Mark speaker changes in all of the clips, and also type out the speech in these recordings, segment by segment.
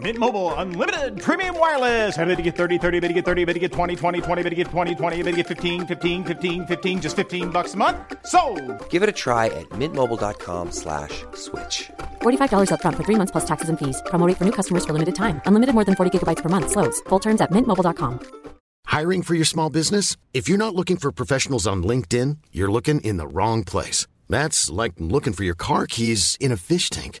Speaker 1: Mint Mobile unlimited premium wireless. Ready to get 30, 30, bet you get 30, bet you get 20, 20, 20, bet you get 20, 20, bet you get 15, 15, 15, 15 just 15 bucks a month. So,
Speaker 2: Give it a try at mintmobile.com slash switch.
Speaker 3: $45 upfront for three months plus taxes and fees. Promo rate for new customers for limited time. Unlimited more than 40 gigabytes per month. Slows. Full terms at mintmobile.com.
Speaker 4: Hiring for your small business? If you're not looking for professionals on LinkedIn, you're looking in the wrong place. That's like looking for your car keys in a fish tank.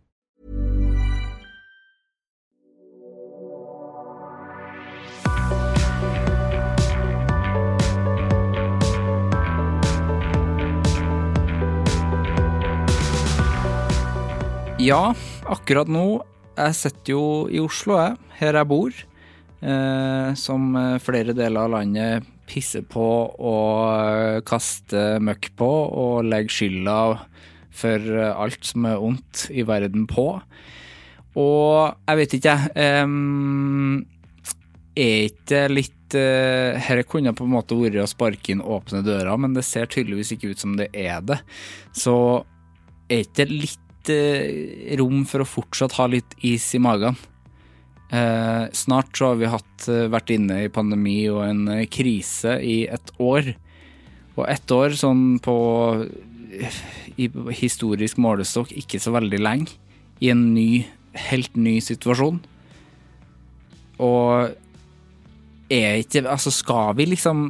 Speaker 5: Ja, akkurat nå. Jeg sitter jo i Oslo, jeg. Her jeg bor. Eh, som eh, flere deler av landet pisser på og eh, kaster møkk på og legger skylda for eh, alt som er ondt i verden på. Og jeg vet ikke, jeg. em, er ikke det litt eh, Her kunne jeg på en måte vært å sparke inn åpne dører, men det ser tydeligvis ikke ut som det er det. Så er ikke det litt eh, rom for å fortsatt ha litt is i magen? Eh, snart så har vi hatt, eh, vært inne i pandemi og en eh, krise i et år. Og ett år sånn på i historisk målestokk ikke så veldig lenge. I en ny, helt ny situasjon. Og er ikke Altså, skal vi liksom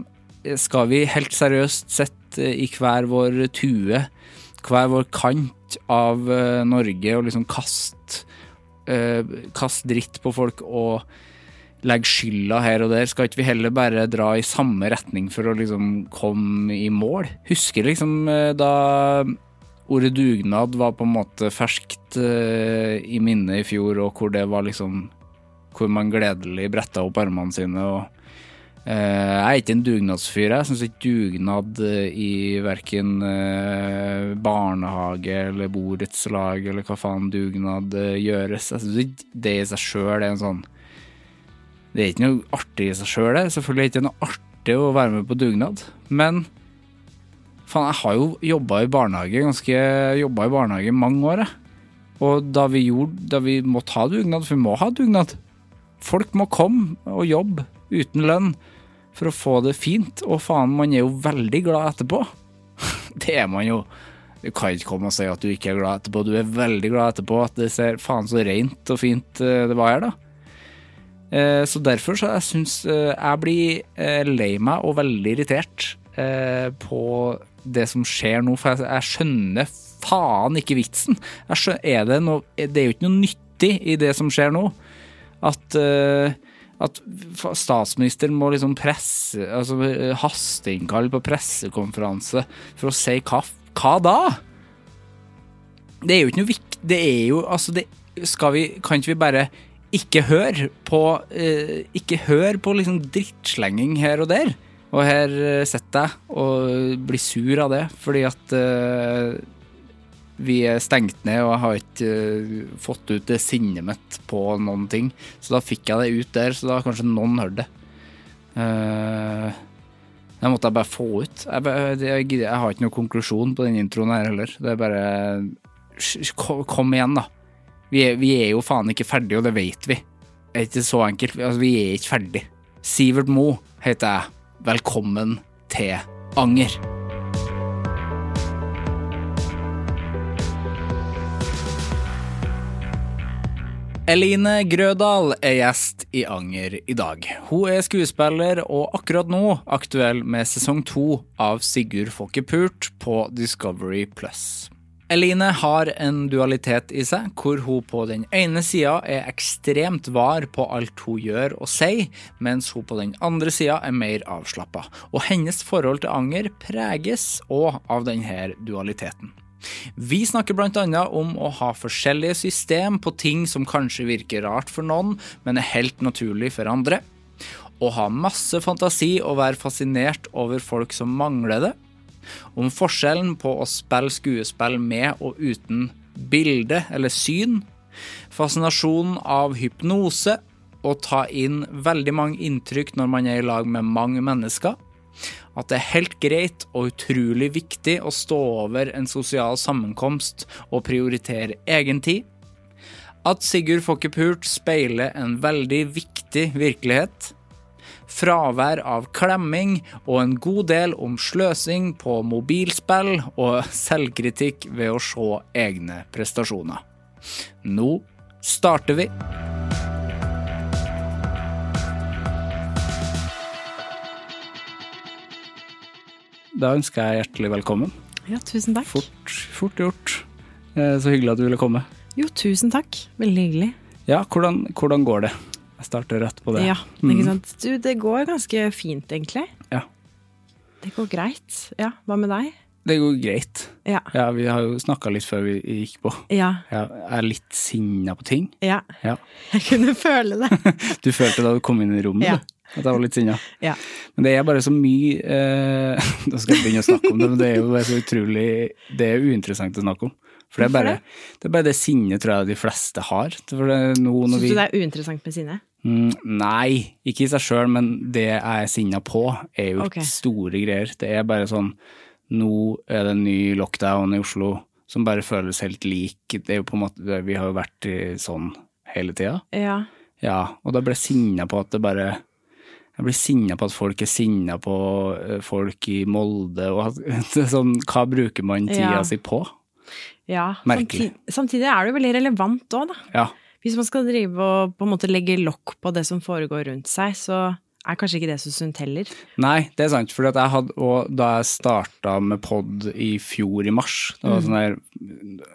Speaker 5: Skal vi helt seriøst sett eh, i hver vår tue, hver vår kant av eh, Norge, og liksom kaste eh, Kaste dritt på folk og legge skylda her og der? Skal ikke vi heller bare dra i samme retning for å liksom komme i mål? Husker liksom eh, da Ordet dugnad var på en måte ferskt eh, i minnet i fjor, og hvor det var liksom hvor man gledelig bretta opp armene sine. og eh, Jeg er ikke en dugnadsfyr. Jeg syns ikke dugnad eh, i verken eh, barnehage eller borettslag eller hva faen dugnad eh, gjøres. Jeg syns ikke det i seg sjøl er en sånn Det er ikke noe artig i seg sjøl, det. Selvfølgelig er det ikke noe artig å være med på dugnad, men faen, jeg har jo jobba i barnehage ganske jobba i barnehage i mange år, jeg. Og da vi gjorde Da vi måtte ha dugnad, for vi må ha dugnad folk må komme og jobbe uten lønn for å få det fint, og faen, man er jo veldig glad etterpå. Det er man jo. Du kan ikke komme og si at du ikke er glad etterpå. Du er veldig glad etterpå at det ser faen så rent og fint eh, det var her, da. Eh, Så derfor så jeg syns eh, jeg blir eh, lei meg og veldig irritert eh, på det som skjer nå, for jeg, jeg skjønner faen ikke vitsen. Jeg skjønner, er det, noe, det er jo ikke noe nyttig i det som skjer nå at, eh, at fa- statsministeren må liksom presse altså eh, hasteinnkall på pressekonferanse for å si hva, f- hva da? Det er jo ikke noe viktig Det er jo altså det, skal vi, Kan ikke vi bare ikke høre på eh, Ikke høre på liksom drittslenging her og der? Og her eh, sitter jeg og blir sur av det, fordi at eh, vi er stengt ned, og jeg har ikke eh, fått ut det sinnet mitt på noen ting. Så da fikk jeg det ut der, så da har kanskje noen hørt det. Eh, det måtte jeg bare få ut. Jeg, bare, jeg, gidder- jeg har ikke noen konklusjon på den introen her heller. Det er bare Sj- Kom kom igjen, da. Vi er, vi er jo faen ikke ferdig, og det vet vi. Det er ikke så enkelt. Vi- Altså, vi er ikke ferdig. Sivert Mo heter jeg. Velkommen til Anger. Eline Grødal er gjest i Anger i dag. Hun er skuespiller og akkurat nå aktuell med sesong to av Sigurd får ikke pult på Discovery Plus. Eline har en dualitet i seg, hvor hun på den ene sida er ekstremt var på alt hun gjør og sier, mens hun på den andre sida er mer avslappa. Og hennes forhold til anger preges òg av denne dualiteten. Vi snakker bl.a. om å ha forskjellige system på ting som kanskje virker rart for noen, men er helt naturlig for andre. Å ha masse fantasi og være fascinert over folk som mangler det. Om forskjellen på å spille skuespill med og uten bilde eller syn. Fascinasjonen av hypnose. Å ta inn veldig mange inntrykk når man er i lag med mange mennesker at det er helt greit og utrolig viktig å stå over en sosial sammenkomst og prioritere egen tid. At Sigurd Fokkepult speiler en veldig viktig virkelighet. Fravær av klemming og en god del om sløsing på mobilspill og selvkritikk ved å se egne prestasjoner. Nå starter vi. Da ønsker jeg hjertelig velkommen.
Speaker 6: Ja, tusen takk.
Speaker 5: Fort, fort gjort. Eh, Så hyggelig at du ville komme.
Speaker 6: Jo, tusen takk. Veldig hyggelig.
Speaker 5: Ja, hvordan, hvordan går det? Jeg starter rett på det. Mm.
Speaker 6: Ja, ikke sant. Du, det går ganske fint, egentlig.
Speaker 5: Ja.
Speaker 6: Det går greit. Ja, hva med deg?
Speaker 5: Det går greit.
Speaker 6: Ja.
Speaker 5: Ja, vi har jo snakka litt før vi gikk på.
Speaker 6: Ja.
Speaker 5: Ja, jeg er litt sinna på ting.
Speaker 6: Ja.
Speaker 5: Ja.
Speaker 6: Jeg kunne føle det.
Speaker 5: Du følte da du kom inn i rommet
Speaker 6: Ja.
Speaker 5: du, at jeg var litt sinna.
Speaker 6: Ja.
Speaker 5: Men det er bare så mye eh, Nå skal jeg begynne å snakke om det, men det er jo bare så utrolig Det er uinteressant å snakke om. For det er bare det, er bare det sinnet tror jeg de fleste har. For det er nå når
Speaker 6: Syns
Speaker 5: vi
Speaker 6: du det er uinteressant med sinne?
Speaker 5: Mm, Nei, ikke i seg sjøl, men det jeg er sinna på, er jo
Speaker 6: Ok.
Speaker 5: store greier. Det er bare sånn Nå er det en ny lockdown i Oslo som bare føles helt lik. Det er jo på en måte, Vi har jo vært i sånn hele tida.
Speaker 6: Ja.
Speaker 5: Ja, og da ble jeg sinna på at det bare Jeg blir sinna på at folk er sinna på eh, folk i Molde, og at, det er sånn Hva bruker man tida
Speaker 6: Ja.
Speaker 5: si på?
Speaker 6: ja.
Speaker 5: Merkelig.
Speaker 6: Samtid- Samtidig er det jo veldig relevant òg, da.
Speaker 5: Ja.
Speaker 6: Hvis man skal drive og på en måte legge lokk på det som foregår rundt seg, så er kanskje ikke det så sunt heller.
Speaker 5: Nei, det er sant. For at jeg hadde, og da jeg starta med pod i fjor, i mars det
Speaker 6: Mm.
Speaker 5: var sånn der,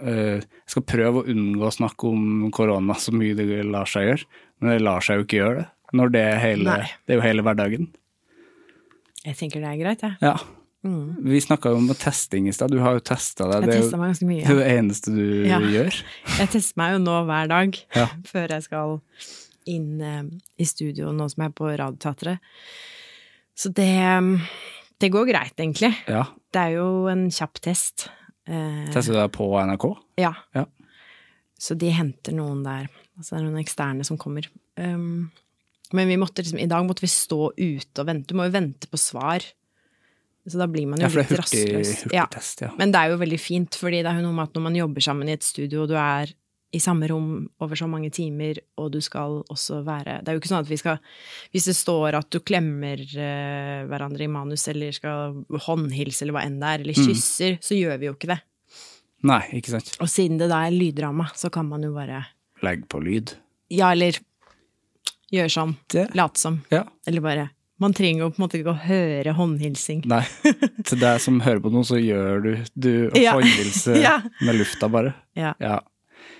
Speaker 5: øh, Jeg skal prøve å unngå å snakke om korona så mye det lar seg gjøre. Men det lar seg jo ikke gjøre, det. Når det, er hele,
Speaker 6: Nei.
Speaker 5: det er jo hele hverdagen.
Speaker 6: Jeg tenker det er greit, jeg.
Speaker 5: Ja. Vi snakka jo om testing i stad. Du har jo testa deg.
Speaker 6: Mm. Jeg
Speaker 5: det er jo-
Speaker 6: testet meg ganske mye,
Speaker 5: Det er det eneste du
Speaker 6: Ja.
Speaker 5: gjør.
Speaker 6: Jeg tester meg jo nå hver dag
Speaker 5: Ja.
Speaker 6: før jeg skal inn eh, i studio nå som jeg er på Radioteatret. Så det, eh, det går greit, egentlig.
Speaker 5: Ja.
Speaker 6: Det er jo en kjapp test. Eh,
Speaker 5: Tester du deg på NRK?
Speaker 6: ja.
Speaker 5: Ja.
Speaker 6: Så de henter noen der. Altså det er noen eksterne som kommer. Um, men vi måtte liksom, i dag måtte vi stå ute og vente. Du må jo vente på svar. Så da blir man jo
Speaker 5: Ja, for det
Speaker 6: litt
Speaker 5: er hurtig,
Speaker 6: rastløs.
Speaker 5: hurtigtest. Ja.
Speaker 6: Men det er jo veldig fint, fordi det er jo noe med at når man jobber sammen i et studio, og du er i samme rom over så mange timer, og du skal også være Det er jo ikke sånn at vi skal Hvis det står at du klemmer eh, hverandre i manus, eller skal håndhilse, eller hva enn det er, eller
Speaker 5: Mm.
Speaker 6: kysser, så gjør vi jo ikke det.
Speaker 5: Nei, ikke sant.
Speaker 6: Og siden det da er lyddrama, så kan man jo bare
Speaker 5: Legg på lyd.
Speaker 6: Ja, eller gjøre som.
Speaker 5: Det-
Speaker 6: Late som.
Speaker 5: Ja.
Speaker 6: Eller bare Man trenger jo på en måte ikke å høre håndhilsing.
Speaker 5: Nei. Til deg som hører på noe, så gjør du, du
Speaker 6: Ja.
Speaker 5: håndhilse
Speaker 6: Ja.
Speaker 5: med lufta, bare.
Speaker 6: Ja.
Speaker 5: Ja.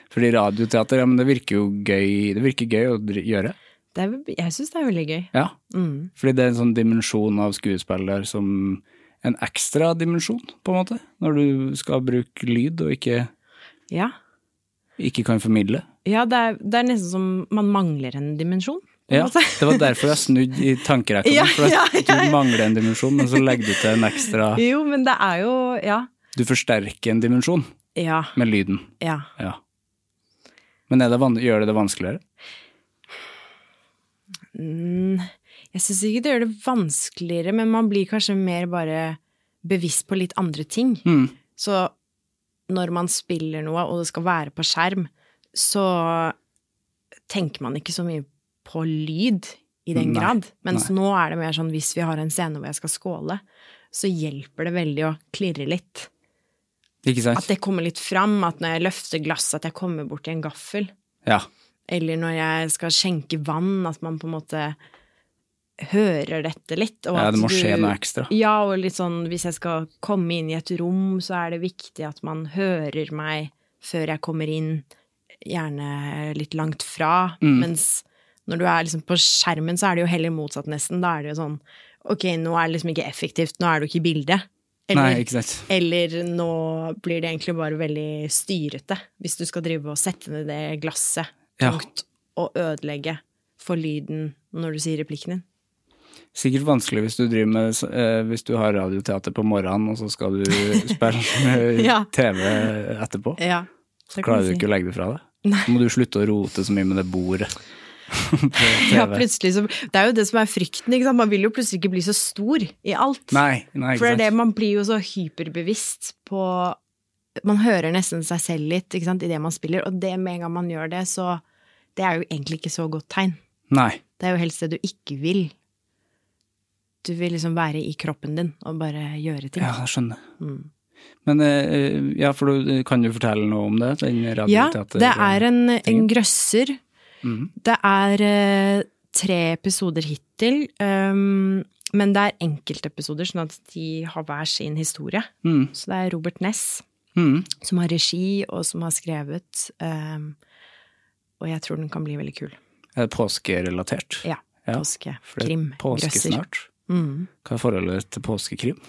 Speaker 5: Fordi radioteater, ja, men det virker jo gøy, det virker gøy å dri- gjøre.
Speaker 6: Det er, jeg syns det er veldig gøy.
Speaker 5: Ja.
Speaker 6: Mm.
Speaker 5: Fordi det er en sånn dimensjon av skuespill der som en ekstra dimensjon, på en måte. Når du skal bruke lyd og ikke,
Speaker 6: Ja.
Speaker 5: ikke kan formidle.
Speaker 6: Ja, det er, det er nesten som man mangler en dimensjon. på en
Speaker 5: Ja,
Speaker 6: måte.
Speaker 5: det var derfor jeg snudde i tankerekka.
Speaker 6: Ja,
Speaker 5: for at
Speaker 6: ja, ja,
Speaker 5: Du
Speaker 6: ja.
Speaker 5: mangler en dimensjon, men så legger du til en ekstra
Speaker 6: Jo, men det er jo Ja.
Speaker 5: Du forsterker en dimensjon
Speaker 6: Ja.
Speaker 5: med lyden.
Speaker 6: ja.
Speaker 5: Ja. Men er det van gjør det det vanskeligere?
Speaker 6: Jeg syns ikke det gjør det vanskeligere, men man blir kanskje mer bare bevisst på litt andre ting.
Speaker 5: Mm.
Speaker 6: Så når man spiller noe, og det skal være på skjerm, så tenker man ikke så mye på lyd i den
Speaker 5: Nei,
Speaker 6: grad. Mens nå er det mer sånn hvis vi har en scene hvor jeg skal skåle, så hjelper det veldig å klirre litt.
Speaker 5: Ikke sant?
Speaker 6: At det kommer litt fram, at når jeg løfter glasset, at jeg kommer borti en gaffel.
Speaker 5: Ja.
Speaker 6: Eller når jeg skal skjenke vann, at man på en måte hører dette litt. Og
Speaker 5: Ja, det
Speaker 6: at
Speaker 5: må
Speaker 6: du-
Speaker 5: skje noe ekstra.
Speaker 6: Ja, og litt sånn hvis jeg skal komme inn i et rom, så er det viktig at man hører meg før jeg kommer inn, gjerne litt langt fra.
Speaker 5: Mm.
Speaker 6: Mens når du er liksom på skjermen, så er det jo heller motsatt, nesten. Da er det jo sånn Ok, nå er det liksom ikke effektivt, nå er du ikke i bildet. Eller-
Speaker 5: Nei, ikke sant.
Speaker 6: eller nå blir det egentlig bare veldig styrete, hvis du skal drive og sette ned det glasset
Speaker 5: Ja.
Speaker 6: tungt og ødelegge for lyden når du sier replikken din.
Speaker 5: Sikkert vanskelig hvis du driver med eh, Hvis du har radioteater på morgenen, og så skal du spille
Speaker 6: Ja.
Speaker 5: TV etterpå.
Speaker 6: Ja,
Speaker 5: Så klarer du ikke å legge det fra deg. Så må du slutte å rote så mye med det bordet. på TV.
Speaker 6: ja, plutselig så, Det er jo det som er frykten. Ikke sant? Man vil jo plutselig ikke bli så stor i alt.
Speaker 5: Nei, nei,
Speaker 6: For
Speaker 5: ikke
Speaker 6: det er det,
Speaker 5: sant.
Speaker 6: man blir jo så hyperbevisst på Man hører nesten seg selv litt ikke sant, i det man spiller, og det med en gang man gjør det, så Det er jo egentlig ikke så godt tegn.
Speaker 5: Nei.
Speaker 6: Det er jo helst det du ikke vil. Du vil liksom være i kroppen din og bare gjøre ting.
Speaker 5: Ja, jeg skjønner.
Speaker 6: Mm.
Speaker 5: Men eh, ja, for du kan du fortelle noe om det? Den
Speaker 6: Ja,
Speaker 5: radioteater...
Speaker 6: det er en, en grøsser. Det er eh, tre episoder hittil, ehm, men det er enkeltepisoder, sånn at de har hver sin historie. Så det er Robert Ness
Speaker 5: Mm.
Speaker 6: som har regi, og som har skrevet. ehm, og jeg tror den kan bli veldig kul.
Speaker 5: Er det Eh, påskerelatert?
Speaker 6: Ja. Påske,
Speaker 5: for det er
Speaker 6: krim,
Speaker 5: påske
Speaker 6: grøsser. Mm.
Speaker 5: snart. Hva er forholdet ditt til påskekrim?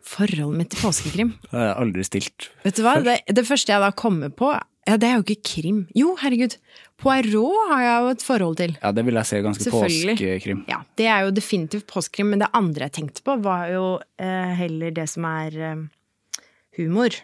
Speaker 6: Forholdet mitt til påskekrim.
Speaker 5: Det har jeg aldri stilt.
Speaker 6: Vet du hva, det, det første jeg da kommer på ja, Det er jo ikke krim. Jo, herregud. Poirot har jeg jo et forhold til.
Speaker 5: Ja, det vil jeg se ganske
Speaker 6: Selvfølgelig.
Speaker 5: påskekrim.
Speaker 6: Ja, Det er jo definitivt påskekrim, men det andre jeg tenkte på, var jo eh, heller det som er eh, humor.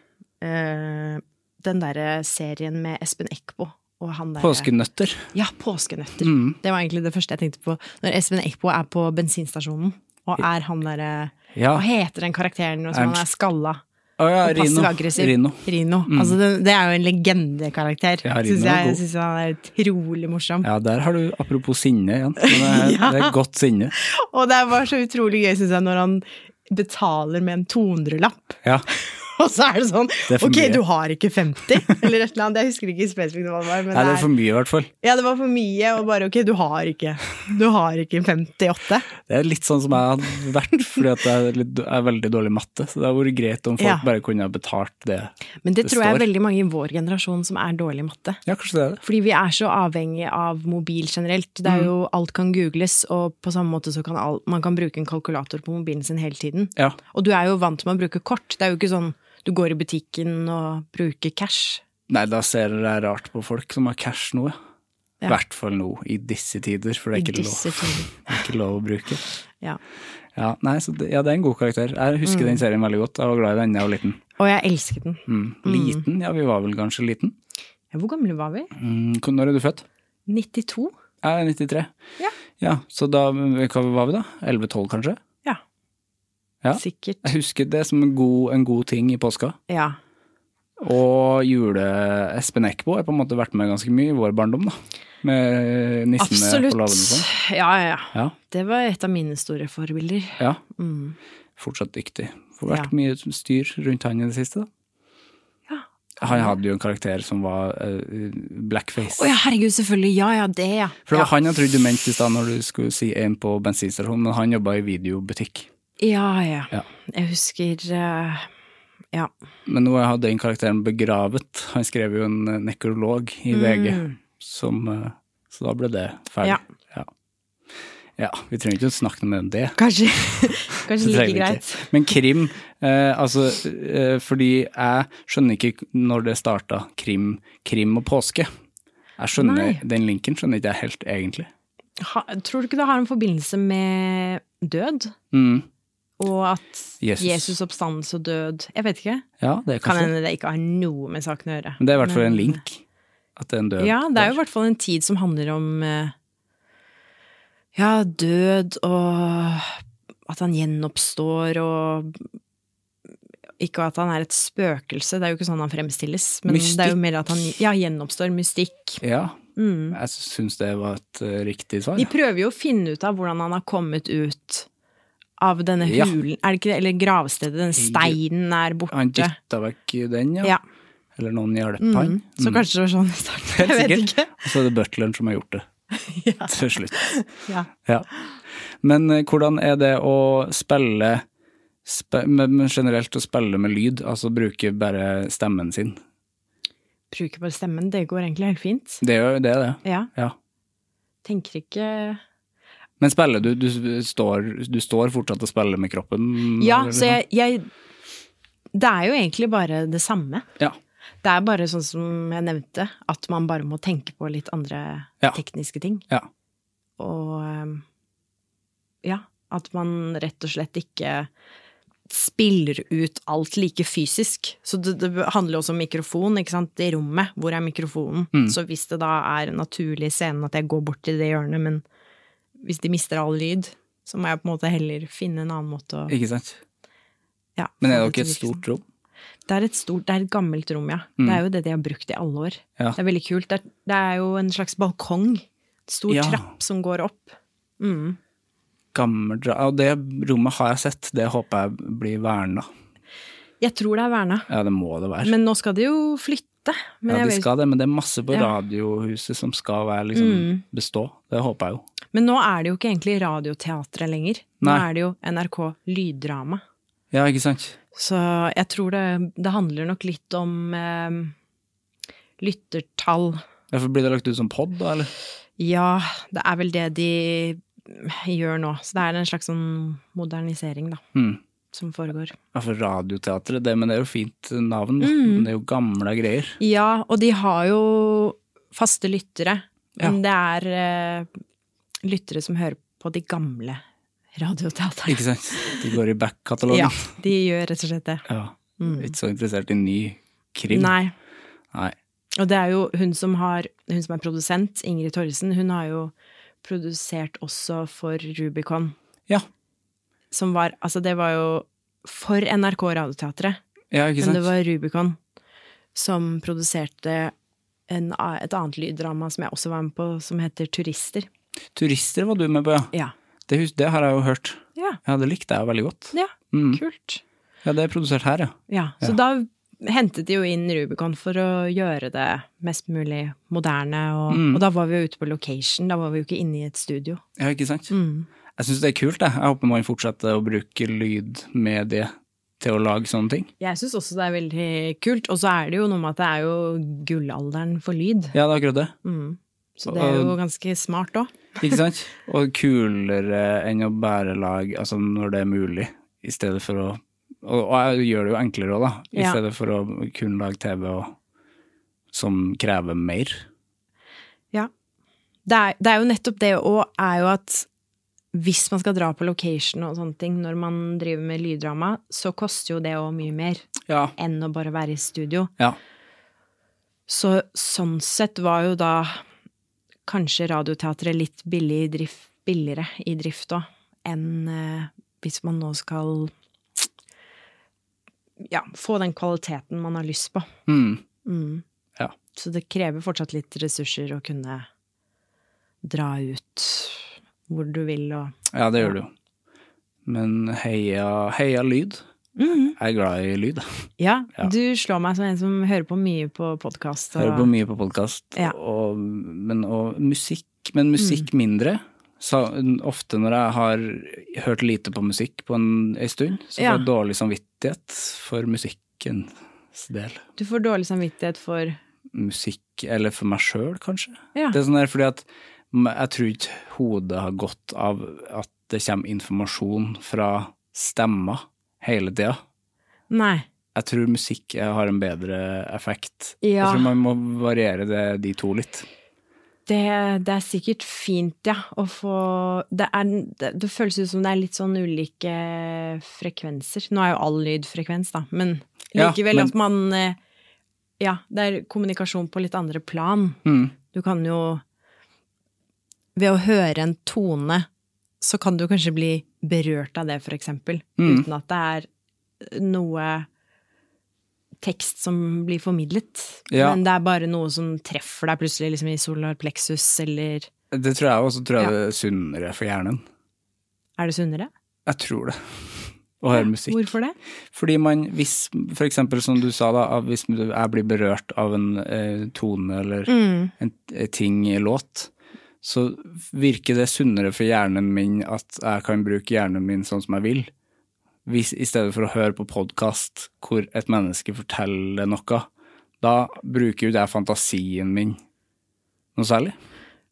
Speaker 6: Eh, den derre serien med Espen Eckbo og han derre
Speaker 5: Påskenøtter.
Speaker 6: Ja, påskenøtter. Det var egentlig det første jeg tenkte på. Når Espen Eckbo er på bensinstasjonen, og er han derre
Speaker 5: Ja.
Speaker 6: Hva heter den karakteren nå som han er
Speaker 5: Ernst.
Speaker 6: skalla?
Speaker 5: Å ja,
Speaker 6: Og passiv
Speaker 5: Rino.
Speaker 6: aggressiv.
Speaker 5: Rino. Mm.
Speaker 6: Rino. Altså, det, det er jo en legendekarakter.
Speaker 5: Ja, Rino
Speaker 6: Synes
Speaker 5: er
Speaker 6: jeg
Speaker 5: god.
Speaker 6: syns han er utrolig morsom.
Speaker 5: Ja, der har du apropos sinne igjen. Det er, det er godt sinne.
Speaker 6: Og det var så utrolig gøy, syns jeg, når han betaler med en 200-lapp.
Speaker 5: Ja.
Speaker 6: Og så er det sånn
Speaker 5: er for
Speaker 6: Ok,
Speaker 5: mye.
Speaker 6: du har ikke 50, eller et eller annet. Jeg husker ikke spesifikt hva det var. Men
Speaker 5: Nei, det
Speaker 6: det
Speaker 5: er for mye, i hvert fall.
Speaker 6: ja, det var for mye. Og bare ok, du har ikke Du har ikke 58.
Speaker 5: Det er litt sånn som jeg hadde vært, fordi at jeg er, litt, jeg er veldig dårlig i matte. Så det hadde vært greit om folk
Speaker 6: Ja.
Speaker 5: bare kunne ha betalt det.
Speaker 6: Men det,
Speaker 5: Det
Speaker 6: tror jeg er
Speaker 5: står.
Speaker 6: veldig mange i vår generasjon som er dårlig i matte.
Speaker 5: Ja, kanskje det er det.
Speaker 6: Fordi vi er så avhengig av mobil generelt. Det
Speaker 5: Mm.
Speaker 6: er jo, alt kan googles, og på samme måte så kan all, man kan bruke en kalkulator på mobilen sin hele tiden.
Speaker 5: Ja.
Speaker 6: Og du er jo vant med å bruke kort. Det er jo ikke sånn du går i butikken og bruker cash.
Speaker 5: Nei, da ser jeg rart på folk som har cash nå, ja. I
Speaker 6: Ja.
Speaker 5: hvert fall nå, i disse tider, for det er
Speaker 6: I
Speaker 5: ikke lov,
Speaker 6: disse tider.
Speaker 5: det er ikke lov å bruke.
Speaker 6: Ja.
Speaker 5: Ja, nei, så det, ja, det er en god karakter. Jeg husker
Speaker 6: Mm.
Speaker 5: den serien veldig godt. Jeg var glad i den da jeg var liten.
Speaker 6: Og jeg elsket den.
Speaker 5: Mm. Liten? Ja, vi var vel kanskje liten?
Speaker 6: Ja, hvor gamle var vi?
Speaker 5: Mm, hvor- Når er du født?
Speaker 6: 92?
Speaker 5: Jeg er 93.
Speaker 6: Ja.
Speaker 5: Ja, så da hva var vi da? 11-12 kanskje?
Speaker 6: Ja.
Speaker 5: Ja.
Speaker 6: Sikkert.
Speaker 5: Jeg husker det som en god, en god ting i påska.
Speaker 6: Ja.
Speaker 5: Og jule-Espen Eckbo har på en måte vært med ganske mye i vår barndom, da. Med nissene
Speaker 6: Absolutt.
Speaker 5: på låven og sånn.
Speaker 6: Ja, ja, ja.
Speaker 5: Ja,
Speaker 6: Det var et av mine store forbilder.
Speaker 5: ja. Fortsatt dyktig. Det har vært
Speaker 6: Mm. Ja.
Speaker 5: mye styr rundt han i det siste, da.
Speaker 6: Ja.
Speaker 5: Han hadde jo en karakter som var eh, blackface.
Speaker 6: Å ja, herregud, selvfølgelig. Ja, ja, det, ja.
Speaker 5: For det var
Speaker 6: ja.
Speaker 5: han jeg trodde du mente i stad når du skulle si en på bensinstasjonen, men han jobba i videobutikk.
Speaker 6: Ja, ja.
Speaker 5: Ja.
Speaker 6: Jeg husker eh, Ja.
Speaker 5: Men nå har den karakteren begravet. Han skrev jo en eh, nekrolog i VG, som, eh, så da ble det ferdig.
Speaker 6: Mm. Ja.
Speaker 5: Ja. Ja, vi trenger ikke å snakke noe mer om det.
Speaker 6: Kanskje,
Speaker 5: Det
Speaker 6: kanskje
Speaker 5: trenger
Speaker 6: like
Speaker 5: vi ikke.
Speaker 6: greit.
Speaker 5: Men krim, eh, altså eh, Fordi jeg skjønner ikke når det starta, krim, krim og påske. Jeg skjønner,
Speaker 6: Nei.
Speaker 5: Den linken skjønner ikke jeg helt, egentlig.
Speaker 6: Ha, tror du ikke det har en forbindelse med død?
Speaker 5: Mm.
Speaker 6: Og at
Speaker 5: Jesus.
Speaker 6: Jesus, oppstandelse og død Jeg vet ikke.
Speaker 5: Ja, det er
Speaker 6: Kan
Speaker 5: kanskje
Speaker 6: hende det ikke har noe med saken å gjøre.
Speaker 5: Men det er i hvert fall en
Speaker 6: Men-
Speaker 5: link. At det er en død.
Speaker 6: Ja, det er jo i hvert fall en tid som handler om eh, ja, død og at han gjenoppstår og ikke at han er et spøkelse, det er jo ikke sånn han fremstilles. Men det er
Speaker 5: Mystikk.
Speaker 6: jo mer at han ja, gjenoppstår. Mystikk.
Speaker 5: Ja.
Speaker 6: Mm.
Speaker 5: Jeg syns det var et eh, riktig svar.
Speaker 6: De prøver jo å finne ut av hvordan han har kommet ut av denne
Speaker 5: Ja.
Speaker 6: hulen, er det ikke det? Eller gravstedet. Den steinen er borte.
Speaker 5: Han dytta vekk den, ja.
Speaker 6: Ja. Mm.
Speaker 5: Eller noen hjalp han. Mm.
Speaker 6: Så kanskje det var sånn i starten. Jeg vet ikke.
Speaker 5: Og så er det butleren som har gjort det. Til slutt.
Speaker 6: Ja.
Speaker 5: Ja. Men eh, hvordan er det å spille spe, men men generelt å spille med lyd, altså bruke bare stemmen sin?
Speaker 6: Bruker bare stemmen. Det går egentlig helt fint.
Speaker 5: Det er jo det, er det.
Speaker 6: Ja.
Speaker 5: Ja.
Speaker 6: Tenker ikke
Speaker 5: Men spiller du, du står, du står fortsatt og spiller med kroppen?
Speaker 6: Ja,
Speaker 5: eller
Speaker 6: så
Speaker 5: sånn?
Speaker 6: jeg, jeg Det er jo egentlig bare det samme.
Speaker 5: Ja.
Speaker 6: Det er bare sånn som jeg nevnte, at man bare må tenke på litt andre
Speaker 5: Ja.
Speaker 6: tekniske ting.
Speaker 5: ja.
Speaker 6: Og eh, ja, at man rett og slett ikke spiller ut alt like fysisk. Så det, det handler jo også om mikrofon, ikke sant. I rommet, hvor er mikrofonen?
Speaker 5: Mm.
Speaker 6: Så hvis det da er naturlig i scenen at jeg går bort til det hjørnet, men hvis de mister all lyd, så må jeg på en måte heller finne en annen måte å
Speaker 5: Ikke sant?
Speaker 6: ja,
Speaker 5: Men er det
Speaker 6: få
Speaker 5: jo ikke et
Speaker 6: til å virke sånn.
Speaker 5: stort rom?
Speaker 6: Det er et stort, det er et gammelt rom, ja. Det er jo det de har brukt i alle år.
Speaker 5: Ja.
Speaker 6: Det er veldig kult. Det er, det er jo en slags balkong. Stor
Speaker 5: Ja.
Speaker 6: trapp som går opp.
Speaker 5: Gammel dra- Ja, det rommet har jeg sett, det håper jeg blir verna.
Speaker 6: Jeg tror det er verna.
Speaker 5: Ja, det må det være.
Speaker 6: Men nå skal de jo flytte. Men,
Speaker 5: ja,
Speaker 6: jeg
Speaker 5: de
Speaker 6: vet-
Speaker 5: skal det, men det er masse på
Speaker 6: Ja. Mm.
Speaker 5: radiohuset som skal være, liksom, bestå. Det håper jeg jo.
Speaker 6: men nå er det jo ikke egentlig Radioteatret lenger. Nå
Speaker 5: Nei.
Speaker 6: er det jo NRK Lyddrama.
Speaker 5: Ja, ikke sant?
Speaker 6: Så jeg tror det, det handler nok litt om eh, lyttertall.
Speaker 5: Derfor blir det lagt ut som pod, da, eller?
Speaker 6: Ja, det er vel det de gjør nå. Så det er en slags sånn modernisering, da.
Speaker 5: Mm.
Speaker 6: Som foregår.
Speaker 5: Ja, for Radioteatret, det, men det er jo fint navn. da.
Speaker 6: Mm.
Speaker 5: Men det er jo gamle greier.
Speaker 6: Ja, og de har jo faste lyttere. Men
Speaker 5: Ja.
Speaker 6: det er eh, lyttere som hører på de gamle radioteatrene.
Speaker 5: Ikke sant? De går i
Speaker 6: Ja,
Speaker 5: back-katalogen.
Speaker 6: de gjør rett og slett det.
Speaker 5: Ja. Ikke så interessert i ny krim.
Speaker 6: Nei.
Speaker 5: Nei.
Speaker 6: Og det er jo hun som, har, hun som er produsent, Ingrid Torresen, hun har jo produsert også for Rubicon.
Speaker 5: Ja.
Speaker 6: Som var Altså, det var jo for NRK Radioteatret,
Speaker 5: ja, ikke
Speaker 6: men
Speaker 5: sant?
Speaker 6: det var Rubicon som produserte en, a- et annet lyddrama som jeg også var med på, som heter Turister.
Speaker 5: Turister var du med på, ja.
Speaker 6: Ja.
Speaker 5: Det, hus- det har jeg jo hørt.
Speaker 6: Ja.
Speaker 5: Ja, det likte jeg veldig godt.
Speaker 6: Ja,
Speaker 5: Mm.
Speaker 6: kult.
Speaker 5: Ja, det er produsert her, ja.
Speaker 6: Ja, så da hentet de jo inn Rubicon for å gjøre det mest mulig moderne, og, og da var vi jo ute på location, da var vi jo ikke inne i et studio.
Speaker 5: Ja, ikke sant? Jeg syns det er kult, jeg. Jeg håper man fortsetter å bruke lydmedie til å lage sånne ting.
Speaker 6: Jeg syns også det er veldig kult, og så er det jo noe med at det er jo gullalderen for lyd,
Speaker 5: Ja, det er akkurat det.
Speaker 6: så det er jo ganske smart òg.
Speaker 5: Ikke sant? Og kulere enn å bare lage altså når det er mulig, i stedet for å Og, og jeg gjør det jo enklere òg, da. I
Speaker 6: Ja.
Speaker 5: stedet for å kun lage TV og, som krever mer.
Speaker 6: Ja. Det er, det er jo nettopp det òg, er jo at hvis man skal dra på location og sånne ting når man driver med lyddrama, så koster jo det òg mye mer
Speaker 5: Ja.
Speaker 6: enn å bare være i studio.
Speaker 5: ja.
Speaker 6: Så sånn sett var jo da kanskje Radioteatret litt billig i drift, billigere i drift òg, enn eh, hvis man nå skal ja, få den kvaliteten man har lyst på.
Speaker 5: Mm. Ja.
Speaker 6: Så det krever fortsatt litt ressurser å kunne dra ut hvor du vil og
Speaker 5: Ja, det gjør det jo. Men heia, heia lyd. Jeg er glad i lyd. jeg.
Speaker 6: ja, du slår meg som en som hører på mye på podkast.
Speaker 5: Hører på mye på podkast,
Speaker 6: Ja. Mm.
Speaker 5: og, men- og musikk, men musikk mindre. Så ofte når jeg har hørt lite på musikk på en, en stund, så får
Speaker 6: Ja.
Speaker 5: jeg dårlig samvittighet for musikkens del.
Speaker 6: Du får dårlig samvittighet for
Speaker 5: Musikk, eller for meg sjøl, kanskje.
Speaker 6: Ja.
Speaker 5: Det er sånn der fordi at m- jeg tror ikke hodet har godt av at det kommer informasjon fra stemmer hele tida.
Speaker 6: Nei.
Speaker 5: Jeg tror musikk eh, har en bedre effekt.
Speaker 6: Ja.
Speaker 5: Jeg tror man må variere det, de to litt.
Speaker 6: Det, det er sikkert fint, ja, å få det, er, det, det føles ut som det er litt sånn ulike frekvenser. Nå er jo all lyd frekvens, da, men
Speaker 5: Ja,
Speaker 6: likevel
Speaker 5: men-
Speaker 6: at man eh, Ja, det er kommunikasjon på litt andre plan.
Speaker 5: Mm.
Speaker 6: Du kan jo Ved å høre en tone, så kan du kanskje bli berørt av det, for eksempel. Uten at det er eh, noe tekst som blir formidlet.
Speaker 5: Ja.
Speaker 6: Men det er bare noe som treffer deg plutselig liksom i solar plexus, eller
Speaker 5: Det tror jeg også tror jeg
Speaker 6: Ja.
Speaker 5: det er sunnere for hjernen.
Speaker 6: Er det sunnere?
Speaker 5: Jeg tror det. å høre musikk.
Speaker 6: Hvorfor det?
Speaker 5: Fordi man, hvis for eksempel som du sa da, av- hvis jeg blir berørt av en eh, tone eller
Speaker 6: Mm.
Speaker 5: en, en ting i låt, så virker det sunnere for hjernen min at jeg kan bruke hjernen min sånn som jeg vil, hvis, i stedet for å høre på podkast hvor et menneske forteller noe. Da bruker jo jeg fantasien min noe særlig.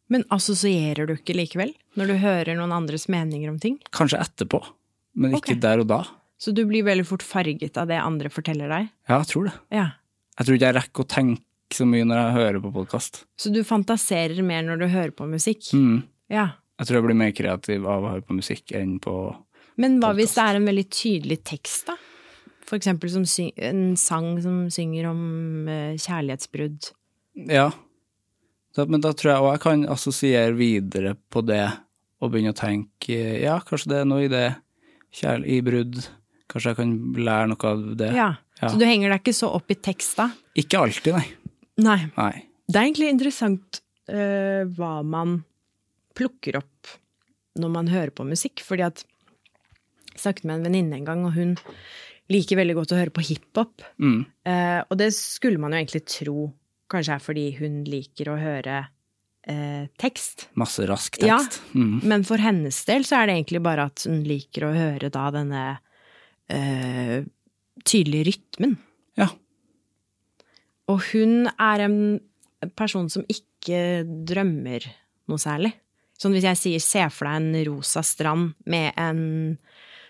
Speaker 6: Men assosierer du ikke likevel? Når du hører noen andres meninger om ting?
Speaker 5: Kanskje etterpå, men ikke
Speaker 6: Ok.
Speaker 5: der og da.
Speaker 6: Så du blir veldig fort farget av det andre forteller deg?
Speaker 5: Ja, jeg tror det.
Speaker 6: Ja.
Speaker 5: Jeg tror ikke jeg rekker å tenke så mye når jeg hører på podkast.
Speaker 6: Så du fantaserer mer når du hører på musikk? Ja.
Speaker 5: Jeg tror jeg blir mer kreativ av å høre på musikk enn på
Speaker 6: Men hva hvis det er en veldig tydelig tekst, da? For eksempel som syng, en sang som synger om eh, kjærlighetsbrudd.
Speaker 5: Ja. Da, men da tror jeg òg jeg kan assosiere videre på det og begynne å tenke eh, ja, kanskje det er noe i det. Kjærl i brudd. Kanskje jeg kan lære noe av det.
Speaker 6: Ja. Så du henger deg ikke så opp i teksta?
Speaker 5: Ikke alltid, nei.
Speaker 6: Nei.
Speaker 5: nei.
Speaker 6: Det er egentlig interessant eh, hva man plukker opp når man hører på musikk. Fordi at jeg snakket med en venninne en gang, og hun liker veldig godt å høre på hiphop.
Speaker 5: Mm.
Speaker 6: Eh, og det skulle man jo egentlig tro kanskje er fordi hun liker å høre eh, tekst.
Speaker 5: Masse rask tekst. Mm.
Speaker 6: Ja, Men for hennes del så er det egentlig bare at hun liker å høre da denne eh, tydelige rytmen.
Speaker 5: Ja.
Speaker 6: Og hun er en person som ikke drømmer noe særlig. Sånn hvis jeg sier 'se for deg en rosa strand med en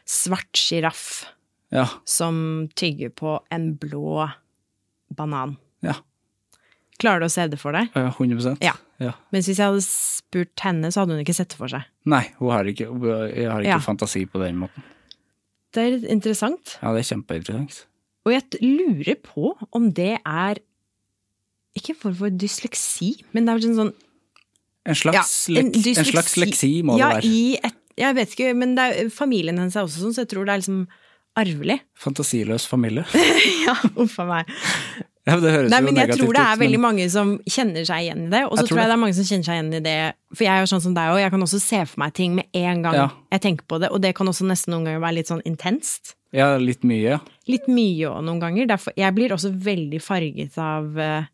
Speaker 6: svart sjiraff
Speaker 5: Ja.
Speaker 6: som tygger på en blå banan'.
Speaker 5: Ja.
Speaker 6: Klarer du å se det for deg?
Speaker 5: ja 100
Speaker 6: Ja.
Speaker 5: ja.
Speaker 6: Mens hvis jeg hadde spurt henne, så hadde hun ikke sett det for seg.
Speaker 5: Nei, hun har ikke, hun har ikke
Speaker 6: Ja.
Speaker 5: fantasi på den måten.
Speaker 6: Det er litt interessant.
Speaker 5: Ja, det er kjempeinteressant.
Speaker 6: Og jeg t- lurer på om det er ikke en form for dysleksi, men det er vel en sånn
Speaker 5: En slags,
Speaker 6: Ja, en
Speaker 5: leks, en
Speaker 6: dysleksi-
Speaker 5: slags leksi må
Speaker 6: ja,
Speaker 5: det være.
Speaker 6: I et, jeg vet ikke, men det er, familien hennes er også sånn, så jeg tror det er liksom arvelig.
Speaker 5: Fantasiløs familie.
Speaker 6: Ja, uff a meg.
Speaker 5: Ja, men det høres
Speaker 6: Nei,
Speaker 5: jo
Speaker 6: men jeg
Speaker 5: negativt
Speaker 6: tror det er
Speaker 5: ut, men-
Speaker 6: veldig mange som kjenner seg igjen i det. Og så
Speaker 5: Jeg
Speaker 6: tror,
Speaker 5: tror
Speaker 6: jeg
Speaker 5: det.
Speaker 6: det er mange som kjenner seg igjen i det, for jeg er jo sånn som deg òg, jeg kan også se for meg ting med en gang
Speaker 5: Ja.
Speaker 6: jeg tenker på det, og det kan også nesten noen ganger være litt sånn intenst.
Speaker 5: Ja, litt mye. ja.
Speaker 6: Litt mye òg noen ganger. Derfor, jeg blir også veldig farget av eh,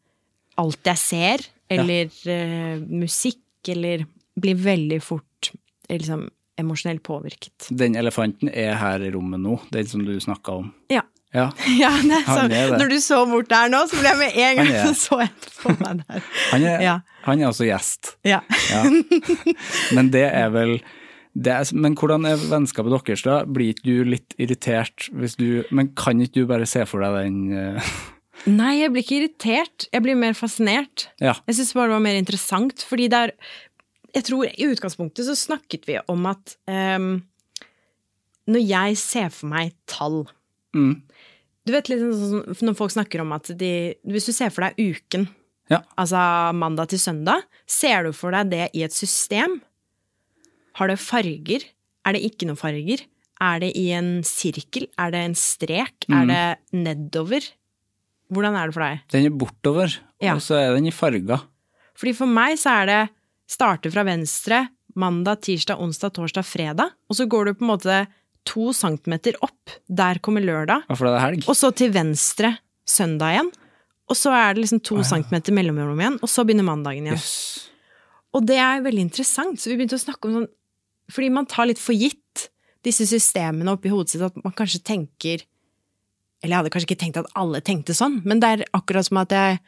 Speaker 6: alt jeg ser, eller eh, musikk, eller blir veldig fort eh, liksom, emosjonelt påvirket.
Speaker 5: Den elefanten er her i rommet nå, den som du snakka om.
Speaker 6: Ja.
Speaker 5: Ja.
Speaker 6: Ja, det er
Speaker 5: Han
Speaker 6: sånn.
Speaker 5: er det.
Speaker 6: Når du så bort der nå, så ble jeg med en gang
Speaker 5: Han er-
Speaker 6: så jeg på meg der.
Speaker 5: Han er,
Speaker 6: Ja.
Speaker 5: han er altså gjest.
Speaker 6: Ja.
Speaker 5: Ja. Men det er vel det er, Men hvordan er vennskapet deres, da? Blir ikke du litt irritert hvis du Men kan ikke du bare se for deg den eh,
Speaker 6: Nei, jeg blir ikke irritert. Jeg blir mer fascinert.
Speaker 5: Ja.
Speaker 6: Jeg syns bare det var mer interessant, fordi det er Jeg tror i utgangspunktet så snakket vi om at ehm, når jeg ser for meg tall Du vet litt sånn som når folk snakker om at de Hvis du ser for deg uken,
Speaker 5: Ja.
Speaker 6: altså mandag til søndag, ser du for deg det i et system? Har det farger? Er det ikke noen farger? Er det i en sirkel? Er det en strek? Er det nedover? Hvordan er det for deg?
Speaker 5: Den er bortover,
Speaker 6: Ja.
Speaker 5: og så er den i farger.
Speaker 6: Fordi for meg så er det starte fra venstre mandag, tirsdag, onsdag, torsdag, fredag. Og så går du på en måte to centimeter opp. Der kommer lørdag.
Speaker 5: Ja, for det er helg.
Speaker 6: Og så til venstre søndag igjen. Og så er det liksom to centimeter mellomrom igjen, og så begynner mandagen igjen.
Speaker 5: Jøss.
Speaker 6: Og det er veldig interessant. Så vi begynte å snakke om sånn Fordi man tar litt for gitt disse systemene oppi hodet sitt, at man kanskje tenker Eller jeg hadde kanskje ikke tenkt at alle tenkte sånn, men det er akkurat som at jeg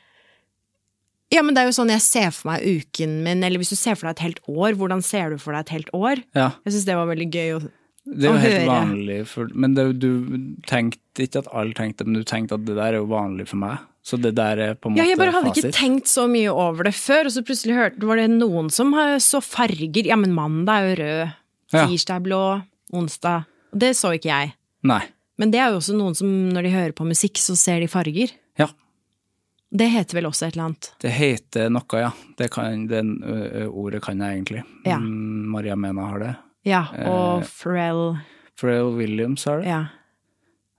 Speaker 6: Ja, men det er jo sånn jeg ser for meg uken min, eller hvis du ser for deg et helt år, hvordan ser du for deg et helt år?
Speaker 5: Ja.
Speaker 6: Jeg syns det var veldig gøy å
Speaker 5: Det er
Speaker 6: Å
Speaker 5: jo helt
Speaker 6: høre.
Speaker 5: vanlig, for, men det, er jo- du tenkte ikke at alle tenkte det, men du tenkte at det der er jo vanlig for meg. Så det der er på en måte
Speaker 6: Ja, jeg bare hadde
Speaker 5: fasit.
Speaker 6: ikke tenkt så mye over det før, og så plutselig hørte, var det noen som har- så farger. Ja, men mandag er jo rød,
Speaker 5: Ja.
Speaker 6: tirsdag er blå, onsdag Og det så ikke jeg.
Speaker 5: Nei.
Speaker 6: Men det er jo også noen som når de hører på musikk, så ser de farger.
Speaker 5: Ja.
Speaker 6: Det heter vel også et eller annet.
Speaker 5: Det heter noe, ja. Det, kan, det ø, ø, ordet kan jeg egentlig.
Speaker 6: Ja.
Speaker 5: Mm, Maria Mena har det.
Speaker 6: Ja, og Pharrell
Speaker 5: Pharrell Williams har det.
Speaker 6: Ja.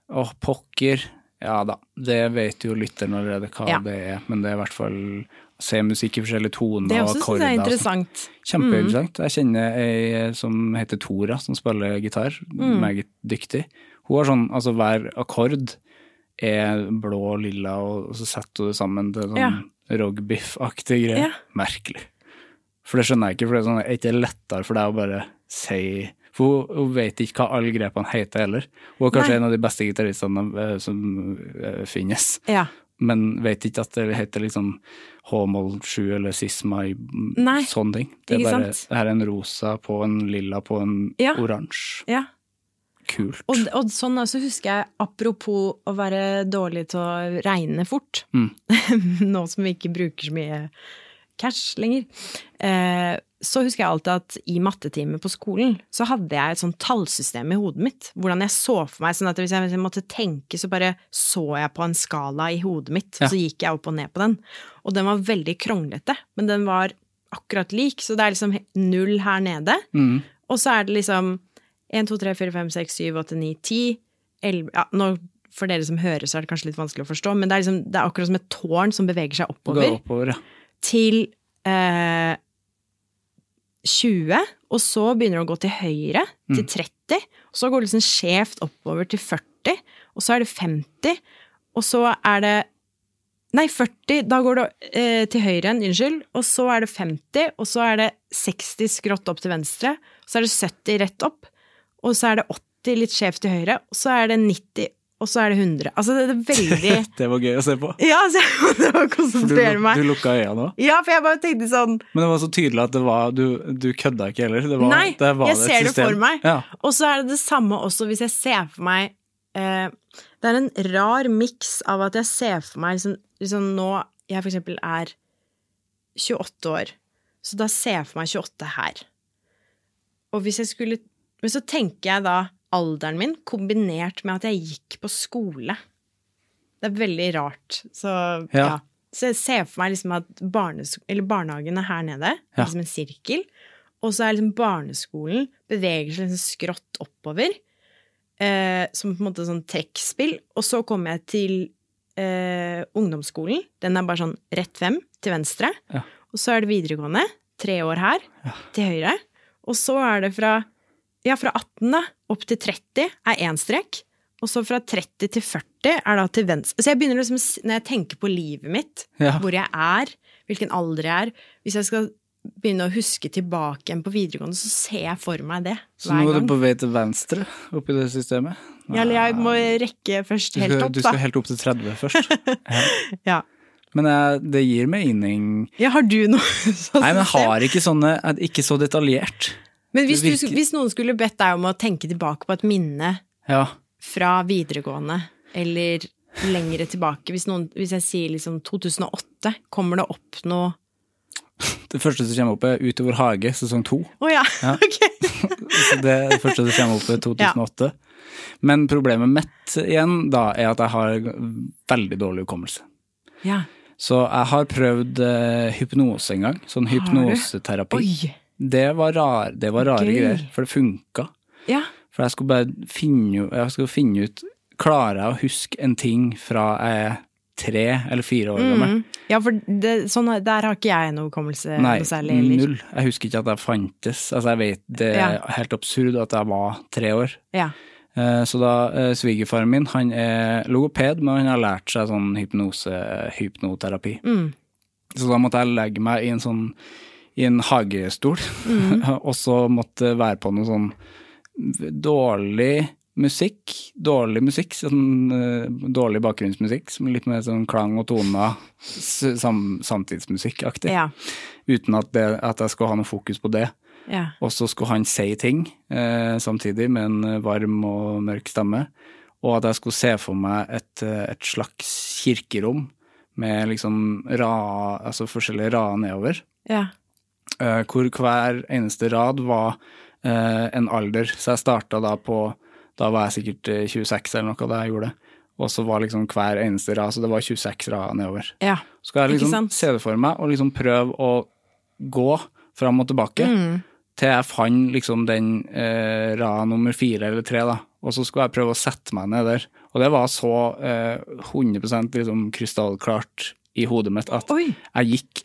Speaker 5: Og pokker. Ja da, det vet jo lytteren allerede hva
Speaker 6: Ja.
Speaker 5: det er, men det er i hvert fall se musikk i forskjellige toner
Speaker 6: Det er
Speaker 5: og
Speaker 6: også synes
Speaker 5: akkorder.
Speaker 6: jeg er
Speaker 5: og sånt.
Speaker 6: interessant. Mm. Mm.
Speaker 5: Kjempeinteressant. Jeg kjenner ei som heter Tora, som spiller gitar. Meget dyktig. Hun har sånn, altså hver akkord er blå og lilla, og og så setter hun det sammen til sånn
Speaker 6: Ja.
Speaker 5: rogbiff-aktig greie.
Speaker 6: Ja.
Speaker 5: Merkelig. For det skjønner jeg ikke, for det er sånn, er ikke det lettere for deg å bare si For hun, hun vet ikke hva alle grepene heter heller. Hun er kanskje
Speaker 6: Nei.
Speaker 5: en av de beste gitaristene eh, som eh, finnes,
Speaker 6: Ja.
Speaker 5: men vet ikke at det heter liksom H-moll 7 eller sisma i
Speaker 6: Nei,
Speaker 5: sånne ting. Det er
Speaker 6: ikke
Speaker 5: bare
Speaker 6: sant?
Speaker 5: det her er en rosa på en lilla på en
Speaker 6: Ja.
Speaker 5: oransje.
Speaker 6: ja.
Speaker 5: Kult.
Speaker 6: Og, og sånn også husker jeg, apropos å være dårlig til å regne fort, nå som vi ikke bruker så mye cash lenger, eh, så husker jeg alltid at i mattetime på skolen så hadde jeg et sånt tallsystem i hodet mitt. Hvordan jeg så for meg, sånn at hvis jeg, hvis jeg måtte tenke, så bare så jeg på en skala i hodet mitt, og så gikk jeg opp og ned på den. Og den var veldig kronglete, men den var akkurat lik, så det er liksom he- null her nede. Og så er det liksom 1, 2, 3, 4, 5, 6, 7, 8, 9, 10, 11 ja, nå, For dere som hører, så er det kanskje litt vanskelig å forstå, men det er, liksom, det er akkurat som et tårn som beveger seg
Speaker 5: Og går
Speaker 6: oppover
Speaker 5: oppover, ja.
Speaker 6: til eh, 20, og så begynner det å gå til høyre,
Speaker 5: Mm.
Speaker 6: til 30, og så går det liksom skjevt oppover til 40, og så er det 50, og så er det Nei, 40, da går det eh, til høyre igjen, unnskyld, og så er det 50, og så er det 60 skrått opp til venstre, og så er det 70 rett opp, og så er det 80 litt skjevt til høyre, og så er det 90, og så er det 100. Altså, det er veldig
Speaker 5: Det var gøy å se på.
Speaker 6: Ja, altså, jeg måtte bare
Speaker 5: For du,
Speaker 6: konsentrere meg.
Speaker 5: du lukka øynene òg.
Speaker 6: Ja, for jeg bare tenkte sånn
Speaker 5: Men det var så tydelig at det var, du, du kødda ikke heller. Det var,
Speaker 6: Nei,
Speaker 5: det var
Speaker 6: jeg
Speaker 5: et
Speaker 6: ser det
Speaker 5: system.
Speaker 6: for meg.
Speaker 5: Ja.
Speaker 6: Og så er det det samme også hvis jeg ser for meg eh, Det er en rar miks av at jeg ser for meg liksom, liksom Nå jeg for eksempel er 28 år, så da ser jeg for meg 28 her. Og hvis jeg skulle Men så tenker jeg da alderen min kombinert med at jeg gikk på skole. Det er veldig rart. Så ja.
Speaker 5: Ja.
Speaker 6: Så jeg ser for meg liksom at barnes eller barnehagen er her nede,
Speaker 5: Ja.
Speaker 6: liksom en sirkel. Og så er liksom barneskolen beveger seg liksom skrått oppover, eh, som på en måte sånn trekkspill. Og så kommer jeg til eh, ungdomsskolen. Den er bare sånn rett frem til venstre.
Speaker 5: Ja.
Speaker 6: Og så er det videregående. Tre år her til høyre. Og så er det fra, ja, fra 18 da, opp til 30 er én strek. Og så fra 30 til 40 er da til venstre. Så jeg begynner liksom, s- når jeg tenker på livet mitt,
Speaker 5: Ja.
Speaker 6: hvor jeg er, hvilken alder jeg er Hvis jeg skal begynne å huske tilbake igjen på videregående, så ser jeg for meg det
Speaker 5: Så nå
Speaker 6: hver
Speaker 5: er du
Speaker 6: gang.
Speaker 5: på vei til venstre oppi det systemet.
Speaker 6: Ja, Eller jeg må rekke først
Speaker 5: Du skal,
Speaker 6: helt opp,
Speaker 5: du
Speaker 6: da.
Speaker 5: skal helt opp til 30 først.
Speaker 6: Ja.
Speaker 5: Men jeg, det gir mening
Speaker 6: ja, har du noe sånt?
Speaker 5: Nei, men jeg
Speaker 6: system?
Speaker 5: har ikke sånne jeg- Ikke så detaljert.
Speaker 6: Men hvis,
Speaker 5: det
Speaker 6: du,
Speaker 5: virker-
Speaker 6: hvis noen skulle bedt deg om å tenke tilbake på et minne
Speaker 5: Ja.
Speaker 6: fra videregående eller lengre tilbake. Hvis, noen, hvis jeg sier liksom 2008, kommer det opp noe
Speaker 5: Det første som kommer opp, er Utover hage, sesong to.
Speaker 6: Å ja, ok.
Speaker 5: Så Det er det første som kommer opp i 2008. Men problemet mitt igjen da, er at jeg har veldig dårlig hukommelse.
Speaker 6: Ja.
Speaker 5: Så jeg har prøvd eh, hypnose en gang. Sånn
Speaker 6: du?
Speaker 5: hypnoseterapi.
Speaker 6: Oi.
Speaker 5: Det var, rar, det var rare
Speaker 6: Gøy.
Speaker 5: greier, for det funka.
Speaker 6: ja.
Speaker 5: For jeg skulle bare finne, jo- jeg skulle finne ut Klarer jeg å huske en ting fra jeg er tre eller fire år gammel?
Speaker 6: Mm. Ja, for det, sånn, der har ikke jeg noe hukommelse
Speaker 5: Nei,
Speaker 6: noe særlig. eller-
Speaker 5: null. Jeg husker ikke at jeg fantes. Altså, jeg vet, Det er
Speaker 6: Ja.
Speaker 5: helt absurd at jeg var tre år.
Speaker 6: Ja.
Speaker 5: Eh, Så da eh, svigerfaren min, han er logoped, men han har lært seg sånn hypnose, hypnoterapi. Så da måtte jeg legge meg i en sånn i en hagestol, og så måtte jeg være på noe sånn dårlig musikk. Dårlig musikk, sånn eh, dårlig bakgrunnsmusikk, som litt mer sånn klang og toner, s- sam, samtidsmusikkaktig.
Speaker 6: Ja.
Speaker 5: Uten at, det, at jeg skulle ha noe fokus på det.
Speaker 6: ja.
Speaker 5: Og så skulle han si ting eh, samtidig, med en varm og mørk stemme. Og at jeg skulle se for meg et, eh, et slags kirkerom med liksom ra, altså forskjellige rader nedover.
Speaker 6: ja.
Speaker 5: eh, hvor hver eneste rad var eh, en alder. Så jeg starta da på Da var jeg sikkert eh, 26 eller noe da jeg gjorde det. Og så var liksom hver eneste rad, så det var 26 rader nedover.
Speaker 6: ja.
Speaker 5: Skal jeg
Speaker 6: Ikke
Speaker 5: liksom
Speaker 6: sant?
Speaker 5: se det for meg og liksom prøve å gå fram og tilbake
Speaker 6: Mm.
Speaker 5: til jeg fant liksom den eh, rad nummer fire eller tre, da. Og så skulle jeg prøve å sette meg ned der. Og det var så eh, 100 liksom krystallklart i hodet mitt at
Speaker 6: Oi.
Speaker 5: jeg gikk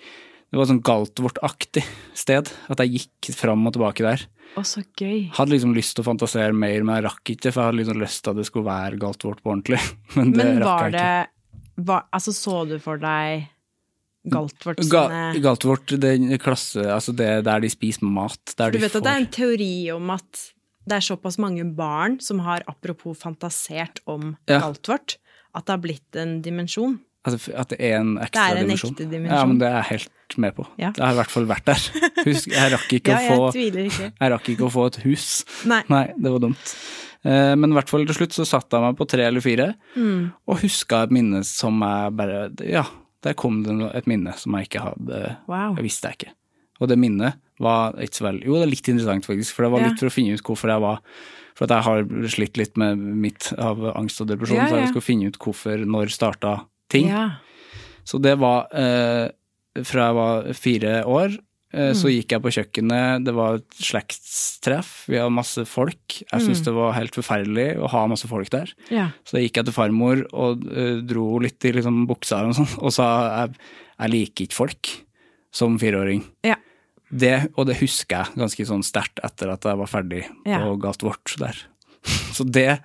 Speaker 5: Det var sånn Galtvort-aktig sted. At jeg gikk fram og tilbake der.
Speaker 6: Å, så gøy.
Speaker 5: Hadde liksom lyst til å fantasere mer, men jeg rakk ikke. For jeg hadde liksom lyst til at det skulle være Galtvort på ordentlig. Men det
Speaker 6: Men
Speaker 5: rakk jeg
Speaker 6: var
Speaker 5: ikke.
Speaker 6: det var, Altså, så du for deg Galtvort
Speaker 5: Ga
Speaker 6: sine
Speaker 5: Galtvort, den klasse Altså det der de spiser mat. Der
Speaker 6: Du
Speaker 5: de
Speaker 6: vet
Speaker 5: får
Speaker 6: at det er en teori om at det er såpass mange barn som har apropos fantasert om
Speaker 5: Ja.
Speaker 6: Galtvort, at det har blitt en dimensjon.
Speaker 5: altså, At det er en ekstra
Speaker 6: Det er en
Speaker 5: dimensjon.
Speaker 6: ekte dimensjon.
Speaker 5: Ja, men det er jeg helt med på.
Speaker 6: Ja.
Speaker 5: Jeg har i hvert fall vært der. Husk, jeg rakk ikke
Speaker 6: Ja, jeg
Speaker 5: å få
Speaker 6: tviler ikke.
Speaker 5: Jeg rakk ikke å få et hus.
Speaker 6: Nei.
Speaker 5: det var dumt. Eh, Men i hvert fall til slutt så satte jeg meg på tre eller fire,
Speaker 6: Mm.
Speaker 5: og huska et minne som jeg bare Ja, der kom det no- et minne som jeg ikke hadde
Speaker 6: Wow.
Speaker 5: Jeg visste jeg ikke. Og det minnet var ikke så veldig Jo, det er litt interessant, faktisk, for det var
Speaker 6: Ja.
Speaker 5: litt for å finne ut hvorfor jeg var For at jeg har slitt litt med mitt av angst og depresjon,
Speaker 6: Ja,
Speaker 5: så
Speaker 6: ja.
Speaker 5: jeg skulle finne ut hvorfor, når starta ting.
Speaker 6: Ja.
Speaker 5: Så det var eh, fra jeg var fire år. eh,
Speaker 6: Mm.
Speaker 5: Så gikk jeg på kjøkkenet, det var et slektstreff, vi hadde masse folk. Jeg syntes det var helt forferdelig å ha masse folk der.
Speaker 6: Mm. Ja.
Speaker 5: Så da gikk jeg til farmor og eh, dro litt i liksom, buksa og sånn, og sa jeg, jeg liker ikke folk som fireåring.
Speaker 6: ja.
Speaker 5: Det, og det husker jeg ganske sånn sterkt etter at jeg var ferdig
Speaker 6: Ja.
Speaker 5: på Galtvort der. Så det,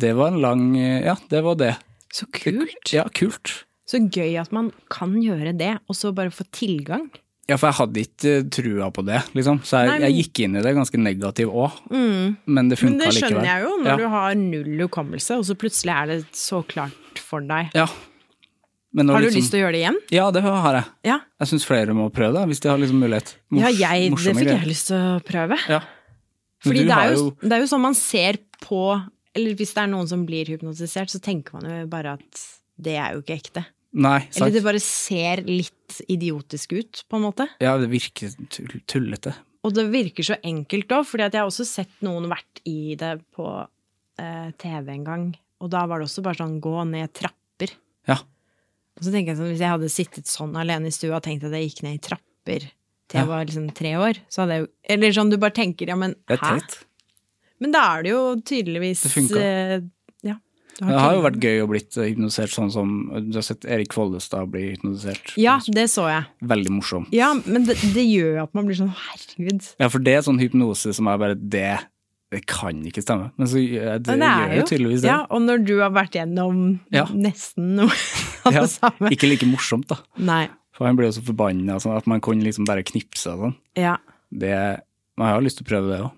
Speaker 5: det var en lang eh, Ja, det var det.
Speaker 6: Så kult.
Speaker 5: Ja, kult.
Speaker 6: Så gøy at man kan gjøre det, og så bare få tilgang.
Speaker 5: Ja, for jeg hadde ikke eh, trua på det, liksom. Så jeg,
Speaker 6: Nei, men- Mm.
Speaker 5: jeg gikk inn i det ganske negativ òg. Men det funka
Speaker 6: Men det
Speaker 5: likevel.
Speaker 6: skjønner jeg jo, når
Speaker 5: ja.
Speaker 6: du har null hukommelse, og så plutselig er det så klart for deg.
Speaker 5: Ja. Men liksom-
Speaker 6: Har du lyst
Speaker 5: sånn
Speaker 6: til å gjøre det igjen?
Speaker 5: Ja, det har jeg.
Speaker 6: Ja.
Speaker 5: Jeg syns flere må prøve det, hvis de har liksom mulighet.
Speaker 6: Ja,
Speaker 5: Mors-
Speaker 6: jeg, det
Speaker 5: morsomme
Speaker 6: fikk
Speaker 5: greier.
Speaker 6: jeg lyst til å prøve.
Speaker 5: Ja. Men
Speaker 6: Fordi
Speaker 5: du
Speaker 6: det
Speaker 5: har
Speaker 6: er, jo, det er jo sånn man ser på Eller hvis det er noen som blir hypnotisert, så tenker man jo bare at det er jo ikke ekte.
Speaker 5: Nei,
Speaker 6: Eller
Speaker 5: sant.
Speaker 6: det bare ser litt idiotisk ut, på en måte.
Speaker 5: Ja, det virker tull- tullete.
Speaker 6: Og det virker så enkelt òg, for jeg har også sett noen vært i det på eh, TV en gang. Og da var det også bare sånn gå ned trapper.
Speaker 5: Ja.
Speaker 6: Og så tenker jeg sånn, Hvis jeg hadde sittet sånn alene i stua og tenkt at jeg gikk ned i trapper til
Speaker 5: Ja.
Speaker 6: jeg var liksom tre år, så hadde jeg jo Eller sånn du bare tenker ja, men
Speaker 5: Det er
Speaker 6: hæ?
Speaker 5: teit.
Speaker 6: Men da er det jo tydeligvis
Speaker 5: Det funka.
Speaker 6: eh, Ja. du
Speaker 5: Det har jo
Speaker 6: tilgang.
Speaker 5: vært gøy å blitt hypnotisert sånn som Du har sett Erik Follestad bli hypnotisert.
Speaker 6: Ja, det så jeg.
Speaker 5: Veldig morsom.
Speaker 6: Ja, men det, det gjør jo at man blir sånn herregud.
Speaker 5: Ja, for det er sånn hypnose som er bare det Det kan ikke stemme. Men så gjør- det,
Speaker 6: Men det er
Speaker 5: gjør jo tydeligvis det.
Speaker 6: Ja, og når du har vært gjennom
Speaker 5: Ja.
Speaker 6: nesten noe av det
Speaker 5: Ja,
Speaker 6: samme.
Speaker 5: Ikke like morsomt, da.
Speaker 6: Nei.
Speaker 5: For han ble jo så forbanna sånn, at man kunne liksom bare knipse og sånn.
Speaker 6: Ja.
Speaker 5: Det, man har jo lyst til å prøve det òg.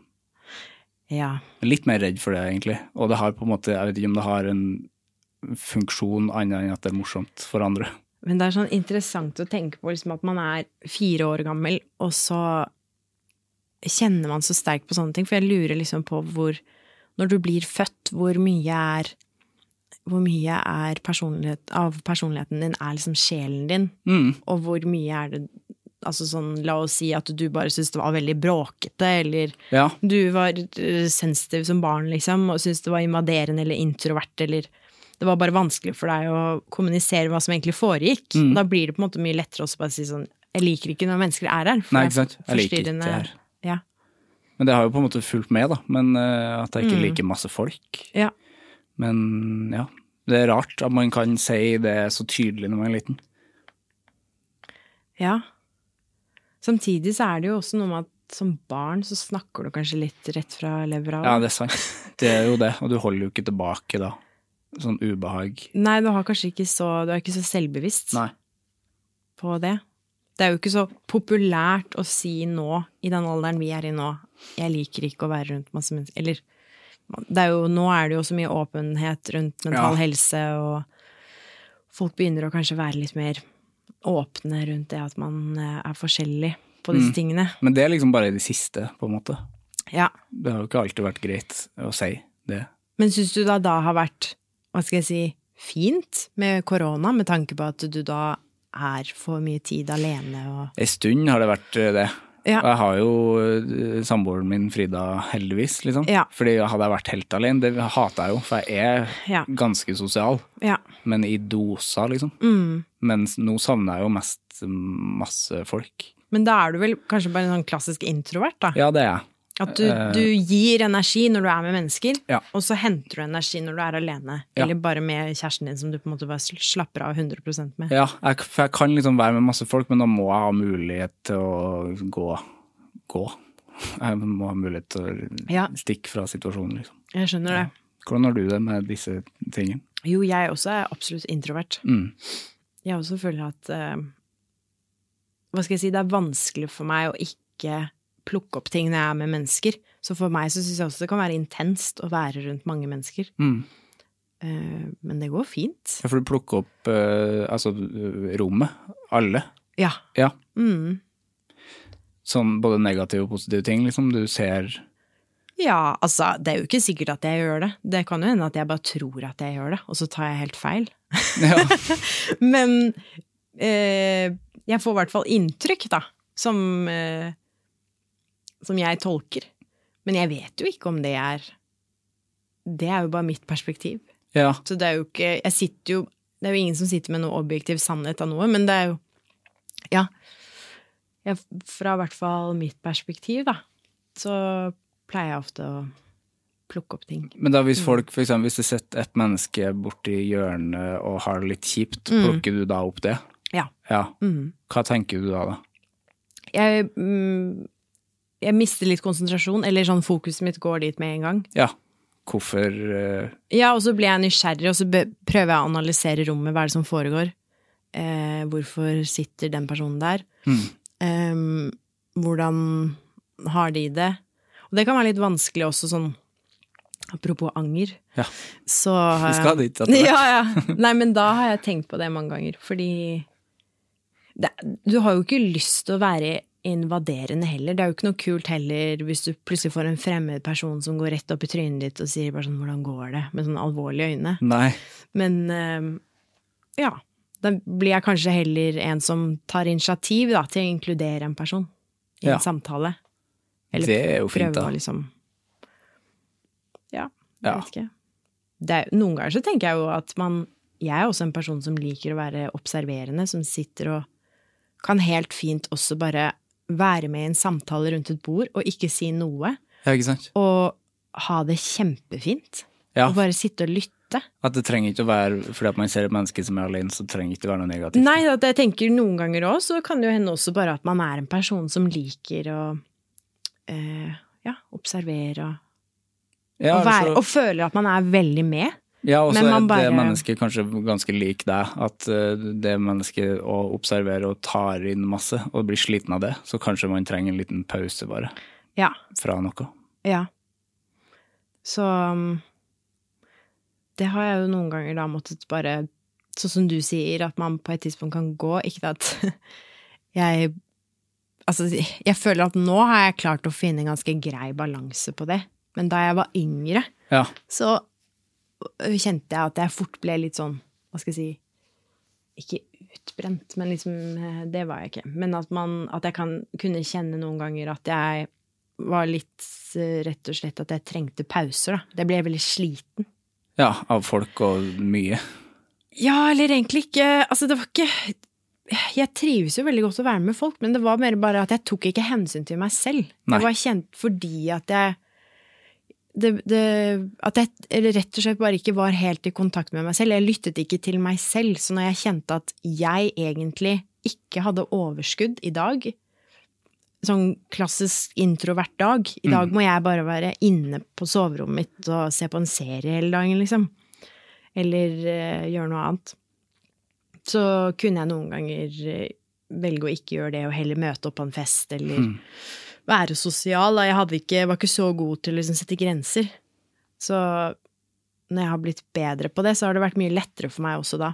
Speaker 6: Ja.
Speaker 5: Litt mer redd for det, egentlig. Og det har på en måte Jeg vet ikke om det har en funksjon annet enn at det er morsomt for andre.
Speaker 6: Men det er sånn interessant å tenke på liksom, at man er fire år gammel, og så kjenner man så sterkt på sånne ting. For jeg lurer liksom på hvor Når du blir født, hvor mye er hvor mye er personlighet, av personligheten din er liksom sjelen din? Og hvor mye er det altså sånn, La oss si at du bare syntes det var veldig bråkete, eller
Speaker 5: Ja.
Speaker 6: du var eh, sensitiv som barn, liksom, og syntes det var invaderende eller introvert, eller det var bare vanskelig for deg å kommunisere hva som egentlig foregikk.
Speaker 5: Mm.
Speaker 6: Da blir det på en måte mye lettere også bare å si sånn Jeg liker ikke når mennesker er her. for
Speaker 5: Nei,
Speaker 6: det er
Speaker 5: ikke sant? Jeg liker ikke det
Speaker 6: forstyrrende."
Speaker 5: her.
Speaker 6: Ja.
Speaker 5: Men det har jo på en måte fulgt med, da. Men eh, at jeg
Speaker 6: Mm.
Speaker 5: ikke liker masse folk.
Speaker 6: ja.
Speaker 5: Men ja. Det er rart at man kan si det så tydelig når man er liten.
Speaker 6: Ja. Samtidig så er det jo også noe med at som barn så snakker du kanskje litt rett fra levra.
Speaker 5: Ja, det er sant. Det er jo det. Og du holder jo ikke tilbake da. Sånn ubehag.
Speaker 6: Nei, du har kanskje ikke så Du er ikke så selvbevisst
Speaker 5: Nei.
Speaker 6: på det. Det er jo ikke så populært å si nå, i den alderen vi er i nå, jeg liker ikke å være rundt masse mennesker Eller det er jo, nå er det jo så mye åpenhet rundt mental
Speaker 5: Ja.
Speaker 6: helse, og folk begynner å kanskje være litt mer åpne rundt det at man eh, er forskjellig på disse tingene.
Speaker 5: Men det er liksom bare i det siste, på en måte.
Speaker 6: Ja.
Speaker 5: Det har jo ikke alltid vært greit å si det.
Speaker 6: Men syns du da da har vært hva skal jeg si, fint med korona, med tanke på at du da er for mye tid alene og
Speaker 5: En stund har det vært eh, det.
Speaker 6: Ja.
Speaker 5: Og jeg har jo eh, samboeren min Frida, heldigvis, liksom.
Speaker 6: Ja.
Speaker 5: Fordi hadde jeg vært helt alene, det hater jeg jo, for jeg er
Speaker 6: Ja.
Speaker 5: ganske sosial.
Speaker 6: Ja. Mm.
Speaker 5: Men i doser, liksom. Mens nå savner jeg jo mest masse folk.
Speaker 6: Men da er du vel kanskje bare en sånn klassisk introvert, da?
Speaker 5: Ja, det er jeg.
Speaker 6: At du, du gir energi når du er med mennesker,
Speaker 5: Eh. Ja.
Speaker 6: og så henter du energi når du er alene.
Speaker 5: Ja.
Speaker 6: Eller bare med kjæresten din, som du på en måte bare sl- slapper av 100 med.
Speaker 5: Ja, jeg, for jeg kan liksom være med masse folk, men da må jeg ha mulighet til å gå. Gå. Jeg må ha mulighet til å
Speaker 6: Ja.
Speaker 5: stikke fra situasjonen, liksom.
Speaker 6: Jeg skjønner det.
Speaker 5: Hvordan har du det med disse tingene?
Speaker 6: Jo, jeg også er absolutt introvert.
Speaker 5: Mm.
Speaker 6: Jeg også føler at eh, Hva skal jeg si? Det er vanskelig for meg å ikke plukke opp ting når jeg er med mennesker. Så for meg så syns jeg også det kan være intenst å være rundt mange mennesker.
Speaker 5: Mm.
Speaker 6: Eh, men det går fint.
Speaker 5: Ja, For du plukker opp eh, altså, eh, rommet. Alle.
Speaker 6: Ja.
Speaker 5: Ja.
Speaker 6: Mm.
Speaker 5: Sånn både negative og positive ting, liksom. Du ser
Speaker 6: ja, altså det er jo ikke sikkert at jeg gjør det. Det kan jo hende at jeg bare tror at jeg gjør det, og så tar jeg helt feil.
Speaker 5: Ja.
Speaker 6: men eh, jeg får i hvert fall inntrykk, da, som, eh, som jeg tolker. Men jeg vet jo ikke om det er Det er jo bare mitt perspektiv.
Speaker 5: Ja.
Speaker 6: Så det er jo ikke Jeg sitter jo Det er jo ingen som sitter med noe objektiv sannhet av noe, men det er jo Ja. Jeg, fra i hvert fall mitt perspektiv, da, så pleier jeg ofte å plukke opp ting.
Speaker 5: Men da hvis folk, for eksempel, hvis det sitter et menneske borti hjørnet og har det litt kjipt,
Speaker 6: Mm.
Speaker 5: plukker du da opp det?
Speaker 6: Ja.
Speaker 5: Ja.
Speaker 6: Mm.
Speaker 5: Hva tenker du da, da?
Speaker 6: Jeg, mm, jeg mister litt konsentrasjon, eller sånn fokuset mitt går dit med en gang.
Speaker 5: Ja. Hvorfor eh,
Speaker 6: Ja, og så blir jeg nysgjerrig, og så be- prøver jeg å analysere rommet. Hva er det som foregår? Eh, hvorfor sitter den personen der? Eh, hvordan har de det? Og det kan være litt vanskelig også, sånn apropos anger.
Speaker 5: Ja.
Speaker 6: Så eh,
Speaker 5: Vi skal dit etter hvert.
Speaker 6: Ja, ja. Nei, men da har jeg tenkt på det mange ganger, fordi det, du har jo ikke lyst til å være invaderende heller. Det er jo ikke noe kult heller hvis du plutselig får en fremmed person som går rett opp i trynet ditt og sier bare sånn 'hvordan går det?' med sånn alvorlige øyne.
Speaker 5: Nei.
Speaker 6: Men eh, ja. Da blir jeg kanskje heller en som tar initiativ da, til å inkludere en person i
Speaker 5: Ja.
Speaker 6: en samtale.
Speaker 5: Det er jo fint,
Speaker 6: prøve
Speaker 5: da.
Speaker 6: å liksom Ja, jeg
Speaker 5: Ja.
Speaker 6: vet ikke. Det er, noen ganger så tenker jeg jo at man Jeg er også en person som liker å være observerende, som sitter og kan helt fint også bare være med i en samtale rundt et bord og ikke si noe.
Speaker 5: Ja, ikke sant?
Speaker 6: Og ha det kjempefint.
Speaker 5: Ja.
Speaker 6: Og bare sitte og lytte.
Speaker 5: At det trenger ikke å være fordi at man ser et menneske som er alene, så trenger ikke det være noe negativt.
Speaker 6: Nei, at jeg tenker noen ganger òg, så kan det jo hende også bare at man er en person som liker å eh, ja, observere og,
Speaker 5: Ja,
Speaker 6: og, være,
Speaker 5: altså-
Speaker 6: og føler at man er veldig med.
Speaker 5: Ja, og så
Speaker 6: Men
Speaker 5: er
Speaker 6: man bare-
Speaker 5: det mennesket kanskje ganske lik deg. At eh, det mennesket å observere og tar inn masse, og blir sliten av det, så kanskje man trenger en liten pause bare
Speaker 6: Ja.
Speaker 5: fra noe.
Speaker 6: ja. Så um, det har jeg jo noen ganger da måttet bare Sånn som du sier, at man på et tidspunkt kan gå. Ikke det at jeg Altså, jeg føler at nå har jeg klart å finne en ganske grei balanse på det. Men da jeg var yngre,
Speaker 5: Ja.
Speaker 6: så øh, kjente jeg at jeg fort ble litt sånn, hva skal jeg si Ikke utbrent, men liksom eh, Det var jeg ikke. Men at, man, at jeg kan, kunne kjenne noen ganger at jeg var litt eh, Rett og slett at jeg trengte pauser, da. Jeg ble veldig sliten.
Speaker 5: ja. Av folk og mye.
Speaker 6: Ja, eller egentlig ikke Altså, det var ikke Jeg trives jo veldig godt å være med folk, men det var mer bare at jeg tok ikke hensyn til meg selv.
Speaker 5: Nei.
Speaker 6: Det var kjent fordi at jeg det, det, At jeg eller rett og slett bare ikke var helt i kontakt med meg selv. Jeg lyttet ikke til meg selv. Så når jeg kjente at jeg egentlig ikke hadde overskudd i dag Sånn klassisk introvert dag. I dag må jeg bare være inne på soverommet mitt og se på en serie hele dagen, liksom eller eh, gjøre noe annet. Så kunne jeg noen ganger eh, velge å ikke gjøre det, og heller møte opp på en fest, eller
Speaker 5: Hmm.
Speaker 6: være sosial. Da. Jeg hadde ikke, var ikke så god til å liksom, sette grenser. Så når jeg har blitt bedre på det, så har det vært mye lettere for meg også da.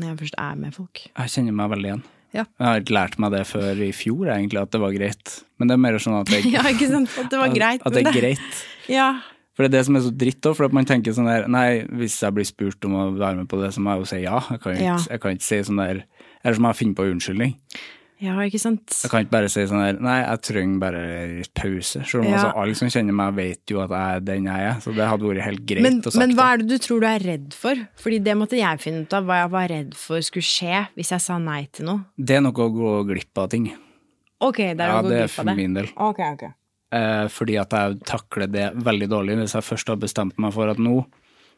Speaker 6: Når jeg først er med folk.
Speaker 5: Jeg kjenner meg veldig igjen.
Speaker 6: Ja.
Speaker 5: Jeg har ikke lært meg det før i fjor, egentlig, at det var greit. Men det er mer sånn at jeg,
Speaker 6: Ja, ikke sant? At det var greit.
Speaker 5: at, at det
Speaker 6: men
Speaker 5: er greit.
Speaker 6: Ja,
Speaker 5: For det er det som er så dritt òg, for at man tenker sånn der Nei, hvis jeg blir spurt om å være med på det, så må jeg jo si ja. Jeg kan jo ikke,
Speaker 6: Ja.
Speaker 5: jeg kan ikke si sånn der Eller så må jeg finne på unnskyldning.
Speaker 6: ja, ikke sant?
Speaker 5: Jeg kan ikke bare si sånn her Nei, jeg trenger bare litt pause. Selv om
Speaker 6: Ja.
Speaker 5: altså, alle som kjenner meg, vet jo at jeg er den jeg er, så det hadde vært helt greit
Speaker 6: Men,
Speaker 5: å sagt
Speaker 6: men hva
Speaker 5: det.
Speaker 6: er det du tror du er redd for? Fordi det måtte jeg finne ut av, hva jeg var redd for skulle skje hvis jeg sa nei til noe.
Speaker 5: Det er noe å gå glipp av ting.
Speaker 6: Ok, det er
Speaker 5: Ja,
Speaker 6: å gå
Speaker 5: det er
Speaker 6: glipp av
Speaker 5: for
Speaker 6: det.
Speaker 5: min del.
Speaker 6: Ok, ok.
Speaker 5: eh, fordi at jeg takler det veldig dårlig hvis jeg først har bestemt meg for at nå,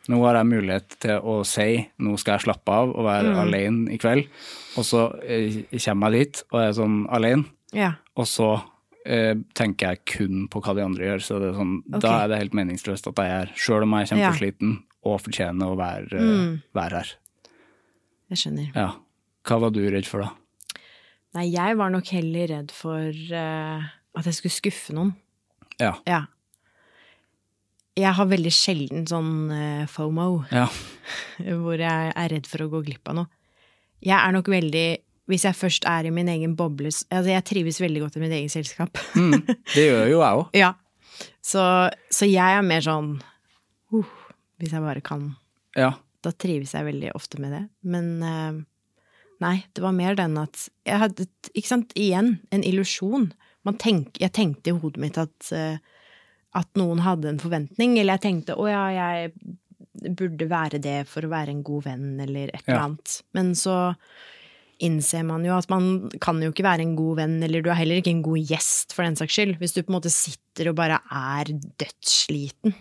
Speaker 5: nå har jeg mulighet til å si nå skal jeg slappe av og være
Speaker 6: Mm.
Speaker 5: alene i kveld, og så eh, kommer jeg dit og er sånn alene,
Speaker 6: Ja.
Speaker 5: og så eh, tenker jeg kun på hva de andre gjør, så det er sånn, da
Speaker 6: Ok.
Speaker 5: er det helt meningsløst at jeg er her, sjøl om jeg er
Speaker 6: Ja. Mm.
Speaker 5: kjempesliten og fortjener å være, eh, være her.
Speaker 6: Jeg skjønner.
Speaker 5: Ja. Hva var du redd for da?
Speaker 6: Nei, jeg var nok heller redd for eh, at jeg skulle skuffe noen.
Speaker 5: Ja.
Speaker 6: Ja. Jeg har veldig sjelden sånn eh, FOMO,
Speaker 5: Ja.
Speaker 6: hvor jeg er redd for å gå glipp av noe. Jeg er nok veldig Hvis jeg først er i min egen boble s- altså Jeg trives veldig godt i mitt eget selskap.
Speaker 5: Det gjør jo jeg òg.
Speaker 6: ja. Så, så jeg er mer sånn uh, Hvis jeg bare kan.
Speaker 5: Ja.
Speaker 6: Da trives jeg veldig ofte med det. Men eh, nei, det var mer den at jeg hadde, et- Ikke sant, igjen, en illusjon. Man tenk, jeg tenkte i hodet mitt at, eh, at noen hadde en forventning, eller jeg tenkte å ja, jeg burde være det for å være en god venn, eller et eller
Speaker 5: Ja.
Speaker 6: annet. Men så innser man jo at man kan jo ikke være en god venn, eller du er heller ikke en god gjest, for den saks skyld, hvis du på en måte sitter og bare er dødssliten.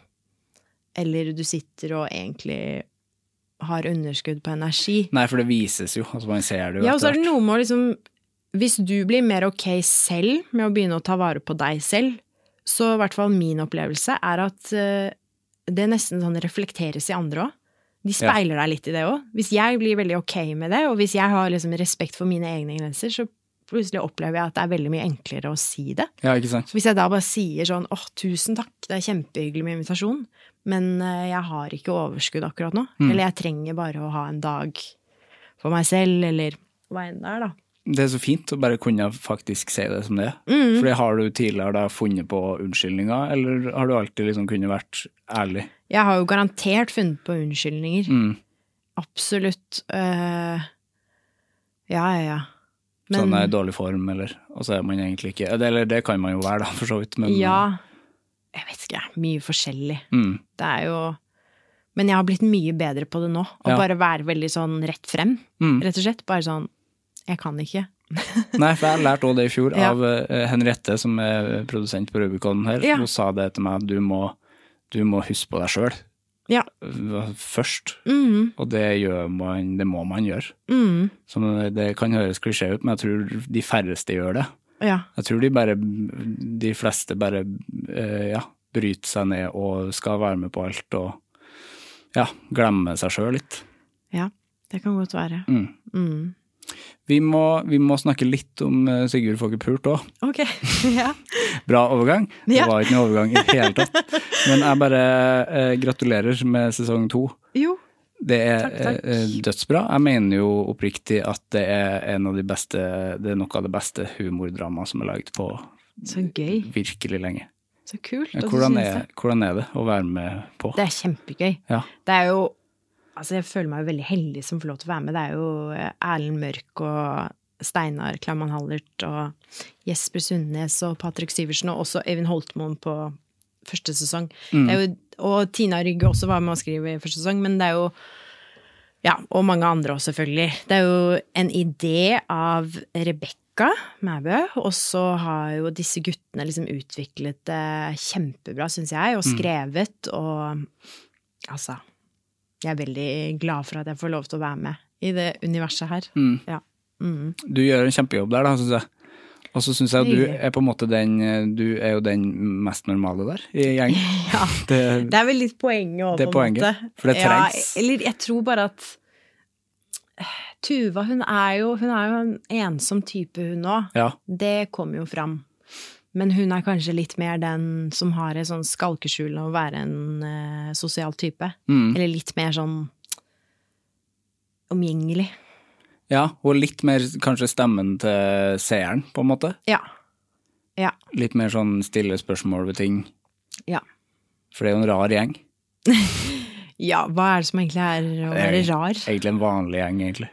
Speaker 6: Eller du sitter og egentlig har underskudd på energi.
Speaker 5: Nei, for det vises jo. Altså, man ser det jo.
Speaker 6: Ja, og så
Speaker 5: etter
Speaker 6: er det
Speaker 5: hvert.
Speaker 6: noe med å liksom Hvis du blir mer ok selv med å begynne å ta vare på deg selv, så i hvert fall min opplevelse er at eh, det nesten sånn reflekteres i andre òg. De
Speaker 5: Ja.
Speaker 6: speiler deg litt i det òg. Hvis jeg blir veldig ok med det, og hvis jeg har liksom respekt for mine egne grenser, så plutselig opplever jeg at det er veldig mye enklere å si det.
Speaker 5: Ja, ikke sant.
Speaker 6: Så hvis jeg da bare sier sånn åh, tusen takk, det er kjempehyggelig med invitasjon, men eh, jeg har ikke overskudd akkurat nå.
Speaker 5: Mm.
Speaker 6: Eller jeg trenger bare å ha en dag for meg selv, eller hva enn det er, da.
Speaker 5: Det er så fint å bare kunne faktisk si det som det er.
Speaker 6: Mm.
Speaker 5: For det har du tidligere da funnet på unnskyldninger, eller har du alltid liksom kunnet vært ærlig?
Speaker 6: Jeg har jo garantert funnet på unnskyldninger.
Speaker 5: Mm.
Speaker 6: Absolutt. eh, ja, ja, ja.
Speaker 5: Sånn er i dårlig form, eller Og så er man egentlig ikke Eller det kan man jo være, da, for så vidt, men eh, Mm.
Speaker 6: Ja. Jeg vet ikke, jeg. Mye forskjellig. Det er jo Men jeg har blitt mye bedre på det nå. Å
Speaker 5: Ja. Mm.
Speaker 6: bare være veldig sånn rett frem, rett og slett. Bare sånn Jeg kan ikke.
Speaker 5: Nei, for jeg lærte òg det i fjor
Speaker 6: Ja.
Speaker 5: av eh, Henriette, som er produsent på Rubicon her.
Speaker 6: Ja.
Speaker 5: Hun sa det til meg, du må, du må huske på deg sjøl.
Speaker 6: Ja.
Speaker 5: først.
Speaker 6: Mm.
Speaker 5: Og det, gjør man, det må man gjøre. Så det kan høres klisjé ut, men jeg tror de færreste gjør det.
Speaker 6: Ja.
Speaker 5: Jeg tror de, bare, de fleste bare eh, ja, bryter seg ned og skal være med på alt og ja, glemme seg sjøl litt.
Speaker 6: Ja, det kan godt være.
Speaker 5: Mm. Vi må, vi må snakke litt om eh, Sigurd får ikke pult òg.
Speaker 6: Ok. ja.
Speaker 5: Bra overgang. Det
Speaker 6: Ja.
Speaker 5: var ikke noe overgang i det hele tatt. Men jeg bare eh, gratulerer med sesong to.
Speaker 6: Jo.
Speaker 5: Det er
Speaker 6: Takk, takk.
Speaker 5: eh, dødsbra. Jeg mener jo oppriktig at det er, en av de beste, det er noe av det beste humordramaet som er laget på
Speaker 6: Så gøy.
Speaker 5: virkelig lenge.
Speaker 6: Så kult.
Speaker 5: Men
Speaker 6: at du
Speaker 5: Hvordan
Speaker 6: synes
Speaker 5: er,
Speaker 6: det?
Speaker 5: hvordan er det å være med på?
Speaker 6: Det er kjempegøy.
Speaker 5: Ja.
Speaker 6: Det er jo Altså, jeg føler meg jo veldig heldig som får lov til å være med. Det er jo eh, Erlend Mørk og Steinar Klamman Hallert og Jesper Sundnes og Patrick Syversen og også Øyvind Holtmoen på første sesong. Det er jo, og Tina Rygge også var med å skrive i første sesong, men det er jo Ja, og mange andre òg, selvfølgelig. Det er jo en idé av Rebekka Mæbø, og så har jo disse guttene liksom utviklet det kjempebra, syns jeg, og skrevet og Altså. Jeg er veldig glad for at jeg får lov til å være med i det universet her.
Speaker 5: Mm.
Speaker 6: Ja.
Speaker 5: Du gjør en kjempejobb der, da, syns jeg. Og så syns jeg du
Speaker 6: Hyggelig.
Speaker 5: er på en måte den Du er jo den mest normale der i gjengen. Det,
Speaker 6: Det er vel litt poenget òg,
Speaker 5: Det er
Speaker 6: på en måte.
Speaker 5: poenget, for det trengs.
Speaker 6: Ja, eller jeg tror bare at eh, Tuva, hun er jo, hun er jo en ensom type, hun òg.
Speaker 5: ja.
Speaker 6: Det kommer jo fram. Men hun er kanskje litt mer den som har et sånn skalkeskjul av å være en eh, sosial type.
Speaker 5: Mm.
Speaker 6: Eller litt mer sånn omgjengelig.
Speaker 5: ja. Og litt mer kanskje stemmen til seeren, på en måte.
Speaker 6: Ja. Ja.
Speaker 5: Litt mer sånn stille spørsmål ved ting.
Speaker 6: Ja.
Speaker 5: For det er jo en rar gjeng.
Speaker 6: Ja, hva er det som egentlig er å være rar?
Speaker 5: Egentlig en vanlig gjeng, egentlig.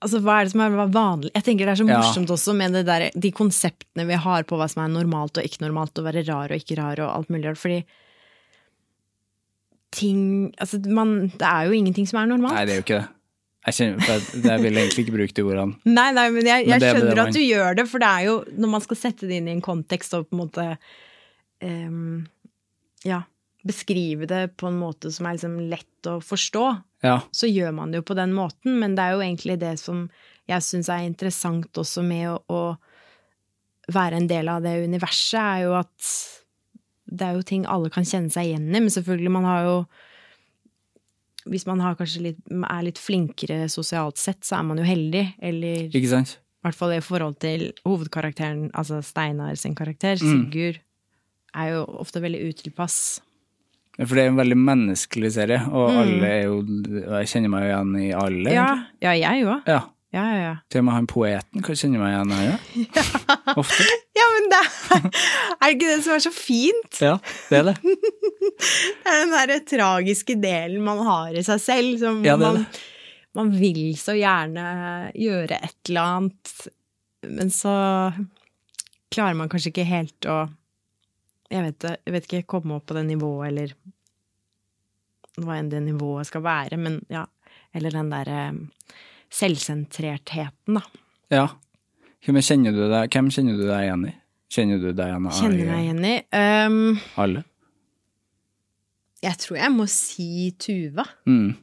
Speaker 6: Altså, hva er det som er vanlig? Jeg tenker det er så
Speaker 5: Ja.
Speaker 6: morsomt også med det der, de konseptene vi har på hva som er normalt og ikke normalt, og være rar og ikke rar og alt mulig rart, fordi ting Altså, man Det er jo ingenting som er normalt.
Speaker 5: Nei, det er jo ikke det. Jeg, kjenner, for jeg, jeg vil egentlig ikke bruke de ordene.
Speaker 6: Nei, nei, men jeg, jeg
Speaker 5: Men det er det
Speaker 6: skjønner
Speaker 5: man-
Speaker 6: at du gjør det, for det er jo når man skal sette det inn i en kontekst og på en måte ehm, ja, beskrive det på en måte som er liksom lett å forstå,
Speaker 5: Ja.
Speaker 6: så gjør man det jo på den måten. Men det er jo egentlig det som jeg syns er interessant også med å, å være en del av det universet, er jo at det er jo ting alle kan kjenne seg igjen i. Men selvfølgelig, man har jo Hvis man har kanskje litt, er litt flinkere sosialt sett, så er man jo heldig. Eller
Speaker 5: Ikke sant?
Speaker 6: i hvert fall i forhold til hovedkarakteren, altså Steinar sin karakter,
Speaker 5: Mm.
Speaker 6: Sigurd, er jo ofte veldig utilpass.
Speaker 5: For det er en veldig menneskelig serie, og alle er jo og Jeg kjenner meg jo igjen i alle.
Speaker 6: Mm. Ja,
Speaker 5: egentlig.
Speaker 6: ja jeg òg.
Speaker 5: ja.
Speaker 6: Ja, ja, ja.
Speaker 5: Til og med han poeten kan kjenne meg igjen her, ja. Ofte.
Speaker 6: Ja, men det er, er det ikke det som er så fint?
Speaker 5: Ja, det er det.
Speaker 6: Det er den derre tragiske delen man har i seg selv, som
Speaker 5: Ja, det er
Speaker 6: man, man vil så gjerne gjøre et eller annet, men så klarer man kanskje ikke helt å jeg vet, det- jeg vet ikke, komme opp på det nivået, eller hva enn det nivået skal være, men ja, eller den derre selvsentrertheten, da.
Speaker 5: Ja. Hvem kjenner du deg, hvem kjenner du deg igjen i? Kjenner du deg igjen i
Speaker 6: Kjenner meg igjen i. Ehm,
Speaker 5: alle?
Speaker 6: jeg tror jeg må si Tuva.
Speaker 5: Mm,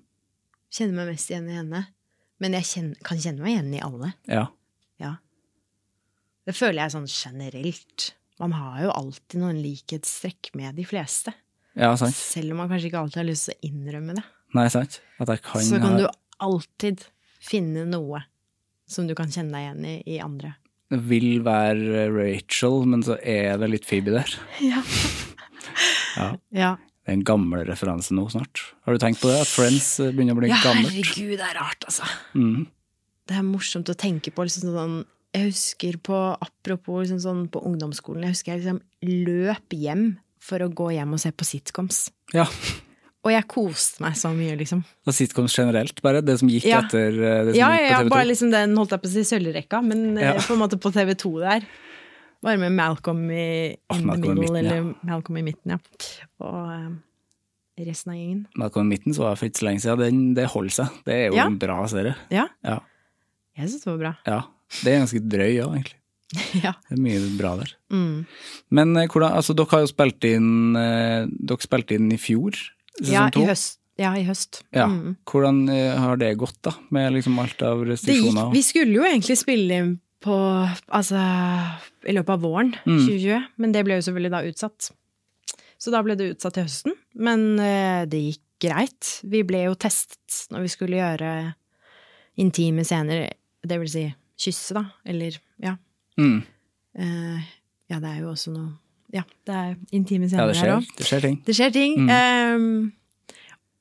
Speaker 6: Kjenner meg mest igjen i henne. Men jeg kjen- kan kjenne meg igjen i alle.
Speaker 5: ja.
Speaker 6: Ja. Det føler jeg sånn generelt. Man har jo alltid noen likhetstrekk med de fleste.
Speaker 5: Ja, sant.
Speaker 6: Selv om man kanskje ikke alltid har lyst til å innrømme det.
Speaker 5: Nei, sant. At jeg kan,
Speaker 6: Så kan
Speaker 5: ha-
Speaker 6: du alltid finne noe som du kan kjenne deg igjen i i andre.
Speaker 5: vil være Rachel, men så er det litt Phoebe der.
Speaker 6: Ja.
Speaker 5: Det er en gammel referanse nå snart. Har du tenkt på det? At Friends eh, begynner å bli
Speaker 6: Ja,
Speaker 5: gammelt? Mm.
Speaker 6: herregud, det er rart, altså. Det er morsomt å tenke på. Liksom sånn, jeg husker på, apropos liksom sånn, på ungdomsskolen, jeg husker jeg liksom løp hjem for å gå hjem og se på sitcoms.
Speaker 5: Ja.
Speaker 6: Og jeg koste meg så mye, liksom.
Speaker 5: Og sitcoms generelt, bare. Det som gikk
Speaker 6: Ja.
Speaker 5: etter eh, det som
Speaker 6: Ja,
Speaker 5: gikk
Speaker 6: ja, ja,
Speaker 5: på TV 2.
Speaker 6: bare liksom den holdt jeg på å si sølvrekka, men eh,
Speaker 5: Ja.
Speaker 6: på en måte på TV2 der. Bare med Malcolm i,
Speaker 5: Åh,
Speaker 6: in the
Speaker 5: Malcolm i
Speaker 6: middle,
Speaker 5: midten, ja.
Speaker 6: eller Malcolm i midten, ja. Og eh, resten av gjengen.
Speaker 5: Malcolm i midten så var jeg for ikke så lenge siden. Den, det holder seg. Det er jo
Speaker 6: Ja.
Speaker 5: en bra serie.
Speaker 6: Ja,
Speaker 5: Ja.
Speaker 6: jeg syns det var bra.
Speaker 5: ja. Det er ganske drøy òg, egentlig.
Speaker 6: ja.
Speaker 5: Det er mye bra der.
Speaker 6: Mm.
Speaker 5: Men eh, hvordan, altså, dere har jo spilt inn eh, Dere spilte inn i fjor, sesong
Speaker 6: Ja,
Speaker 5: to.
Speaker 6: i høst. Ja, i høst.
Speaker 5: Ja.
Speaker 6: Mm.
Speaker 5: Hvordan eh, har det gått, da? Med liksom alt av
Speaker 6: Det gikk,
Speaker 5: restriksjoner? og-
Speaker 6: vi skulle jo egentlig spille inn på Altså i løpet av våren
Speaker 5: Mm.
Speaker 6: 2020, men det ble jo selvfølgelig da utsatt. Så da ble det utsatt til høsten. Men eh, det gikk greit. Vi ble jo testet når vi skulle gjøre intime scener, det vil si kysse, da. Eller ja.
Speaker 5: Mm.
Speaker 6: Eh, ja, det er jo også noe Ja, det er intime
Speaker 5: Ja,
Speaker 6: scener
Speaker 5: det
Speaker 6: her
Speaker 5: skjer,
Speaker 6: òg.
Speaker 5: det skjer ting.
Speaker 6: Det skjer ting.
Speaker 5: Mm.
Speaker 6: Ehm,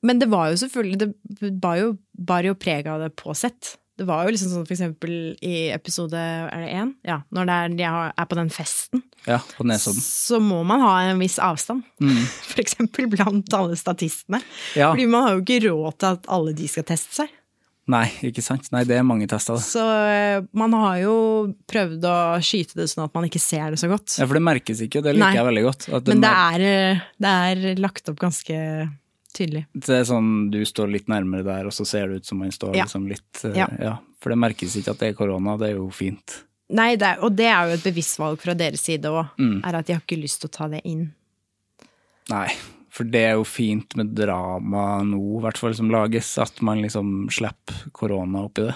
Speaker 6: men det var jo selvfølgelig Det bar jo, bar jo preg av det på sett. Det var jo liksom sånn for eksempel i episode Er det én? Ja. Når det er, de har- er på den festen,
Speaker 5: Ja, på Nesodden.
Speaker 6: så må man ha en viss avstand. For eksempel blant alle statistene.
Speaker 5: Mm. Ja.
Speaker 6: Fordi man har jo ikke råd til at alle de skal teste seg.
Speaker 5: Nei, ikke sant. Nei, det er mange tester. det.
Speaker 6: Så eh, man har jo prøvd å skyte det sånn at man ikke ser det så godt.
Speaker 5: Ja, for det merkes ikke, det liker
Speaker 6: Nei.
Speaker 5: jeg veldig godt. At det,
Speaker 6: Men det er, eh, det er lagt opp ganske tydelig.
Speaker 5: mer- det er sånn du står litt nærmere der, og så ser det ut som man står
Speaker 6: Ja.
Speaker 5: liksom litt eh,
Speaker 6: Ja.
Speaker 5: ja. For det merkes ikke at det er korona, det er jo fint.
Speaker 6: Nei, det er, og det er jo et bevisst valg fra deres side òg.
Speaker 5: Mm.
Speaker 6: Er at de har ikke lyst til å ta det inn.
Speaker 5: Nei, for det er jo fint med drama nå, i hvert fall som lages, at man liksom slipper korona oppi det.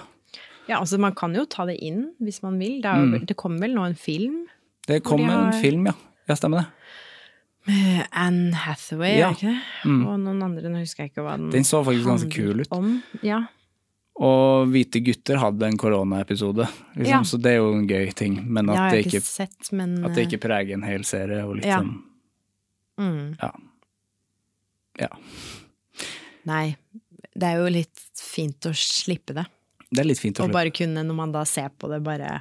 Speaker 6: Ja, altså Man kan jo ta det inn hvis man vil. Det, er
Speaker 5: Mm.
Speaker 6: jo, det kommer vel nå en film?
Speaker 5: Det kom
Speaker 6: de har-
Speaker 5: en film, ja. Ja, stemmer det.
Speaker 6: Eh, Anne Hathaway,
Speaker 5: Ja. Mm.
Speaker 6: er det ikke det? Og noen andre. Nå husker jeg ikke hva den
Speaker 5: Den så faktisk ganske
Speaker 6: handler
Speaker 5: kul ut.
Speaker 6: Om. Ja.
Speaker 5: Og Hvite gutter hadde en koronaepisode, liksom,
Speaker 6: Ja.
Speaker 5: så det er jo en gøy ting. Men
Speaker 6: Det
Speaker 5: at
Speaker 6: har
Speaker 5: det
Speaker 6: jeg ikke
Speaker 5: ikke
Speaker 6: sett, men eh,
Speaker 5: At det ikke preger en hel serie og litt
Speaker 6: Ja.
Speaker 5: sånn
Speaker 6: mm,
Speaker 5: Ja. ja.
Speaker 6: Nei. Det er jo litt fint å slippe det.
Speaker 5: Det er litt fint å
Speaker 6: Og
Speaker 5: slippe.
Speaker 6: bare kunne, når man da ser på det, bare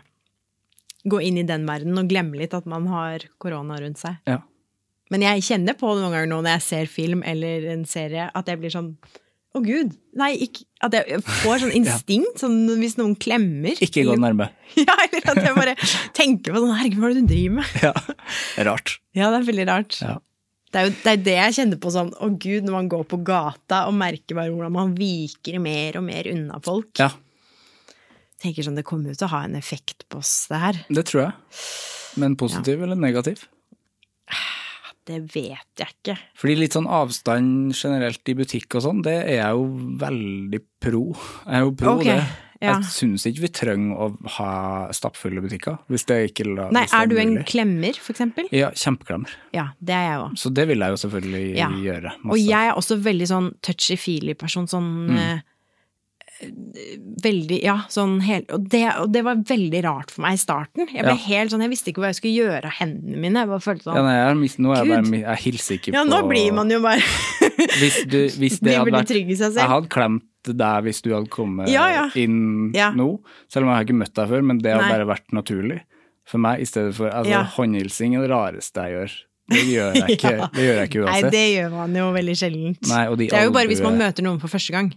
Speaker 6: gå inn i den verdenen og glemme litt at man har korona rundt seg.
Speaker 5: Ja.
Speaker 6: Men jeg kjenner på noen ganger nå når jeg ser film eller en serie, at jeg blir sånn Å, gud! Nei, ikke At jeg jeg får sånn instinkt, sånn hvis noen klemmer.
Speaker 5: Ikke gå nærme.
Speaker 6: Ja, eller at jeg bare tenker på sånn Herregud, hva er det du driver med?
Speaker 5: Ja. Rart.
Speaker 6: Ja, det er veldig rart.
Speaker 5: Ja.
Speaker 6: Det er jo det, er det jeg kjenner på sånn Å, gud, når man går på gata og merker bare hvordan man viker mer og mer unna folk.
Speaker 5: Ja,
Speaker 6: Tenker sånn Det kommer jo til å ha en effekt på oss, det her.
Speaker 5: det tror jeg. Men positiv eller negativ?
Speaker 6: Det vet jeg ikke.
Speaker 5: Fordi litt sånn avstand generelt i butikk og sånn, det er jeg jo veldig pro. Jeg er jo pro
Speaker 6: Ok,
Speaker 5: det.
Speaker 6: ja.
Speaker 5: Jeg syns ikke vi trenger å ha stappfulle butikker, hvis det ikke la-
Speaker 6: Nei,
Speaker 5: hvis det
Speaker 6: er du en
Speaker 5: mulig.
Speaker 6: klemmer, for eksempel?
Speaker 5: Ja, kjempeklemmer.
Speaker 6: Ja, det er jeg òg.
Speaker 5: Så det vil jeg jo selvfølgelig
Speaker 6: Ja.
Speaker 5: gjøre.
Speaker 6: Og
Speaker 5: Masse. Mm.
Speaker 6: jeg er også veldig sånn touchy-feely-person. Sånn eh, Veldig Ja, sånn hel... Og det, og det var veldig rart for meg i starten. Jeg ble
Speaker 5: Ja.
Speaker 6: helt sånn Jeg visste ikke hva jeg skulle gjøre av hendene mine. Jeg bare følte
Speaker 5: ja,
Speaker 6: sånn
Speaker 5: nei, jeg, er mis- nå er jeg bare
Speaker 6: Gud.
Speaker 5: mi- Jeg hilser ikke på
Speaker 6: Ja, nå blir man jo bare
Speaker 5: Hvis, du, hvis det
Speaker 6: Blir
Speaker 5: hadde
Speaker 6: veldig
Speaker 5: vært
Speaker 6: trygg i seg selv.
Speaker 5: Jeg hadde klemt deg hvis du hadde kommet
Speaker 6: Ja, ja.
Speaker 5: inn
Speaker 6: Ja.
Speaker 5: nå, selv om jeg har ikke møtt deg før, men det har
Speaker 6: Nei.
Speaker 5: bare vært naturlig for meg. I stedet for altså,
Speaker 6: Ja.
Speaker 5: Håndhilsing er det rareste jeg gjør. Det gjør jeg ikke,
Speaker 6: Ja.
Speaker 5: det gjør jeg ikke
Speaker 6: Nei,
Speaker 5: uansett.
Speaker 6: det gjør man jo veldig sjeldent.
Speaker 5: Nei, og de
Speaker 6: det er jo bare hvis man
Speaker 5: albue-
Speaker 6: møter noen for første gang.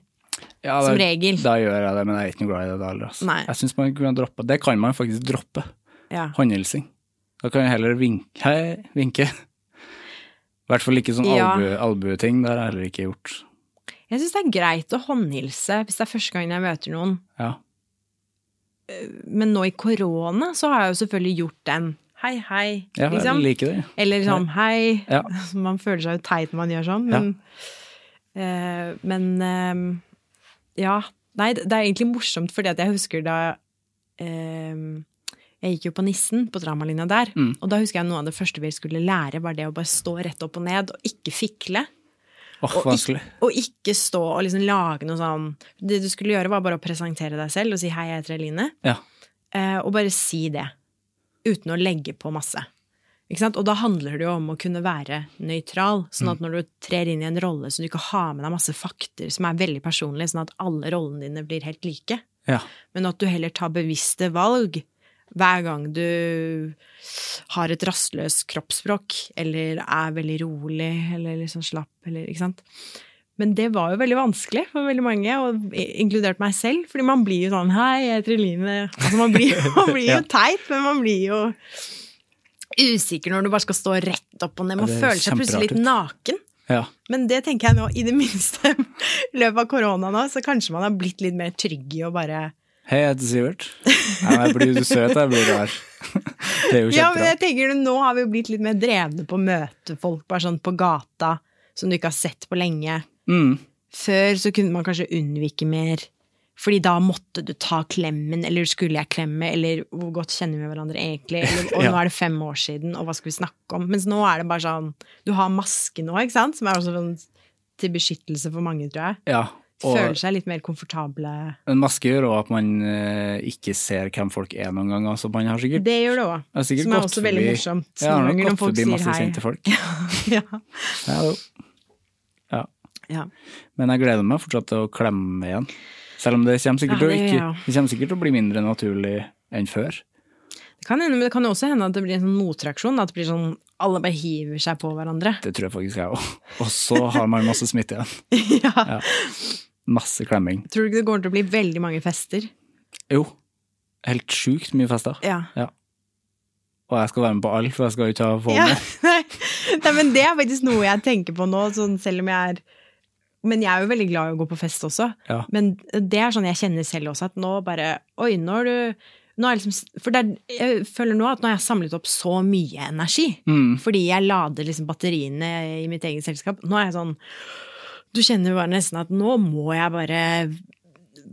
Speaker 5: Ja,
Speaker 6: som
Speaker 5: da-
Speaker 6: regel.
Speaker 5: Da gjør jeg det, men jeg er ikke noe glad i det da heller. altså.
Speaker 6: Nei.
Speaker 5: Jeg syns man kunne droppe Det kan man faktisk droppe.
Speaker 6: Ja.
Speaker 5: Håndhilsing. Da kan jeg heller vinke Hei, vinke. I hvert fall ikke sånn
Speaker 6: Ja.
Speaker 5: albue- albueting. det har jeg heller ikke gjort.
Speaker 6: Jeg syns det er greit å håndhilse hvis det er første gangen jeg møter noen.
Speaker 5: Ja.
Speaker 6: Men nå i korona så har jeg jo selvfølgelig gjort den. Hei, hei.
Speaker 5: Jeg liker det.
Speaker 6: Eller sånn hei.
Speaker 5: Ja.
Speaker 6: Så Man føler seg jo teit når man gjør sånn, men eh, Men eh, ja. Nei, det det er egentlig morsomt, fordi at jeg husker da eh, Jeg gikk jo på Nissen, på dramalinja der.
Speaker 5: Mm.
Speaker 6: Og da husker jeg noe av det første vi skulle lære, var det å bare stå rett opp og ned og ikke fikle.
Speaker 5: Åh,
Speaker 6: Og
Speaker 5: vanskelig.
Speaker 6: ikke, og ikke stå og liksom lage noe sånn Det du skulle gjøre, var bare å presentere deg selv og si 'hei, jeg heter Eline'.
Speaker 5: Ja.
Speaker 6: Eh, og bare si det. Uten å legge på masse. Ikke sant? Og da handler det jo om å kunne være nøytral, sånn at når du trer inn i en rolle så du ikke har med deg masse fakter som er veldig personlige, sånn at alle rollene dine blir helt like,
Speaker 5: ja.
Speaker 6: men at du heller tar bevisste valg hver gang du har et rastløst kroppsspråk, eller er veldig rolig, eller litt sånn slapp, eller ikke sant. Men det var jo veldig vanskelig for veldig mange, og i- inkludert meg selv, fordi man blir jo sånn Hei, jeg heter Eline. Altså, man blir, man blir jo teit, men man blir jo usikker når du bare skal stå rett opp og ned. Man
Speaker 5: det
Speaker 6: føler seg
Speaker 5: ser
Speaker 6: plutselig
Speaker 5: kjemperart
Speaker 6: litt naken.
Speaker 5: ja.
Speaker 6: Men det tenker jeg nå, i det minste i løpet av korona nå, så kanskje man har blitt litt mer trygg i å bare
Speaker 5: Hei, jeg heter Sivert. Nei, men jeg blir jo søt, jeg blir rar. Det er jo
Speaker 6: Ja, men
Speaker 5: kjempebra.
Speaker 6: jeg tenker Nå har vi jo blitt litt mer drevne på å møte folk bare sånn på gata, som du ikke har sett på lenge.
Speaker 5: Mm.
Speaker 6: Før så kunne man kanskje unnvike mer. Fordi da måtte du ta klemmen, eller skulle jeg klemme, eller hvor godt kjenner vi hverandre egentlig, eller, og
Speaker 5: Ja.
Speaker 6: nå er det fem år siden, og hva skal vi snakke om? Mens nå er det bare sånn Du har maske nå, ikke sant? Som er også sånn til beskyttelse for mange, tror jeg.
Speaker 5: Ja,
Speaker 6: Føler
Speaker 5: og
Speaker 6: seg litt mer komfortable.
Speaker 5: en maske gjør også at man eh, ikke ser hvem folk er noen ganger, så man har sikkert
Speaker 6: Det gjør det òg.
Speaker 5: jeg har sikkert
Speaker 6: Som er
Speaker 5: gått
Speaker 6: også veldig
Speaker 5: forbi-
Speaker 6: morsomt.
Speaker 5: Ja, jeg har
Speaker 6: noen
Speaker 5: nok
Speaker 6: ganger når
Speaker 5: gått
Speaker 6: folk
Speaker 5: forbi
Speaker 6: sier
Speaker 5: masse
Speaker 6: hei.
Speaker 5: sinte folk.
Speaker 6: ja.
Speaker 5: Ja, jo. ja.
Speaker 6: ja.
Speaker 5: Men jeg gleder meg fortsatt til å klemme igjen. Selv om det kommer sikkert,
Speaker 6: Ja,
Speaker 5: til å
Speaker 6: det gjør
Speaker 5: ikke,
Speaker 6: jeg også.
Speaker 5: det kommer sikkert til å bli mindre naturlig enn før.
Speaker 6: Det kan hende, men det kan jo også hende at det blir en sånn motreaksjon. At det blir sånn alle bare hiver seg på hverandre.
Speaker 5: Det tror jeg faktisk jeg òg. Og så har man masse smitte igjen.
Speaker 6: ja.
Speaker 5: Masse klemming.
Speaker 6: Tror du ikke det kommer til å bli veldig mange fester?
Speaker 5: Jo, helt sjukt mye fester.
Speaker 6: Ja.
Speaker 5: Og jeg skal være med på alt, for jeg skal jo ikke ha
Speaker 6: Ja,
Speaker 5: FOMO.
Speaker 6: nei. nei, men det er faktisk noe jeg tenker på nå, sånn selv om jeg er Men jeg er jo veldig glad i å gå på fest også.
Speaker 5: Ja.
Speaker 6: Men det er sånn jeg kjenner selv også, at nå bare Oi, nå er du nå er jeg liksom, for det er, jeg føler nå at nå har jeg samlet opp så mye energi.
Speaker 5: Mm.
Speaker 6: Fordi jeg lader liksom batteriene i mitt eget selskap. Nå er jeg sånn Du kjenner jo bare nesten at nå må jeg bare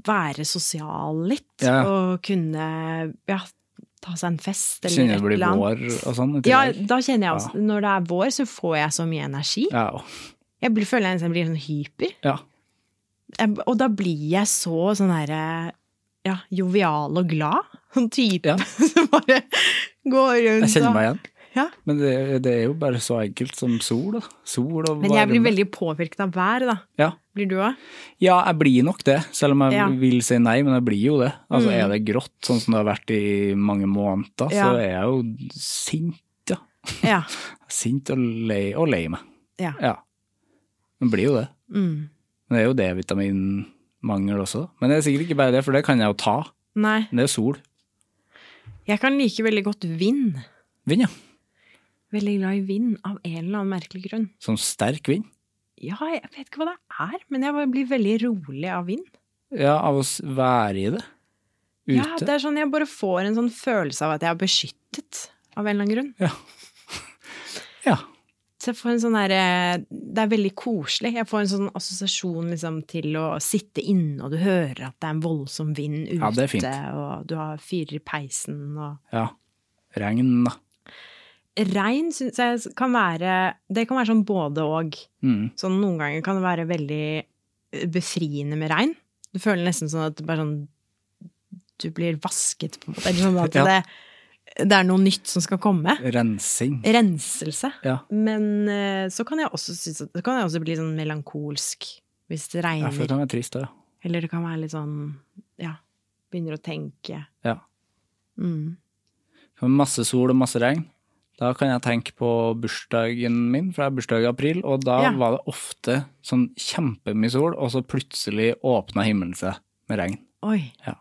Speaker 6: være sosial litt.
Speaker 5: Ja.
Speaker 6: Og kunne ja, ta seg en fest eller
Speaker 5: Kjenner
Speaker 6: et
Speaker 5: det blir
Speaker 6: eller annet.
Speaker 5: vår og sånn. i
Speaker 6: Ja,
Speaker 5: tillegg.
Speaker 6: da kjenner jeg også Når det er vår, så får jeg så mye energi.
Speaker 5: Ja, og-
Speaker 6: Jeg blir, føler jeg nesten blir sånn hyper.
Speaker 5: ja.
Speaker 6: Jeg, og da blir jeg så sånn herre ja, jovial og glad. Sånn type
Speaker 5: Ja.
Speaker 6: som bare går rundt
Speaker 5: Jeg kjenner
Speaker 6: og-
Speaker 5: meg igjen.
Speaker 6: Ja.
Speaker 5: Men det, det er jo bare så enkelt som sol, da. Sol og varme.
Speaker 6: Men jeg blir veldig påvirket av været, da.
Speaker 5: ja.
Speaker 6: Blir du òg?
Speaker 5: ja, jeg blir nok det. Selv om jeg
Speaker 6: Ja. Mm.
Speaker 5: vil si nei, men jeg blir jo det. Altså, Er det grått, sånn som det har vært i mange måneder,
Speaker 6: Ja.
Speaker 5: så er jeg jo sint, ja.
Speaker 6: Ja.
Speaker 5: Sint og lei, og lei meg.
Speaker 6: ja.
Speaker 5: Ja. Man blir jo det.
Speaker 6: Mm.
Speaker 5: Men det er jo D-vitaminmangel også. Men det er sikkert ikke bare det, for det kan jeg jo ta.
Speaker 6: Nei.
Speaker 5: Men det er sol.
Speaker 6: Jeg kan like veldig godt vind.
Speaker 5: Vind, ja.
Speaker 6: Veldig glad i vind, av en eller annen merkelig grunn.
Speaker 5: Sånn sterk vind.
Speaker 6: Ja, jeg vet ikke hva det er, men jeg bare blir veldig rolig av vind.
Speaker 5: Ja, av å s- være i det. Ute.
Speaker 6: Ja, det er sånn jeg bare får en sånn følelse av at jeg er beskyttet, av en eller annen grunn.
Speaker 5: Ja.
Speaker 6: Så jeg får en sånn derre Det er veldig koselig. Jeg får en sånn assosiasjon liksom til å sitte inne, og du hører at det er en voldsom vind ute,
Speaker 5: Ja, det er fint.
Speaker 6: og du har fyrer i peisen og
Speaker 5: Ja. Regn, da.
Speaker 6: Regn syns jeg kan være Det kan være sånn både og.
Speaker 5: Mm.
Speaker 6: Sånn noen ganger kan det være veldig eh, befriende med regn. Du føler nesten sånn at det bare sånn Du blir vasket, på en måte. Eller sånn at
Speaker 5: Ja.
Speaker 6: det, det er noe nytt som skal komme.
Speaker 5: Rensing.
Speaker 6: Renselse.
Speaker 5: Ja.
Speaker 6: Men eh, så kan jeg også synes at, så kan jeg også bli sånn melankolsk hvis det
Speaker 5: Ja, for det
Speaker 6: regner.
Speaker 5: kan være trist, da.
Speaker 6: Eller det kan være litt sånn Ja, begynner å tenke.
Speaker 5: Ja. Mm. Med Masse sol og masse regn. Da kan jeg tenke på bursdagen min, for jeg har bursdag i april, og da
Speaker 6: Ja.
Speaker 5: var det ofte sånn kjempemye sol, og så plutselig åpna himmelen seg med regn.
Speaker 6: Oi.
Speaker 5: Ja.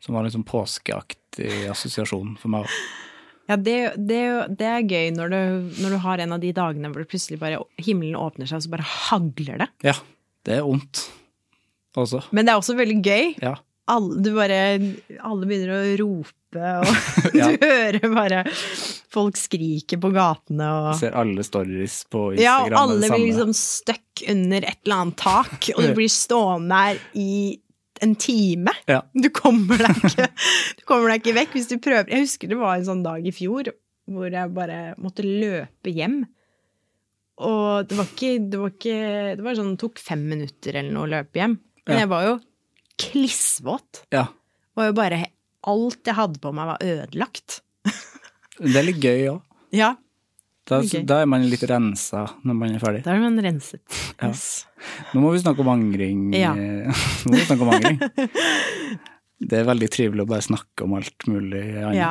Speaker 5: Som var en sånn påskeaktig assosiasjon for meg. også.
Speaker 6: Ja, det, det, det er gøy når du, når du har en av de dagene hvor det plutselig bare himmelen åpner seg, og så bare hagler det.
Speaker 5: Ja, det er vondt også.
Speaker 6: Men det er også veldig gøy.
Speaker 5: Ja.
Speaker 6: Alle, du bare, alle begynner å rope, og
Speaker 5: Ja.
Speaker 6: du hører bare folk skriker på gatene. Og...
Speaker 5: Jeg ser alle stories på
Speaker 6: Ja,
Speaker 5: Instagram.
Speaker 6: og
Speaker 5: med
Speaker 6: alle
Speaker 5: det samme.
Speaker 6: blir liksom støkk under et eller annet tak, og du blir stående her i en time.
Speaker 5: Ja.
Speaker 6: Du, kommer deg ikke, du kommer deg ikke vekk hvis du prøver. Jeg husker det var en sånn dag i fjor hvor jeg bare måtte løpe hjem. Og det var ikke Det var, ikke, det var sånn, det tok fem minutter eller noe å løpe hjem. Men
Speaker 5: Ja.
Speaker 6: jeg var jo klissvåt.
Speaker 5: Ja.
Speaker 6: Var jo bare Alt jeg hadde på meg, var ødelagt.
Speaker 5: Det er litt gøy òg.
Speaker 6: Ja,
Speaker 5: Da,
Speaker 6: Det er gøy.
Speaker 5: da er man litt rensa når man er ferdig.
Speaker 6: da er man renset. Yes.
Speaker 5: Nå må vi snakke om angring.
Speaker 6: Ja.
Speaker 5: Nå må vi snakke om angring. Det er veldig trivelig å bare snakke om alt mulig annet.
Speaker 6: Ja.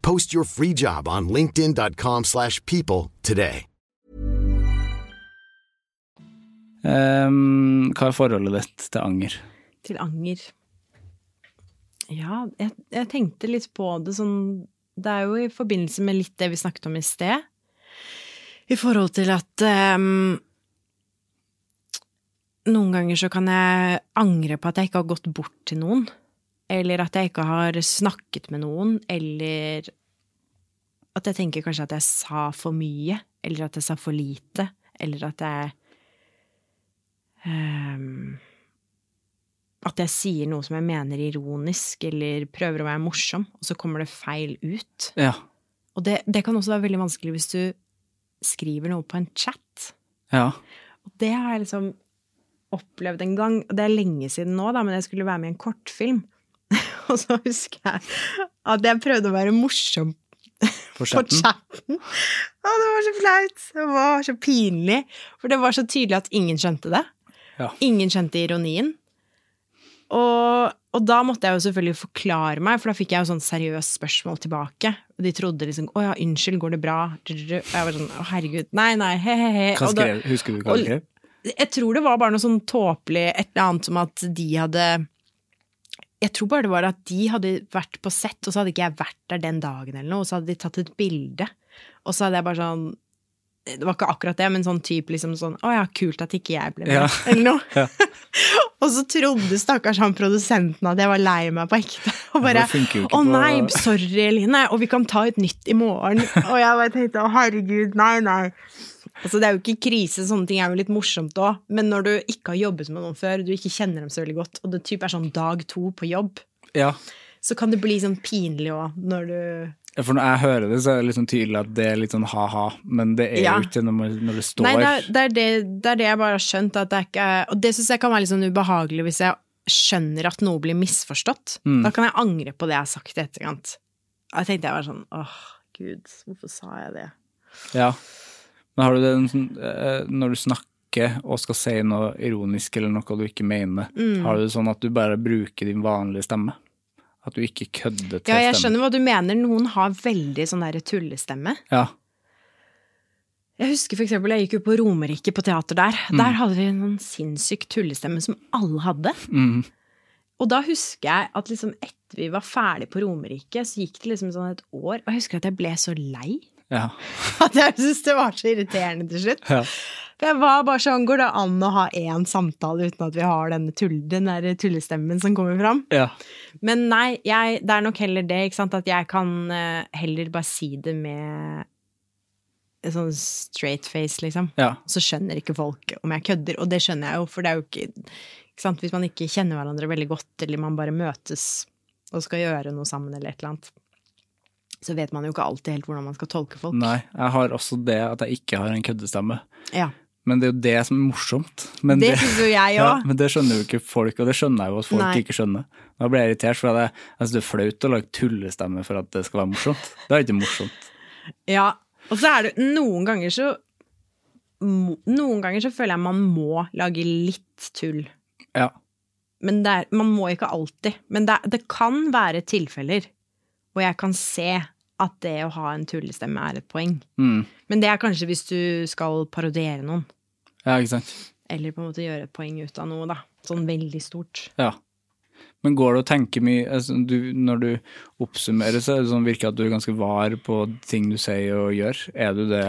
Speaker 4: Post your free job on linkedin.com/people slash people today.
Speaker 5: Ehm, hva er forholdet ditt til anger?
Speaker 6: Til anger. Ja, jeg, jeg tenkte litt på det sånn Det er jo i forbindelse med litt det vi snakket om i sted. I forhold til at ehm, Noen ganger så kan jeg angre på at jeg ikke har gått bort til noen. Eller at jeg ikke har snakket med noen. Eller at jeg tenker kanskje at jeg sa for mye. Eller at jeg sa for lite. Eller at jeg ehm, at jeg sier noe som jeg mener ironisk, eller prøver å være morsom, og så kommer det feil ut.
Speaker 5: Ja.
Speaker 6: Og det, det kan også være veldig vanskelig hvis du skriver noe på en chat.
Speaker 5: ja.
Speaker 6: Og det har jeg liksom opplevd en gang, og det er lenge siden nå, da, men jeg skulle være med i en kortfilm. og så husker jeg at jeg prøvde å være morsom
Speaker 5: På
Speaker 6: på
Speaker 5: chatten?
Speaker 6: chatten. Å, det var så flaut! Det var så pinlig. For det var så tydelig at ingen skjønte det.
Speaker 5: Ja.
Speaker 6: Ingen skjønte ironien. Og, og da måtte jeg jo selvfølgelig forklare meg, for da fikk jeg jo sånn seriøst spørsmål tilbake. Og de trodde liksom 'Å ja, unnskyld, går det bra?' Og jeg var sånn 'Å herregud, nei, nei, he-he-he'.
Speaker 5: Hva skrev, husker du hva du skrev?
Speaker 6: Jeg tror det var bare noe sånn tåpelig, et eller annet som at de hadde Jeg tror bare det var at de hadde vært på sett, og så hadde ikke jeg vært der den dagen eller noe, og så hadde de tatt et bilde. Og så hadde jeg bare sånn det var ikke akkurat det, men sånn type liksom sånn Å ja, kult at ikke jeg ble med,
Speaker 5: Ja.
Speaker 6: eller noe. og så trodde stakkars han produsenten at jeg var lei meg på ekte. Og bare
Speaker 5: det funker jo ikke
Speaker 6: Å nei,
Speaker 5: på-
Speaker 6: sorry, Line, og vi kan ta et nytt i morgen. og jeg bare tenkte å herregud, nei, nei. Altså, det er jo ikke krise, sånne ting er jo litt morsomt òg. Men når du ikke har jobbet med noen før, du ikke kjenner dem så veldig godt, og det typ er sånn dag to på jobb,
Speaker 5: Ja.
Speaker 6: så kan det bli sånn pinlig òg når du
Speaker 5: For når jeg hører det, så er det liksom tydelig at det er litt sånn ha-ha, men det er
Speaker 6: Ja.
Speaker 5: jo ikke når, man, når det står
Speaker 6: Nei, det er, det, er det, det er det jeg bare har skjønt. At det er ikke, og det syns jeg kan være litt sånn ubehagelig hvis jeg skjønner at noe blir misforstått. Da kan jeg angre på det jeg har sagt i etterkant. Da tenkte jeg bare sånn åh, gud, hvorfor sa jeg det?
Speaker 5: Ja. Men har du det en sånn, eh, når du snakker og skal si noe ironisk eller noe du ikke mener,
Speaker 6: Mm.
Speaker 5: har du det sånn at du bare bruker din vanlige stemme? At du ikke kødder til
Speaker 6: Ja, jeg
Speaker 5: stemmen?
Speaker 6: skjønner hva du mener. Noen har veldig sånn der tullestemme.
Speaker 5: Ja.
Speaker 6: Jeg husker for eksempel, jeg gikk jo på Romerike på teater der. Der hadde vi en sånn sinnssyk tullestemme som alle hadde. Og da husker jeg at liksom etter vi var ferdig på Romerike, så gikk det liksom sånn et år. Og jeg husker at jeg ble så lei.
Speaker 5: Ja.
Speaker 6: At jeg syntes det var så irriterende til slutt.
Speaker 5: Ja.
Speaker 6: For jeg var bare sånn, Går det an å ha én samtale uten at vi har denne tull, den der tullestemmen som kommer fram?
Speaker 5: ja.
Speaker 6: Men nei, jeg, det er nok heller det ikke sant? at jeg kan eh, heller bare si det med en sånn straight face, liksom.
Speaker 5: Ja.
Speaker 6: Så skjønner ikke folk om jeg kødder, og det skjønner jeg jo, for det er jo ikke, ikke sant? Hvis man ikke kjenner hverandre veldig godt, eller man bare møtes og skal gjøre noe sammen, eller et eller annet, så vet man jo ikke alltid helt hvordan man skal tolke folk.
Speaker 5: Nei, jeg har også det at jeg ikke har en køddestemme.
Speaker 6: Ja.
Speaker 5: Men det er jo det som er morsomt. Men
Speaker 6: Det synes jo jeg
Speaker 5: Ja,
Speaker 6: også.
Speaker 5: men det skjønner jo ikke folk, og det skjønner jeg jo at folk
Speaker 6: Nei.
Speaker 5: ikke skjønner. Da blir jeg irritert, for at jeg, jeg synes det er flaut å lage tullestemme for at det skal være morsomt. Det er ikke morsomt.
Speaker 6: Ja, og så er det noen ganger så må- Noen ganger så føler jeg man må lage litt tull.
Speaker 5: Ja.
Speaker 6: Men det er, man må ikke alltid. Men det, er- det kan være tilfeller hvor jeg kan se at det å ha en tullestemme er et poeng.
Speaker 5: Mm.
Speaker 6: Men det er kanskje hvis du skal parodiere noen.
Speaker 5: ja, ikke sant.
Speaker 6: Eller på en måte gjøre et poeng ut av noe, da. Sånn veldig stort.
Speaker 5: Ja. Men går det å tenke mye altså, du, Når du oppsummerer, så er det sånn, virker det at du er ganske var på ting du sier og gjør. Er du det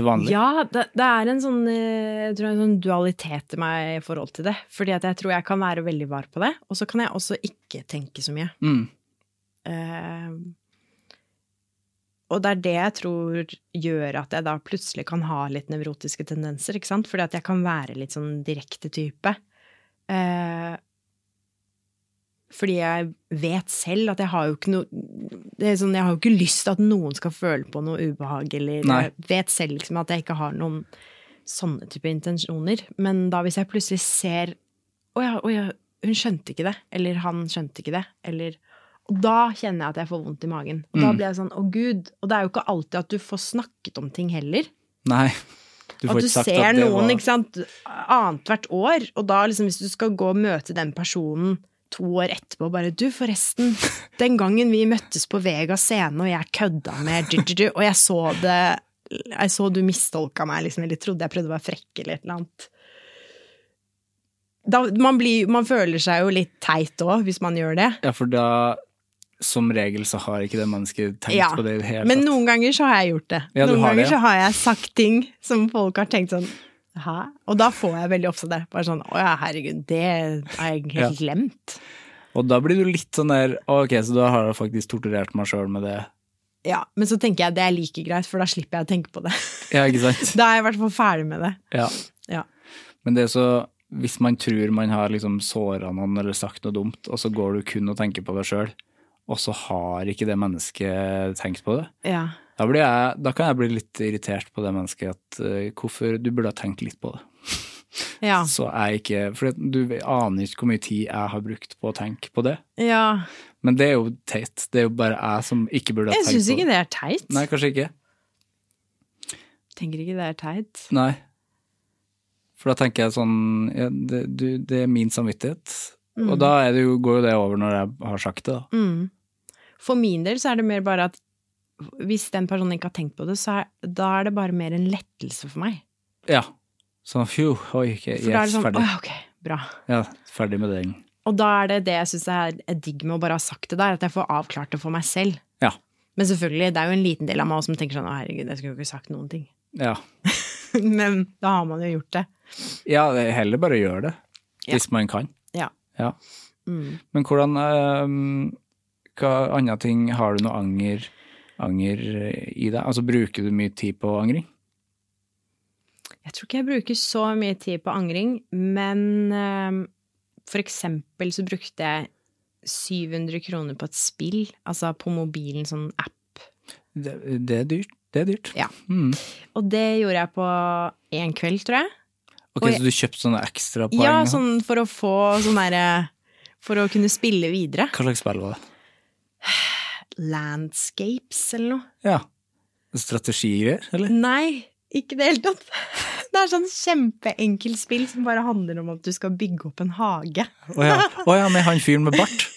Speaker 5: til vanlig?
Speaker 6: Ja, det, det er en sånn, eh, jeg tror det er en sånn dualitet i meg i forhold til det. Fordi at jeg tror jeg kan være veldig var på det, og så kan jeg også ikke tenke så mye. Eh, og det er det jeg tror gjør at jeg da plutselig kan ha litt nevrotiske tendenser, ikke sant? Fordi at jeg kan være litt sånn direkte type. Eh, fordi jeg vet selv at jeg har jo ikke noe det er sånn, Jeg har jo ikke lyst til at noen skal føle på noe ubehag, eller
Speaker 5: Nei.
Speaker 6: jeg vet selv liksom at jeg ikke har noen sånne type intensjoner. Men da hvis jeg plutselig ser Å ja, å ja, hun skjønte ikke det. Eller han skjønte ikke det. Eller Og da kjenner jeg at jeg får vondt i magen. Og da blir jeg sånn Å, gud. Og det er jo ikke alltid at du får snakket om ting heller.
Speaker 5: Nei. Du
Speaker 6: At
Speaker 5: får
Speaker 6: du
Speaker 5: ikke sagt
Speaker 6: ser
Speaker 5: at det
Speaker 6: noen
Speaker 5: var
Speaker 6: ikke sant, annethvert år, og da liksom, hvis du skal gå og møte den personen to år etterpå og bare Du, forresten, den gangen vi møttes på Vega scene, og jeg kødda med du, du, du, og jeg så det Jeg så du mistolka meg, liksom, eller trodde jeg prøvde å være frekk eller et eller annet. Da, man, blir, man føler seg jo litt teit òg, hvis man gjør det.
Speaker 5: Ja, for da som regel så har ikke det mennesket tenkt
Speaker 6: Ja,
Speaker 5: på det i det hele
Speaker 6: Men
Speaker 5: tatt.
Speaker 6: noen ganger så har jeg gjort det.
Speaker 5: Ja, du
Speaker 6: noen
Speaker 5: har
Speaker 6: ganger
Speaker 5: det, ja.
Speaker 6: så har jeg sagt ting som folk har tenkt sånn Hæ? Og da får jeg veldig oppsatt der. Bare sånn Å ja, herregud, det har jeg
Speaker 5: Ja.
Speaker 6: helt glemt.
Speaker 5: Og da blir du litt sånn der Ok, så da har jeg faktisk torturert meg sjøl med det.
Speaker 6: Ja, Men så tenker jeg det er like greit, for da slipper jeg å tenke på det.
Speaker 5: Ja, ikke sant?
Speaker 6: Da er jeg i hvert fall ferdig med det.
Speaker 5: Ja.
Speaker 6: Ja.
Speaker 5: Men det er så Hvis man tror man har liksom såra noen eller sagt noe dumt, og så går du kun og tenker på deg sjøl, og så har ikke det mennesket tenkt på det,
Speaker 6: ja.
Speaker 5: da, blir jeg, da kan jeg bli litt irritert på det mennesket at eh, hvorfor Du burde ha tenkt litt på det.
Speaker 6: Ja.
Speaker 5: Så jeg ikke For du aner ikke hvor mye tid jeg har brukt på å tenke på det.
Speaker 6: ja.
Speaker 5: Men det er jo teit. Det er jo bare jeg som ikke burde ha
Speaker 6: Jeg
Speaker 5: tenkt på
Speaker 6: syns ikke det er teit.
Speaker 5: Nei, kanskje ikke.
Speaker 6: Tenker ikke det er teit.
Speaker 5: Nei. For da tenker jeg sånn ja, det, du, det er min samvittighet.
Speaker 6: Mm.
Speaker 5: Og da er det jo, går jo det over når jeg har sagt det, da.
Speaker 6: For min del så er det mer bare at hvis den personen ikke har tenkt på det, så er, da er det bare mer en lettelse for meg.
Speaker 5: Ja. Sånn fjo, oi, ok, yes,
Speaker 6: For da er det sånn Å
Speaker 5: ferdig.
Speaker 6: ja, ok, bra.
Speaker 5: Ja, ferdig med den.
Speaker 6: Og da er det det jeg syns er er digg med å bare ha sagt det der, at jeg får avklart det for meg selv.
Speaker 5: Ja.
Speaker 6: Men selvfølgelig, det er jo en liten del av meg også som tenker sånn å herregud, jeg skulle jo ikke sagt noen ting.
Speaker 5: Ja.
Speaker 6: Men da har man jo gjort det.
Speaker 5: ja, det er heller bare gjør det. Hvis man kan.
Speaker 6: Ja.
Speaker 5: Ja.
Speaker 6: Mm.
Speaker 5: Men hvordan eh, Hva andre ting har du noe anger, anger eh, i deg? Altså bruker du mye tid på angring?
Speaker 6: Jeg tror ikke jeg bruker så mye tid på angring, men eh, for eksempel så brukte jeg 700 kroner på et spill, altså på mobilen, sånn app.
Speaker 5: Det, det er dyrt. Det er dyrt.
Speaker 6: Ja. Og det gjorde jeg på én kveld, tror jeg.
Speaker 5: Ok,
Speaker 6: Og jeg-
Speaker 5: Så du kjøpte sånne ekstra poeng?
Speaker 6: Ja,
Speaker 5: og sånn.
Speaker 6: sånn for å få sånn derre For å kunne spille videre.
Speaker 5: Hva slags spill var det?
Speaker 6: Landscapes eller noe.
Speaker 5: Ja. Strategigreier, eller?
Speaker 6: Nei, ikke i det hele tatt. Det er sånn kjempeenkelt spill som bare handler om at du skal bygge opp en hage.
Speaker 5: Å ja. Å ja, med han fyren med bart?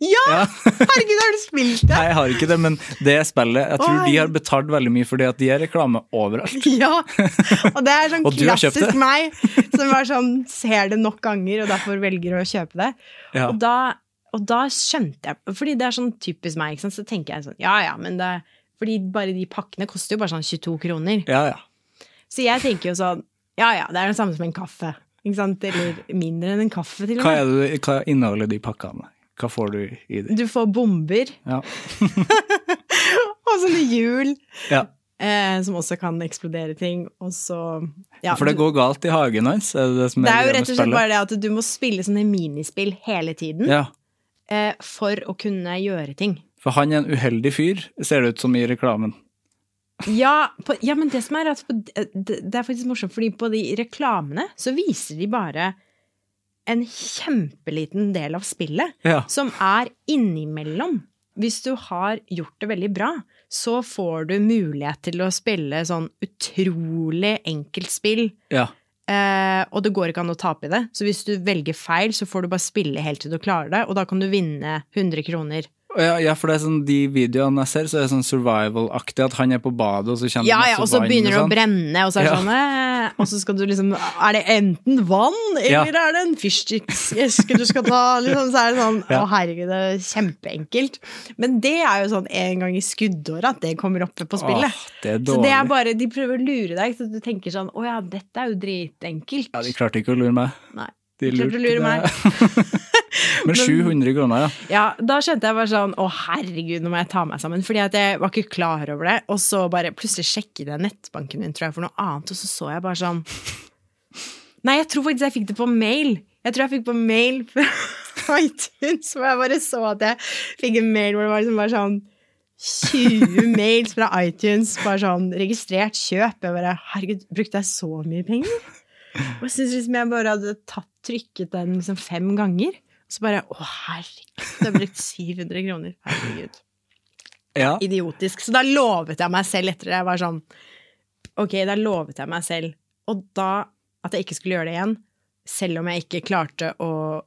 Speaker 6: Ja!
Speaker 5: Ja.
Speaker 6: Herregud, har du spilt det?
Speaker 5: Nei, jeg har ikke det, men det spillet Jeg tror
Speaker 6: Å,
Speaker 5: de har betalt veldig mye fordi at de har reklame overalt.
Speaker 6: Ja! Og det er sånn
Speaker 5: Og du har kjøpt
Speaker 6: klassisk
Speaker 5: det.
Speaker 6: meg, som bare sånn ser det nok ganger og derfor velger å kjøpe det.
Speaker 5: Ja.
Speaker 6: Og, da, og da skjønte jeg Fordi det er sånn typisk meg, ikke sant? så tenker jeg sånn ja ja, men det fordi bare de pakkene koster jo bare sånn 22 kroner.
Speaker 5: Ja, ja.
Speaker 6: Så jeg tenker jo sånn Ja ja, det er det samme som en kaffe. Ikke sant? Eller mindre enn en kaffe, til og
Speaker 5: Hva,
Speaker 6: med.
Speaker 5: er det, hva inneholder de pakkene? Hva får du i det?
Speaker 6: Du får bomber
Speaker 5: Ja.
Speaker 6: og sånne hjul
Speaker 5: ja.
Speaker 6: eh, som også kan eksplodere ting, og så ja,
Speaker 5: For det
Speaker 6: du-
Speaker 5: går galt i hagen hans? Er det, det, som
Speaker 6: det er
Speaker 5: greia
Speaker 6: jo
Speaker 5: med
Speaker 6: rett og slett
Speaker 5: spillet?
Speaker 6: bare det at du må spille sånne minispill hele tiden
Speaker 5: Ja.
Speaker 6: eh, for å kunne gjøre ting.
Speaker 5: For han er en uheldig fyr, ser det ut som i reklamen.
Speaker 6: Ja, på, ja men det som er at på, det, det er faktisk morsomt, fordi på de reklamene så viser de bare en kjempeliten del av spillet
Speaker 5: Ja.
Speaker 6: som er innimellom. Hvis du har gjort det veldig bra, så får du mulighet til å spille sånn utrolig enkelt spill,
Speaker 5: Ja.
Speaker 6: eh, og det går ikke an å tape i det. Så hvis du velger feil, så får du bare spille helt til du klarer det, og da kan du vinne 100 kroner.
Speaker 5: Og Ja, ja, for det er sånn, De videoene jeg ser, så er det sånn survival-aktig. At han er på badet, og så kommer det
Speaker 6: Ja, ja,
Speaker 5: masse
Speaker 6: og så
Speaker 5: vann
Speaker 6: begynner det å
Speaker 5: sånn.
Speaker 6: brenne, og så er det
Speaker 5: Ja.
Speaker 6: sånn eh, Og så skal du liksom Er det enten vann,
Speaker 5: Ja.
Speaker 6: eller er det en fyrstikkeske du skal ta? Liksom, så er det sånn Å,
Speaker 5: Ja.
Speaker 6: herregud, det er kjempeenkelt. Men det er jo sånn en gang i skuddåret at det kommer opp på spillet.
Speaker 5: Åh, det er
Speaker 6: så det
Speaker 5: dårlig.
Speaker 6: er bare De prøver å lure deg, så du tenker sånn Å ja, dette er jo dritenkelt.
Speaker 5: Ja, De klarte ikke å lure meg.
Speaker 6: Nei.
Speaker 5: De
Speaker 6: De klarte å lure meg.
Speaker 5: Men 700 kroner, ja.
Speaker 6: Ja, da skjønte jeg bare sånn Å, herregud, nå må jeg ta meg sammen. Fordi at jeg var ikke klar over det. Og så bare plutselig sjekket jeg nettbanken min tror jeg, for noe annet, og så så jeg bare sånn Nei, jeg tror faktisk jeg fikk det på mail. Jeg tror jeg fikk på mail fra iTunes, hvor jeg bare så at jeg fikk en mail hvor det var liksom bare sånn 20 mails fra iTunes, bare sånn registrert kjøp. Jeg bare Herregud, brukte jeg så mye penger? Og jeg syns liksom jeg bare hadde tatt, trykket den liksom fem ganger. Og så bare Å, herregud, jeg har brukt 700 kroner. Herregud.
Speaker 5: ja.
Speaker 6: Idiotisk. Så da lovet jeg meg selv etter det. Jeg var sånn Ok, da lovet jeg meg selv. Og da at jeg ikke skulle gjøre det igjen, selv om jeg ikke klarte å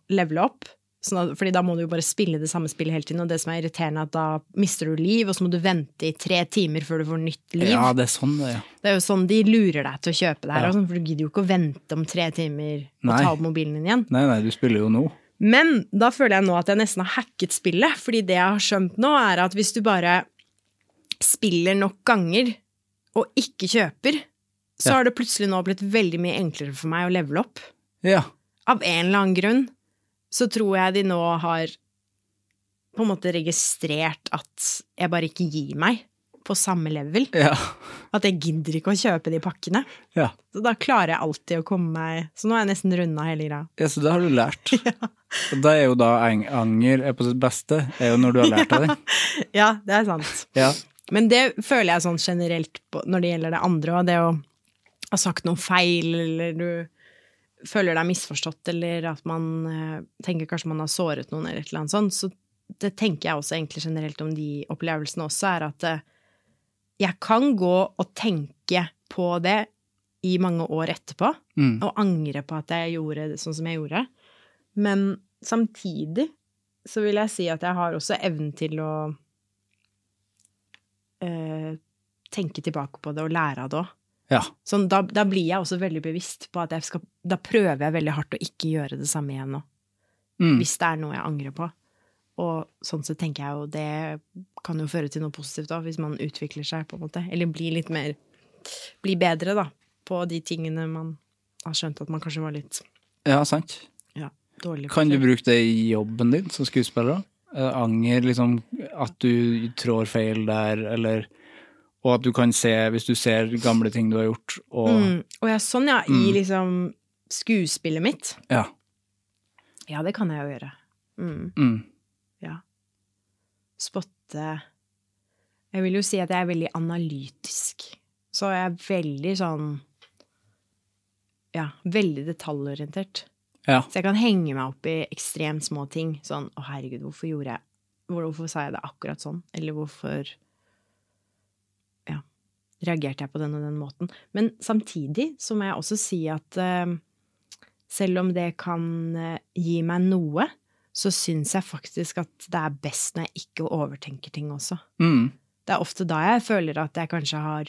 Speaker 6: levele opp. Sånn at, fordi da må du jo bare spille det samme spillet hele tiden, og det som er irriterende, er at da mister du liv, og så må du vente i tre timer før du får nytt liv.
Speaker 5: ja, det er sånn det er. ja.
Speaker 6: Det er jo sånn de lurer deg til å kjøpe det her,
Speaker 5: Ja.
Speaker 6: og sånn, for du gidder jo ikke å vente om tre timer og
Speaker 5: Nei.
Speaker 6: ta opp mobilen din igjen.
Speaker 5: Nei, nei, du spiller jo nå.
Speaker 6: Men da føler jeg nå at jeg nesten har hacket spillet, fordi det jeg har skjønt nå, er at hvis du bare spiller nok ganger og ikke kjøper, så
Speaker 5: Ja.
Speaker 6: har det plutselig nå blitt veldig mye enklere for meg å levele opp.
Speaker 5: Ja.
Speaker 6: Av en eller annen grunn så tror jeg de nå har på en måte registrert at jeg bare ikke gir meg på samme level.
Speaker 5: Ja.
Speaker 6: At jeg gidder ikke å kjøpe de pakkene.
Speaker 5: ja.
Speaker 6: Så da klarer jeg alltid å komme meg Så nå har jeg nesten runda hele greia.
Speaker 5: Ja, så det har du lært. Og det er jo da ang- anger er på sitt beste, er jo når du har lært av det.
Speaker 6: Ja, det er sant.
Speaker 5: Ja.
Speaker 6: Men det føler jeg sånn generelt på, når det gjelder det andre òg, det å ha sagt noe feil, eller du føler deg misforstått, eller at man eh, tenker kanskje man har såret noen, eller et eller annet sånt. Så det tenker jeg også egentlig generelt om de opplevelsene også, er at eh, jeg kan gå og tenke på det i mange år etterpå, og angre på at jeg gjorde det sånn som jeg gjorde. Men samtidig så vil jeg si at jeg har også evnen til å eh, tenke tilbake på det og lære av det òg.
Speaker 5: ja.
Speaker 6: Sånn, da, da blir jeg også veldig bevisst på at jeg skal Da prøver jeg veldig hardt å ikke gjøre det samme igjen nå.
Speaker 5: Mm.
Speaker 6: Hvis det er noe jeg angrer på. Og sånn sett tenker jeg jo det kan jo føre til noe positivt òg, hvis man utvikler seg, på en måte. Eller blir litt mer bli bedre, da, på de tingene man har skjønt at man kanskje var litt
Speaker 5: Ja, sant.
Speaker 6: ja, dårlig på
Speaker 5: Kan du
Speaker 6: før.
Speaker 5: bruke det i jobben din som skuespiller? da? Eh, anger, liksom at du trår feil der, eller Og at du kan se, hvis du ser gamle ting du har gjort, og
Speaker 6: Mm, og ja, sånn, ja, i
Speaker 5: Mm.
Speaker 6: liksom skuespillet mitt.
Speaker 5: Ja.
Speaker 6: Ja, det kan jeg jo gjøre. Mm.
Speaker 5: Mm.
Speaker 6: Ja. Spotte Jeg vil jo si at jeg er veldig analytisk. Så jeg er veldig sånn Ja, veldig detaljorientert.
Speaker 5: Ja.
Speaker 6: Så jeg kan henge meg opp i ekstremt små ting. Sånn 'Å, herregud, hvorfor gjorde jeg Hvorfor sa jeg det akkurat sånn?' Eller hvorfor Ja. Reagerte jeg på den og den måten? Men samtidig så må jeg også si at eh, selv om det kan eh, gi meg noe, så syns jeg faktisk at det er best når jeg ikke overtenker ting også.
Speaker 5: Mm.
Speaker 6: Det er ofte da jeg føler at jeg kanskje har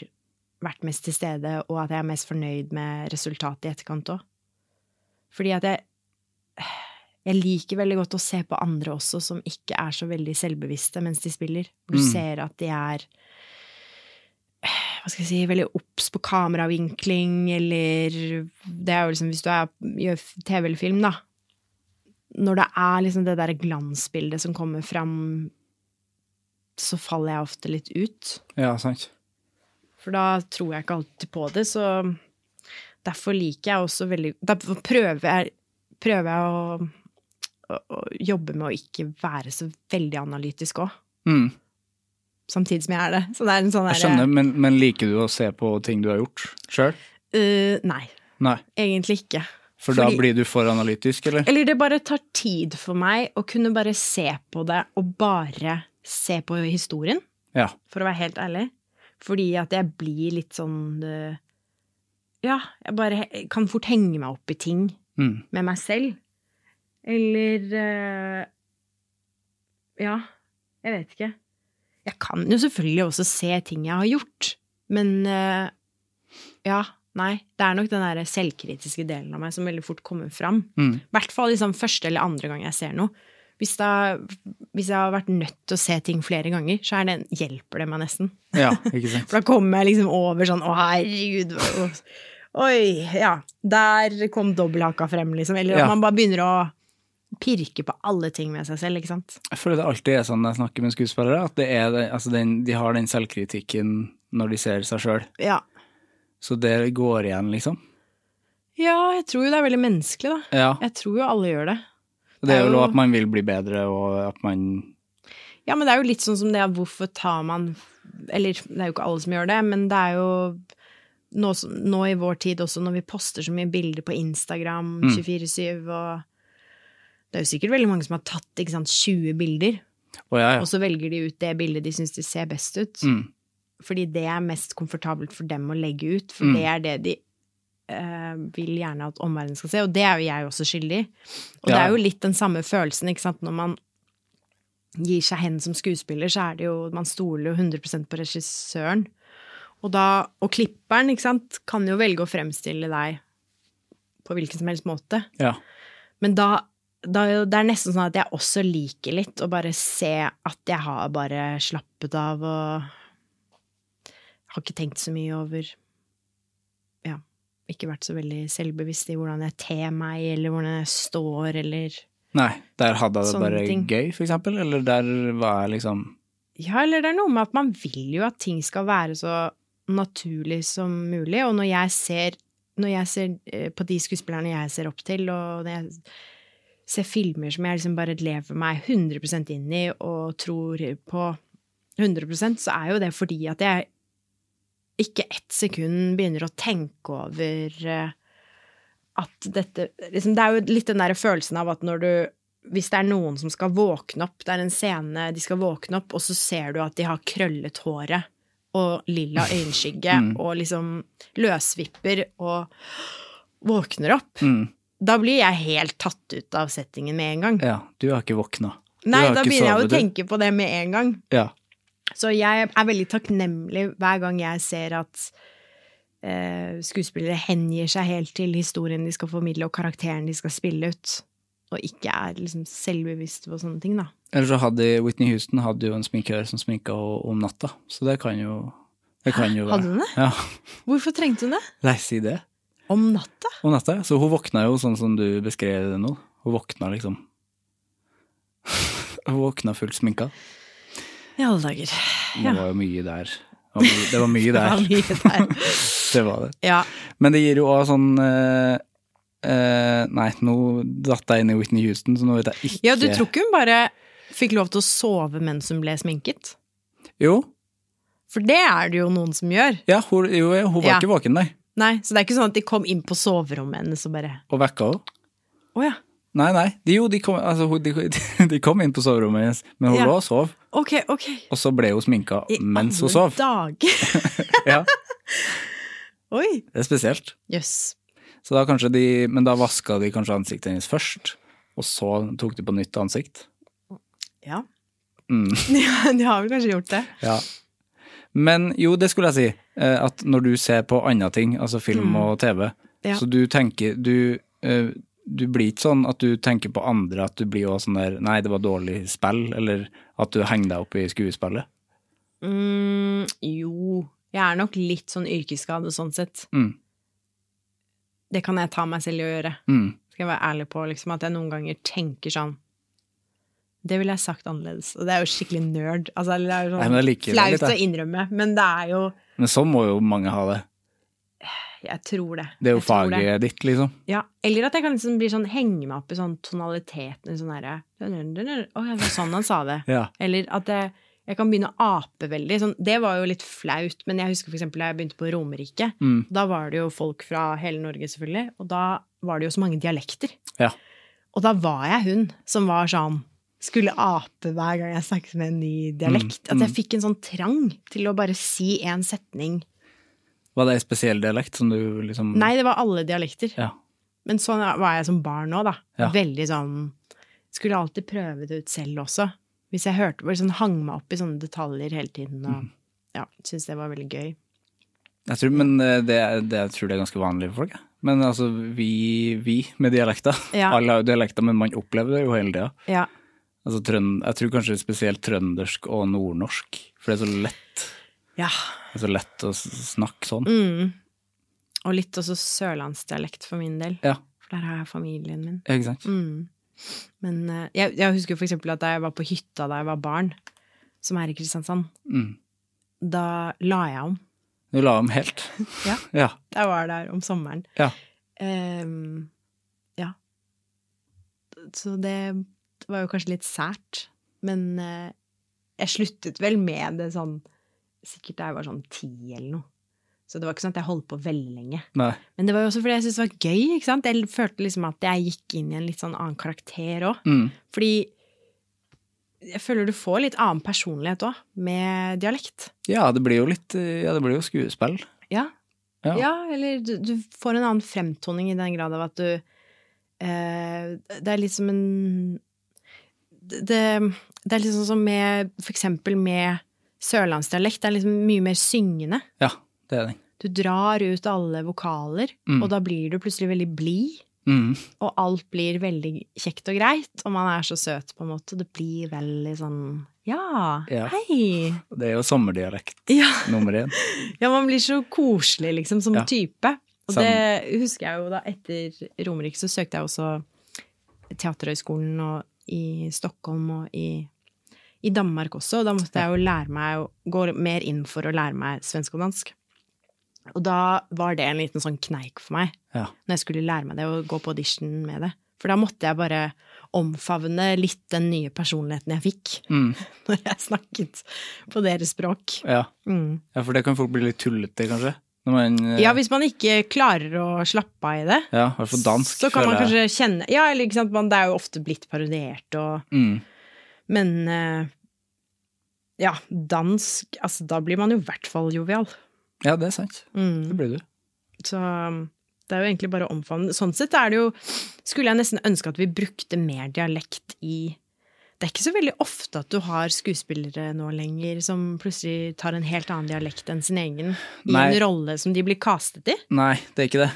Speaker 6: vært mest til stede, og at jeg er mest fornøyd med resultatet i etterkant òg. Fordi at jeg Jeg liker veldig godt å se på andre også som ikke er så veldig selvbevisste mens de spiller. Du ser at de er hva skal jeg si, veldig obs på kameravinkling, eller Det er jo liksom hvis du er, gjør TV eller film, da. Når det er liksom det derre glansbildet som kommer fram, så faller jeg ofte litt ut.
Speaker 5: ja, sant.
Speaker 6: For da tror jeg ikke alltid på det, så derfor liker jeg også veldig Derfor prøver jeg, prøver jeg å, å, å jobbe med å ikke være så veldig analytisk òg.
Speaker 5: Mm.
Speaker 6: Samtidig som jeg er det. Så det er en sånn
Speaker 5: Jeg
Speaker 6: derre-
Speaker 5: skjønner, men, men liker du å se på ting du har gjort sjøl?
Speaker 6: Øh, nei,
Speaker 5: Nei.
Speaker 6: egentlig ikke.
Speaker 5: For da
Speaker 6: Fordi-
Speaker 5: blir du for analytisk, eller?
Speaker 6: Eller det bare tar tid for meg å kunne bare se på det, og bare se på historien,
Speaker 5: Ja.
Speaker 6: for å være helt ærlig. Fordi at jeg blir litt sånn eh, Ja, jeg bare he- kan fort henge meg opp i ting
Speaker 5: Mm.
Speaker 6: med meg selv. Eller eh, Ja, jeg vet ikke. Jeg kan jo selvfølgelig også se ting jeg har gjort, men eh, ja, nei. Det er nok den der selvkritiske delen av meg som veldig fort kommer fram. I
Speaker 5: Mm.
Speaker 6: hvert fall liksom første eller andre gang jeg ser noe. Hvis, da, hvis jeg har vært nødt til å se ting flere ganger, så er det, hjelper det meg nesten.
Speaker 5: Ja, ikke sant.
Speaker 6: For da kommer jeg liksom over sånn Å, herregud. å, Oi. Ja. Der kom dobbelthaka frem, liksom. Eller
Speaker 5: Ja.
Speaker 6: at man bare begynner å pirke på alle ting med seg selv, ikke sant.
Speaker 5: Jeg føler det alltid er sånn når jeg snakker med skuespillere, at det er, den- altså den, de har den selvkritikken når de ser seg sjøl.
Speaker 6: Ja.
Speaker 5: Så det går igjen, liksom.
Speaker 6: ja, jeg tror jo det er veldig menneskelig, da.
Speaker 5: Ja.
Speaker 6: Jeg tror jo alle gjør det.
Speaker 5: Og det er
Speaker 6: Det er
Speaker 5: jo lov
Speaker 6: jo-
Speaker 5: at man vil bli bedre, og at man
Speaker 6: Ja, men det er jo litt sånn som det at hvorfor tar man Eller det er jo ikke alle som gjør det, men det er jo nå, som- nå i vår tid også, når vi poster så mye bilder på Instagram 24-7 og Det er jo sikkert veldig mange som har tatt ikke sant, 20 bilder,
Speaker 5: Å ja, ja.
Speaker 6: og så velger de ut det bildet de syns det ser best ut.
Speaker 5: Mm.
Speaker 6: Fordi det er mest komfortabelt for dem å legge ut,
Speaker 5: Mm.
Speaker 6: for det er det de eh, vil gjerne at omverdenen skal se, og det er jo jeg også skyldig i. Og det
Speaker 5: Ja.
Speaker 6: er jo litt den samme følelsen, ikke sant, når man gir seg hen som skuespiller, så er det jo Man stoler jo 100 på regissøren. Og, da, og klipperen, ikke sant, kan jo velge å fremstille deg på hvilken som helst måte.
Speaker 5: ja.
Speaker 6: Men da, da er jo- Det er nesten sånn at jeg også liker litt å bare se at jeg har bare slappet av og har ikke tenkt så mye over Ja, ikke vært så veldig selvbevisst i hvordan jeg ter meg, eller hvordan jeg står, eller
Speaker 5: Nei, der hadde jeg det
Speaker 6: Sånne
Speaker 5: bare
Speaker 6: ting.
Speaker 5: gøy, for eksempel. Eller der var jeg liksom
Speaker 6: Ja, eller det er noe med at man vil jo at ting skal være så naturlig som mulig, og når jeg ser, når jeg ser eh, på de skuespillerne jeg ser opp til, og når jeg ser filmer som jeg liksom bare lever meg 100 inn i og tror på 100 så er jo det fordi at jeg ikke ett sekund begynner å tenke over eh, at dette liksom, Det er jo litt den der følelsen av at når du Hvis det er noen som skal våkne opp, det er en scene de skal våkne opp, og så ser du at de har krøllet håret og lilla øyenskygge
Speaker 5: Mm.
Speaker 6: og liksom løsvipper og våkner opp. Da blir jeg helt tatt ut av settingen med en gang.
Speaker 5: Mm. Ja, du har ikke våkna. Du
Speaker 6: Nei,
Speaker 5: har
Speaker 6: da
Speaker 5: ikke
Speaker 6: begynner jeg jo
Speaker 5: sovet,
Speaker 6: å
Speaker 5: du.
Speaker 6: tenke på det med en gang.
Speaker 5: Ja.
Speaker 6: Så jeg er veldig takknemlig hver gang jeg ser at eh, skuespillere hengir seg helt til historien de skal formidle, og karakteren de skal spille ut. Og ikke er liksom selvbevisst på sånne ting, da.
Speaker 5: Eller så hadde Whitney Houston hadde jo en sminkør som sminka henne om natta, så det kan jo Det kan jo være.
Speaker 6: Hadde hun det?
Speaker 5: Ja.
Speaker 6: Hvorfor trengte hun det?
Speaker 5: Nei, si det.
Speaker 6: Om natta?
Speaker 5: Om natta, ja. Så hun våkna jo sånn som du beskrev det nå. Hun våkna liksom Hun våkna fullt sminka.
Speaker 6: I alle dager.
Speaker 5: Det var jo mye der. Det var mye- Det var mye
Speaker 6: Det var
Speaker 5: der.
Speaker 6: mye der.
Speaker 5: Det var det.
Speaker 6: Ja.
Speaker 5: Men det gir jo òg sånn eh, eh, Nei, nå datt jeg inn i Whitney Houston, så nå vet jeg ikke
Speaker 6: ja, du tror ikke hun bare fikk lov til å sove mens hun ble sminket?
Speaker 5: Jo,
Speaker 6: For det er det jo noen som gjør.
Speaker 5: ja, hun, jo, ja, hun var
Speaker 6: Ja.
Speaker 5: ikke våken, nei.
Speaker 6: Nei, Så det er ikke sånn at de kom inn på soverommet hennes og bare
Speaker 5: Og vekka henne.
Speaker 6: Å ja.
Speaker 5: Nei, nei. De, jo, de kom, altså, hun- de, de kom inn på soverommet hennes, men hun
Speaker 6: Ja.
Speaker 5: lå og sov.
Speaker 6: Ok, ok.
Speaker 5: Og så ble hun sminka
Speaker 6: I
Speaker 5: mens hun
Speaker 6: alle
Speaker 5: sov.
Speaker 6: Dager.
Speaker 5: Ja,
Speaker 6: Oi.
Speaker 5: det er spesielt.
Speaker 6: Jøss.
Speaker 5: Så da kanskje de, men da vaska de kanskje ansiktet hennes først, og så tok de på nytt ansikt.
Speaker 6: Ja.
Speaker 5: Mm.
Speaker 6: de har vel kanskje gjort det.
Speaker 5: Ja. Men jo, det skulle jeg si, eh, at når du ser på andre ting, altså film og TV,
Speaker 6: Mm. Ja.
Speaker 5: så du tenker du, eh, du blir ikke sånn at du tenker på andre, at du blir også sånn der Nei, det var dårlig spill, eller at du henger deg opp i skuespillet.
Speaker 6: Mm, jo. Jeg er nok litt sånn yrkesskade sånn sett.
Speaker 5: Mm.
Speaker 6: Det kan jeg ta meg selv i å gjøre.
Speaker 5: Mm.
Speaker 6: Skal jeg være ærlig på liksom, at jeg noen ganger tenker sånn Det ville jeg sagt annerledes. Og det er jo skikkelig nerd. Altså, det er jo
Speaker 5: Nei, men jeg
Speaker 6: sånn
Speaker 5: liker det litt,
Speaker 6: flaut å
Speaker 5: jeg.
Speaker 6: innrømme, men det er jo
Speaker 5: Men sånn må jo mange ha det.
Speaker 6: Jeg tror det.
Speaker 5: Det er jo
Speaker 6: Jeg tror det.
Speaker 5: faget ditt, liksom.
Speaker 6: Ja, Eller at jeg kan liksom bli sånn, henge meg opp i sånn tonaliteten. Sånn derre Å ja, det var sånn han sa det.
Speaker 5: Ja.
Speaker 6: Eller at jeg, jeg kan begynne å ape veldig. Sånn, det var jo litt flaut, men jeg husker f.eks. da jeg begynte på Romerike. Da var det jo folk fra hele Norge, selvfølgelig. Og da var det jo så mange dialekter.
Speaker 5: Ja.
Speaker 6: Og da var jeg hun som var sånn skulle ape hver gang jeg snakket med en ny dialekt. At jeg fikk en sånn trang til å bare si én setning.
Speaker 5: Var det en spesiell dialekt som du liksom
Speaker 6: Nei, det var alle dialekter.
Speaker 5: Ja.
Speaker 6: Men sånn var jeg som barn òg, da.
Speaker 5: Ja.
Speaker 6: Veldig sånn Skulle alltid prøve det ut selv også. Hvis jeg hørte bare sånn, Hang meg opp i sånne detaljer hele
Speaker 5: Mm.
Speaker 6: tiden og ja, syntes det var veldig gøy.
Speaker 5: Jeg tror, men eh, det, det, jeg tror det er ganske vanlig for folk. jeg. Men altså, vi, vi med dialekter.
Speaker 6: Ja.
Speaker 5: Alle har jo dialekter, men man opplever det jo hele tida.
Speaker 6: Ja.
Speaker 5: Altså, trøn, jeg tror kanskje spesielt trøndersk og nordnorsk, for det er så lett,
Speaker 6: ja.
Speaker 5: det er så lett å s- snakke sånn.
Speaker 6: Mm. Og litt også sørlandsdialekt for min del.
Speaker 5: Ja,
Speaker 6: For der har jeg familien min.
Speaker 5: ikke sant?
Speaker 6: Mm. Men eh, jeg, jeg husker for eksempel at da jeg var på hytta da jeg var barn, som er i Kristiansand,
Speaker 5: Mm.
Speaker 6: da la jeg om.
Speaker 5: Du la om helt.
Speaker 6: Ja.
Speaker 5: Ja,
Speaker 6: Jeg var der om sommeren.
Speaker 5: ja.
Speaker 6: Ehm, ja. Så det var jo kanskje litt sært. Men eh, jeg sluttet vel med det sånn Sikkert da jeg var sånn ti eller noe. Så det var ikke sånn at jeg holdt på veldig lenge.
Speaker 5: Nei.
Speaker 6: Men det var jo også fordi jeg syntes det var gøy. ikke sant? Jeg følte liksom at jeg gikk inn i en litt sånn annen karakter òg. Fordi jeg føler du får litt annen personlighet òg, med dialekt.
Speaker 5: Ja, det blir jo litt eh, Ja, det blir jo skuespill.
Speaker 6: Ja.
Speaker 5: Ja.
Speaker 6: Ja, eller du, du får en annen fremtoning i den grad av at du eh, Det er litt som en det, det er litt sånn som med For eksempel med sørlandsdialekt. Det er liksom mye mer syngende.
Speaker 5: Ja, det er den.
Speaker 6: Du drar ut alle vokaler, og da blir du plutselig veldig blid.
Speaker 5: Mm.
Speaker 6: Og alt blir veldig kjekt og greit, og man er så søt, på en måte. Det blir veldig sånn Ja,
Speaker 5: Ja.
Speaker 6: hei!
Speaker 5: Det er jo sommerdialekt
Speaker 6: Ja.
Speaker 5: nummer én.
Speaker 6: Ja, man blir så koselig, liksom, som
Speaker 5: Ja.
Speaker 6: type. Og
Speaker 5: Sammen.
Speaker 6: det husker jeg jo da etter Romerike, så søkte jeg også Teaterhøgskolen og i Stockholm og i, i Danmark også. Og da måtte jeg jo lære meg å gå mer inn for å lære meg svensk og dansk. Og da var det en liten sånn kneik for meg,
Speaker 5: Ja.
Speaker 6: når jeg skulle lære meg det og gå på audition med det. For da måtte jeg bare omfavne litt den nye personligheten jeg fikk når jeg snakket på deres språk.
Speaker 5: Ja. ja, for det kan folk bli litt tullete, kanskje. Når man eh,
Speaker 6: Mm. Ja, hvis man ikke klarer å slappe av i det,
Speaker 5: Ja, i hvert fall dansk,
Speaker 6: så kan man
Speaker 5: føler jeg.
Speaker 6: kanskje kjenne Ja, eller ikke sant, man, det er jo ofte blitt parodiert og
Speaker 5: Mm.
Speaker 6: Men eh, ja, dansk Altså, da blir man jo i hvert fall jovial.
Speaker 5: Ja, det er sant.
Speaker 6: Mm.
Speaker 5: Det blir du.
Speaker 6: Så det er jo egentlig bare å omfavne Sånn sett er det jo Skulle jeg nesten ønske at vi brukte mer dialekt i det er ikke så veldig ofte at du har skuespillere nå lenger som plutselig tar en helt annen dialekt enn sin egen i
Speaker 5: Nei.
Speaker 6: en rolle som de blir castet i.
Speaker 5: Nei, det er ikke det.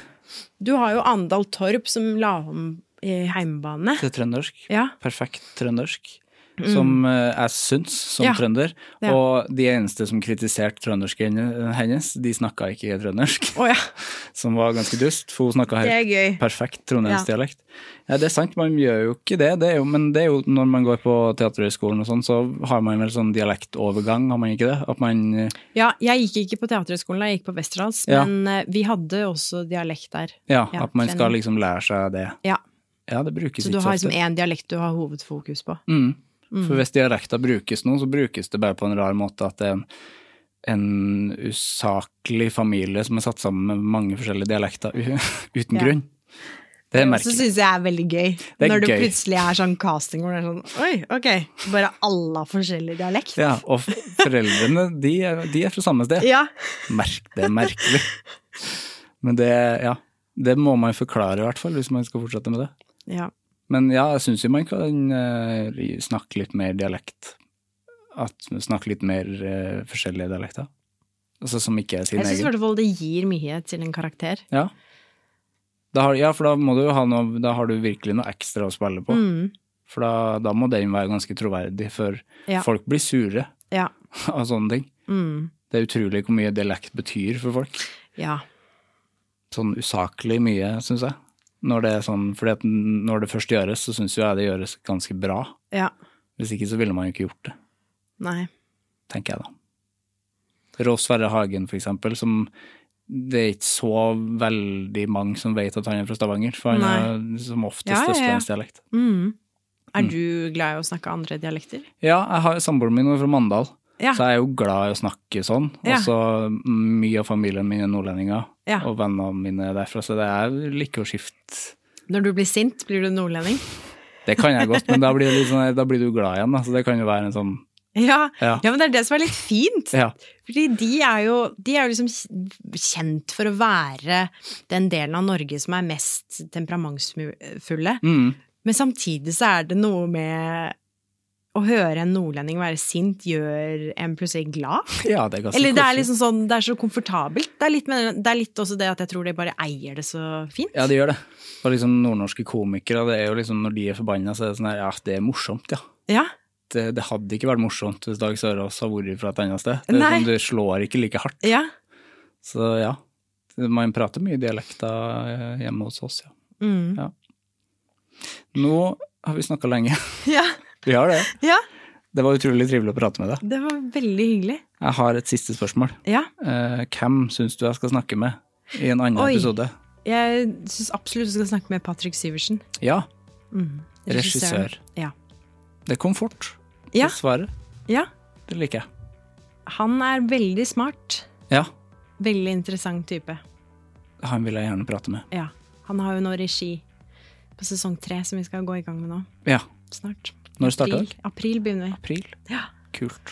Speaker 6: Du har jo Andal Torp som la om i heimebane.
Speaker 5: Til trøndersk.
Speaker 6: Ja. Mm.
Speaker 5: Perfekt trøndersk. som eh, jeg syns, som
Speaker 6: Ja,
Speaker 5: trønder.
Speaker 6: det.
Speaker 5: Og de eneste som kritiserte trøndersken hennes, de snakka ikke trøndersk.
Speaker 6: Å ja.
Speaker 5: Som var ganske dust, for hun snakka
Speaker 6: Det er
Speaker 5: helt
Speaker 6: gøy.
Speaker 5: perfekt trondheimsdialekt. Ja. det er sant, man gjør jo ikke det, det er jo, men det er jo når man går på Teaterhøgskolen og sånn, så har man vel sånn dialektovergang, har man ikke det? At man eh,
Speaker 6: Ja, jeg gikk ikke på Teaterhøgskolen, jeg gikk på Westerdals,
Speaker 5: Ja.
Speaker 6: men eh, vi hadde også dialekt der.
Speaker 5: Ja,
Speaker 6: Ja,
Speaker 5: at man skal
Speaker 6: trening.
Speaker 5: liksom lære seg det.
Speaker 6: Ja,
Speaker 5: Ja, det brukes
Speaker 6: Så du
Speaker 5: ikke så
Speaker 6: har liksom
Speaker 5: ofte.
Speaker 6: én dialekt du har hovedfokus på.
Speaker 5: For hvis dialekter brukes nå, så brukes det bare på en rar måte at det er en, en usaklig familie som er satt sammen med mange forskjellige dialekter u- uten
Speaker 6: Ja.
Speaker 5: grunn. Det er
Speaker 6: Så
Speaker 5: merkelig.
Speaker 6: syns jeg er veldig gøy
Speaker 5: er
Speaker 6: når du
Speaker 5: gøy.
Speaker 6: plutselig er sånn casting hvor det er sånn Oi, ok, bare alle har forskjellig dialekt.
Speaker 5: Ja, og f- foreldrene, de er, de er fra samme sted.
Speaker 6: Ja.
Speaker 5: Merk det, er merkelig. Men det, ja, det må man forklare i hvert fall, hvis man skal fortsette med det.
Speaker 6: ja.
Speaker 5: Men ja, jeg syns jo man kan eh, snakke litt mer dialekt. At, snakke litt mer eh, forskjellige dialekter. Altså som ikke er sin
Speaker 6: Jeg syns i
Speaker 5: egen.
Speaker 6: hvert fall det gir mye til en karakter.
Speaker 5: Ja. Da har, ja, for da må du jo ha noe Da har du virkelig noe ekstra å spille på.
Speaker 6: Mm.
Speaker 5: For da, da må den være ganske troverdig, for
Speaker 6: Ja. Mm.
Speaker 5: folk blir sure
Speaker 6: Ja.
Speaker 5: av sånne ting. Det er utrolig hvor mye dialekt betyr for folk.
Speaker 6: ja.
Speaker 5: Sånn usaklig mye, syns jeg. Når det er sånn, fordi at når det først gjøres, så syns jo jeg det gjøres ganske bra.
Speaker 6: Ja.
Speaker 5: Hvis ikke så ville man jo ikke gjort det.
Speaker 6: Nei.
Speaker 5: tenker jeg da. Rolf Sverre Hagen, for eksempel, som det er ikke så veldig mange som vet at han er fra Stavanger, for han er som oftest
Speaker 6: Ja, ja, ja.
Speaker 5: østlandsdialekt.
Speaker 6: Er du glad i å snakke andre dialekter?
Speaker 5: Ja, jeg har samboeren min er fra Mandal,
Speaker 6: Ja.
Speaker 5: så jeg er jo glad i å snakke sånn.
Speaker 6: Ja.
Speaker 5: Og så mye av familien min er nordlendinger,
Speaker 6: Ja.
Speaker 5: og vennene mine er derfra, så det er like å skifte.
Speaker 6: Når du blir sint, blir du nordlending?
Speaker 5: Det kan jeg godt, men da blir, det litt sånn, da blir du glad igjen, da. så det kan jo være en sånn
Speaker 6: Ja.
Speaker 5: Ja.
Speaker 6: ja, men det er det som er litt fint.
Speaker 5: Ja.
Speaker 6: Fordi de er jo, de er jo liksom kjent for å være den delen av Norge som er mest temperamentsfulle.
Speaker 5: Mm.
Speaker 6: Men samtidig så er det noe med å høre en nordlending være sint gjør en plutselig glad.
Speaker 5: Ja, det er ganske
Speaker 6: Eller det er
Speaker 5: koselig.
Speaker 6: liksom sånn, det er så komfortabelt. Det er litt, men det er litt også det at jeg tror de bare eier det så fint.
Speaker 5: Ja, det gjør det. Og liksom nordnorske komikere, det er jo liksom når de er forbanna, så er det sånn her Ja, det er morsomt, ja.
Speaker 6: Ja.
Speaker 5: Det, det hadde ikke vært morsomt hvis Dag Sørås har vært fra et annet sted. Det, er
Speaker 6: Nei.
Speaker 5: sånn, det slår ikke like hardt.
Speaker 6: Ja.
Speaker 5: Så ja. Man prater mye dialekter eh, hjemme hos oss, ja.
Speaker 6: Mm.
Speaker 5: ja. Nå har vi snakka lenge.
Speaker 6: Ja.
Speaker 5: Vi har det.
Speaker 6: ja.
Speaker 5: Det var utrolig trivelig å prate med deg.
Speaker 6: Det var veldig hyggelig.
Speaker 5: Jeg har et siste spørsmål.
Speaker 6: Ja.
Speaker 5: Eh, hvem syns du jeg skal snakke med i en annen
Speaker 6: Oi.
Speaker 5: episode?
Speaker 6: Jeg syns absolutt du skal snakke med Patrick Syversen.
Speaker 5: Ja,
Speaker 6: regissøren.
Speaker 5: Regissør.
Speaker 6: Ja.
Speaker 5: det kom fort.
Speaker 6: Ja.
Speaker 5: Det svaret.
Speaker 6: ja.
Speaker 5: Det liker jeg.
Speaker 6: Han er veldig smart.
Speaker 5: Ja,
Speaker 6: Veldig interessant type.
Speaker 5: han vil jeg gjerne prate med.
Speaker 6: Ja. Han har jo nå regi på sesong tre, som vi skal gå i gang med nå
Speaker 5: Ja.
Speaker 6: snart.
Speaker 5: Når starter
Speaker 6: April. April begynner vi.
Speaker 5: April.
Speaker 6: Ja.
Speaker 5: Kult.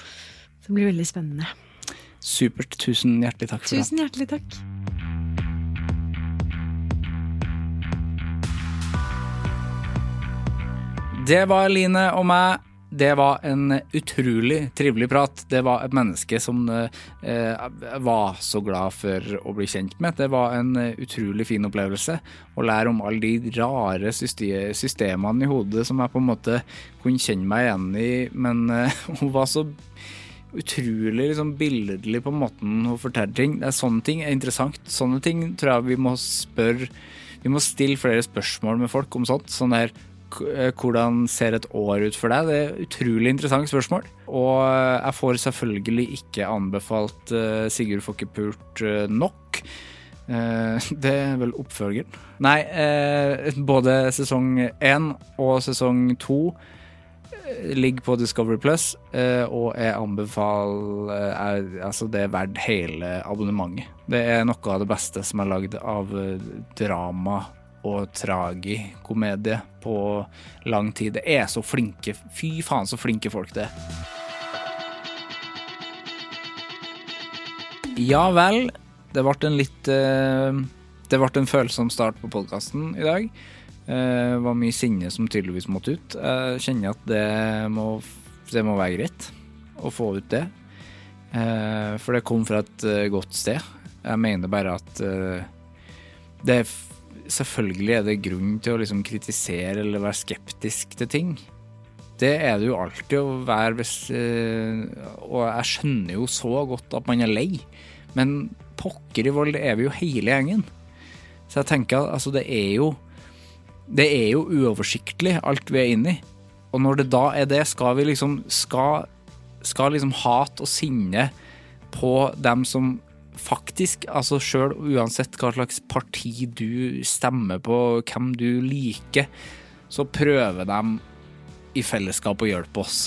Speaker 6: Det blir veldig spennende.
Speaker 5: Supert. Tusen hjertelig takk for det.
Speaker 6: Tusen hjertelig takk.
Speaker 5: Det var Line og meg. Det var en utrolig trivelig prat. Det var et menneske som eh, jeg var så glad for å bli kjent med. Det var en eh, utrolig fin opplevelse å lære om alle de rare syste- systemene i hodet som jeg på en måte kunne kjenne meg igjen i, men eh, hun var så utrolig liksom, billedlig på måten hun forteller ting. Det er sånne ting er interessant. Sånne ting tror jeg vi må spørre Vi må stille flere spørsmål med folk om sånt. Sånn der k- eh, hvordan ser et år ut for deg? Det er utrolig interessante spørsmål. Og eh, jeg får selvfølgelig ikke anbefalt eh, Sigurd Fokkepult eh, nok. Eh, Det er vel oppfølgeren. Nei, eh, både sesong én og sesong to ligger på Discovery Plus, eh, og jeg anbefaler eh, er- Altså, det er verdt hele abonnementet. Det er noe av det beste som er lagd av eh, drama og tragikomedie på lang tid. Det er så flinke Fy faen, så flinke folk det er. Ja vel. Det ble en litt eh, Det ble en følsom start på podkasten i dag. Eh, Det var mye sinne som tydeligvis måtte ut. Jeg kjenner at det må, det må være greit å få ut det. Eh, For det kom fra et eh, godt sted. Jeg mener bare at eh, det er f- Selvfølgelig er det grunn til å liksom kritisere eller være skeptisk til ting. Det er det jo alltid å være hvis eh, Og jeg skjønner jo så godt at man er lei, men pokker i vold, det er vi jo hele gjengen. Så jeg tenker at altså, det er jo Det er jo uoversiktlig, alt vi er inne i. Og når det da er det, skal vi liksom Skal, skal liksom hat og sinne på dem som faktisk, altså sjøl uansett hva slags parti du stemmer på, hvem du liker, så prøver de i fellesskap og hjelpe oss.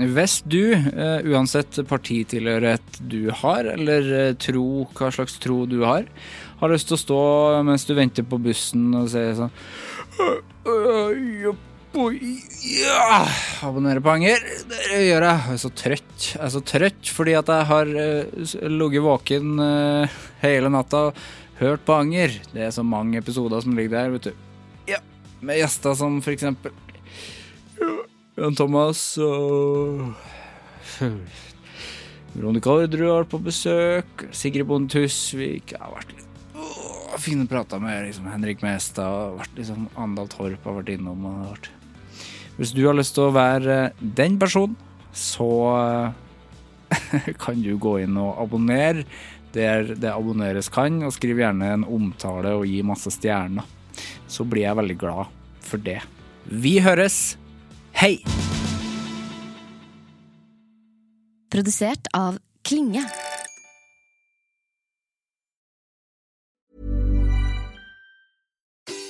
Speaker 5: Hvis du, eh, uansett partitilhørighet du har, eller eh, tro, hva slags tro du har, har lyst til å stå mens du venter på bussen og si sånn «Øh, øh, ja, boy, ja, Abonnere på Anger, det gjør jeg. Jeg er så trøtt. Jeg er så trøtt fordi at jeg har eh, s- ligget våken eh, hele natta og hørt på Anger. Det er så mange episoder som ligger der, vet du. Ja, med gjester som for eksempel Jan Thomas og Veronica Orderud har vært på besøk. Sigrid Bonde Tusvik Jeg har vært litt Åh, fine prater med liksom, Henrik Mestad. og Vært liksom Andal Torp har vært innom. Og har vært. Hvis du har lyst til å være eh, den personen, så eh, kan du gå inn og abonnere der det abonneres kan, og skriv gjerne en omtale og gi masse stjerner. Så blir jeg veldig glad for det. Vi høres! Hei!
Speaker 7: Produsert av Klinge.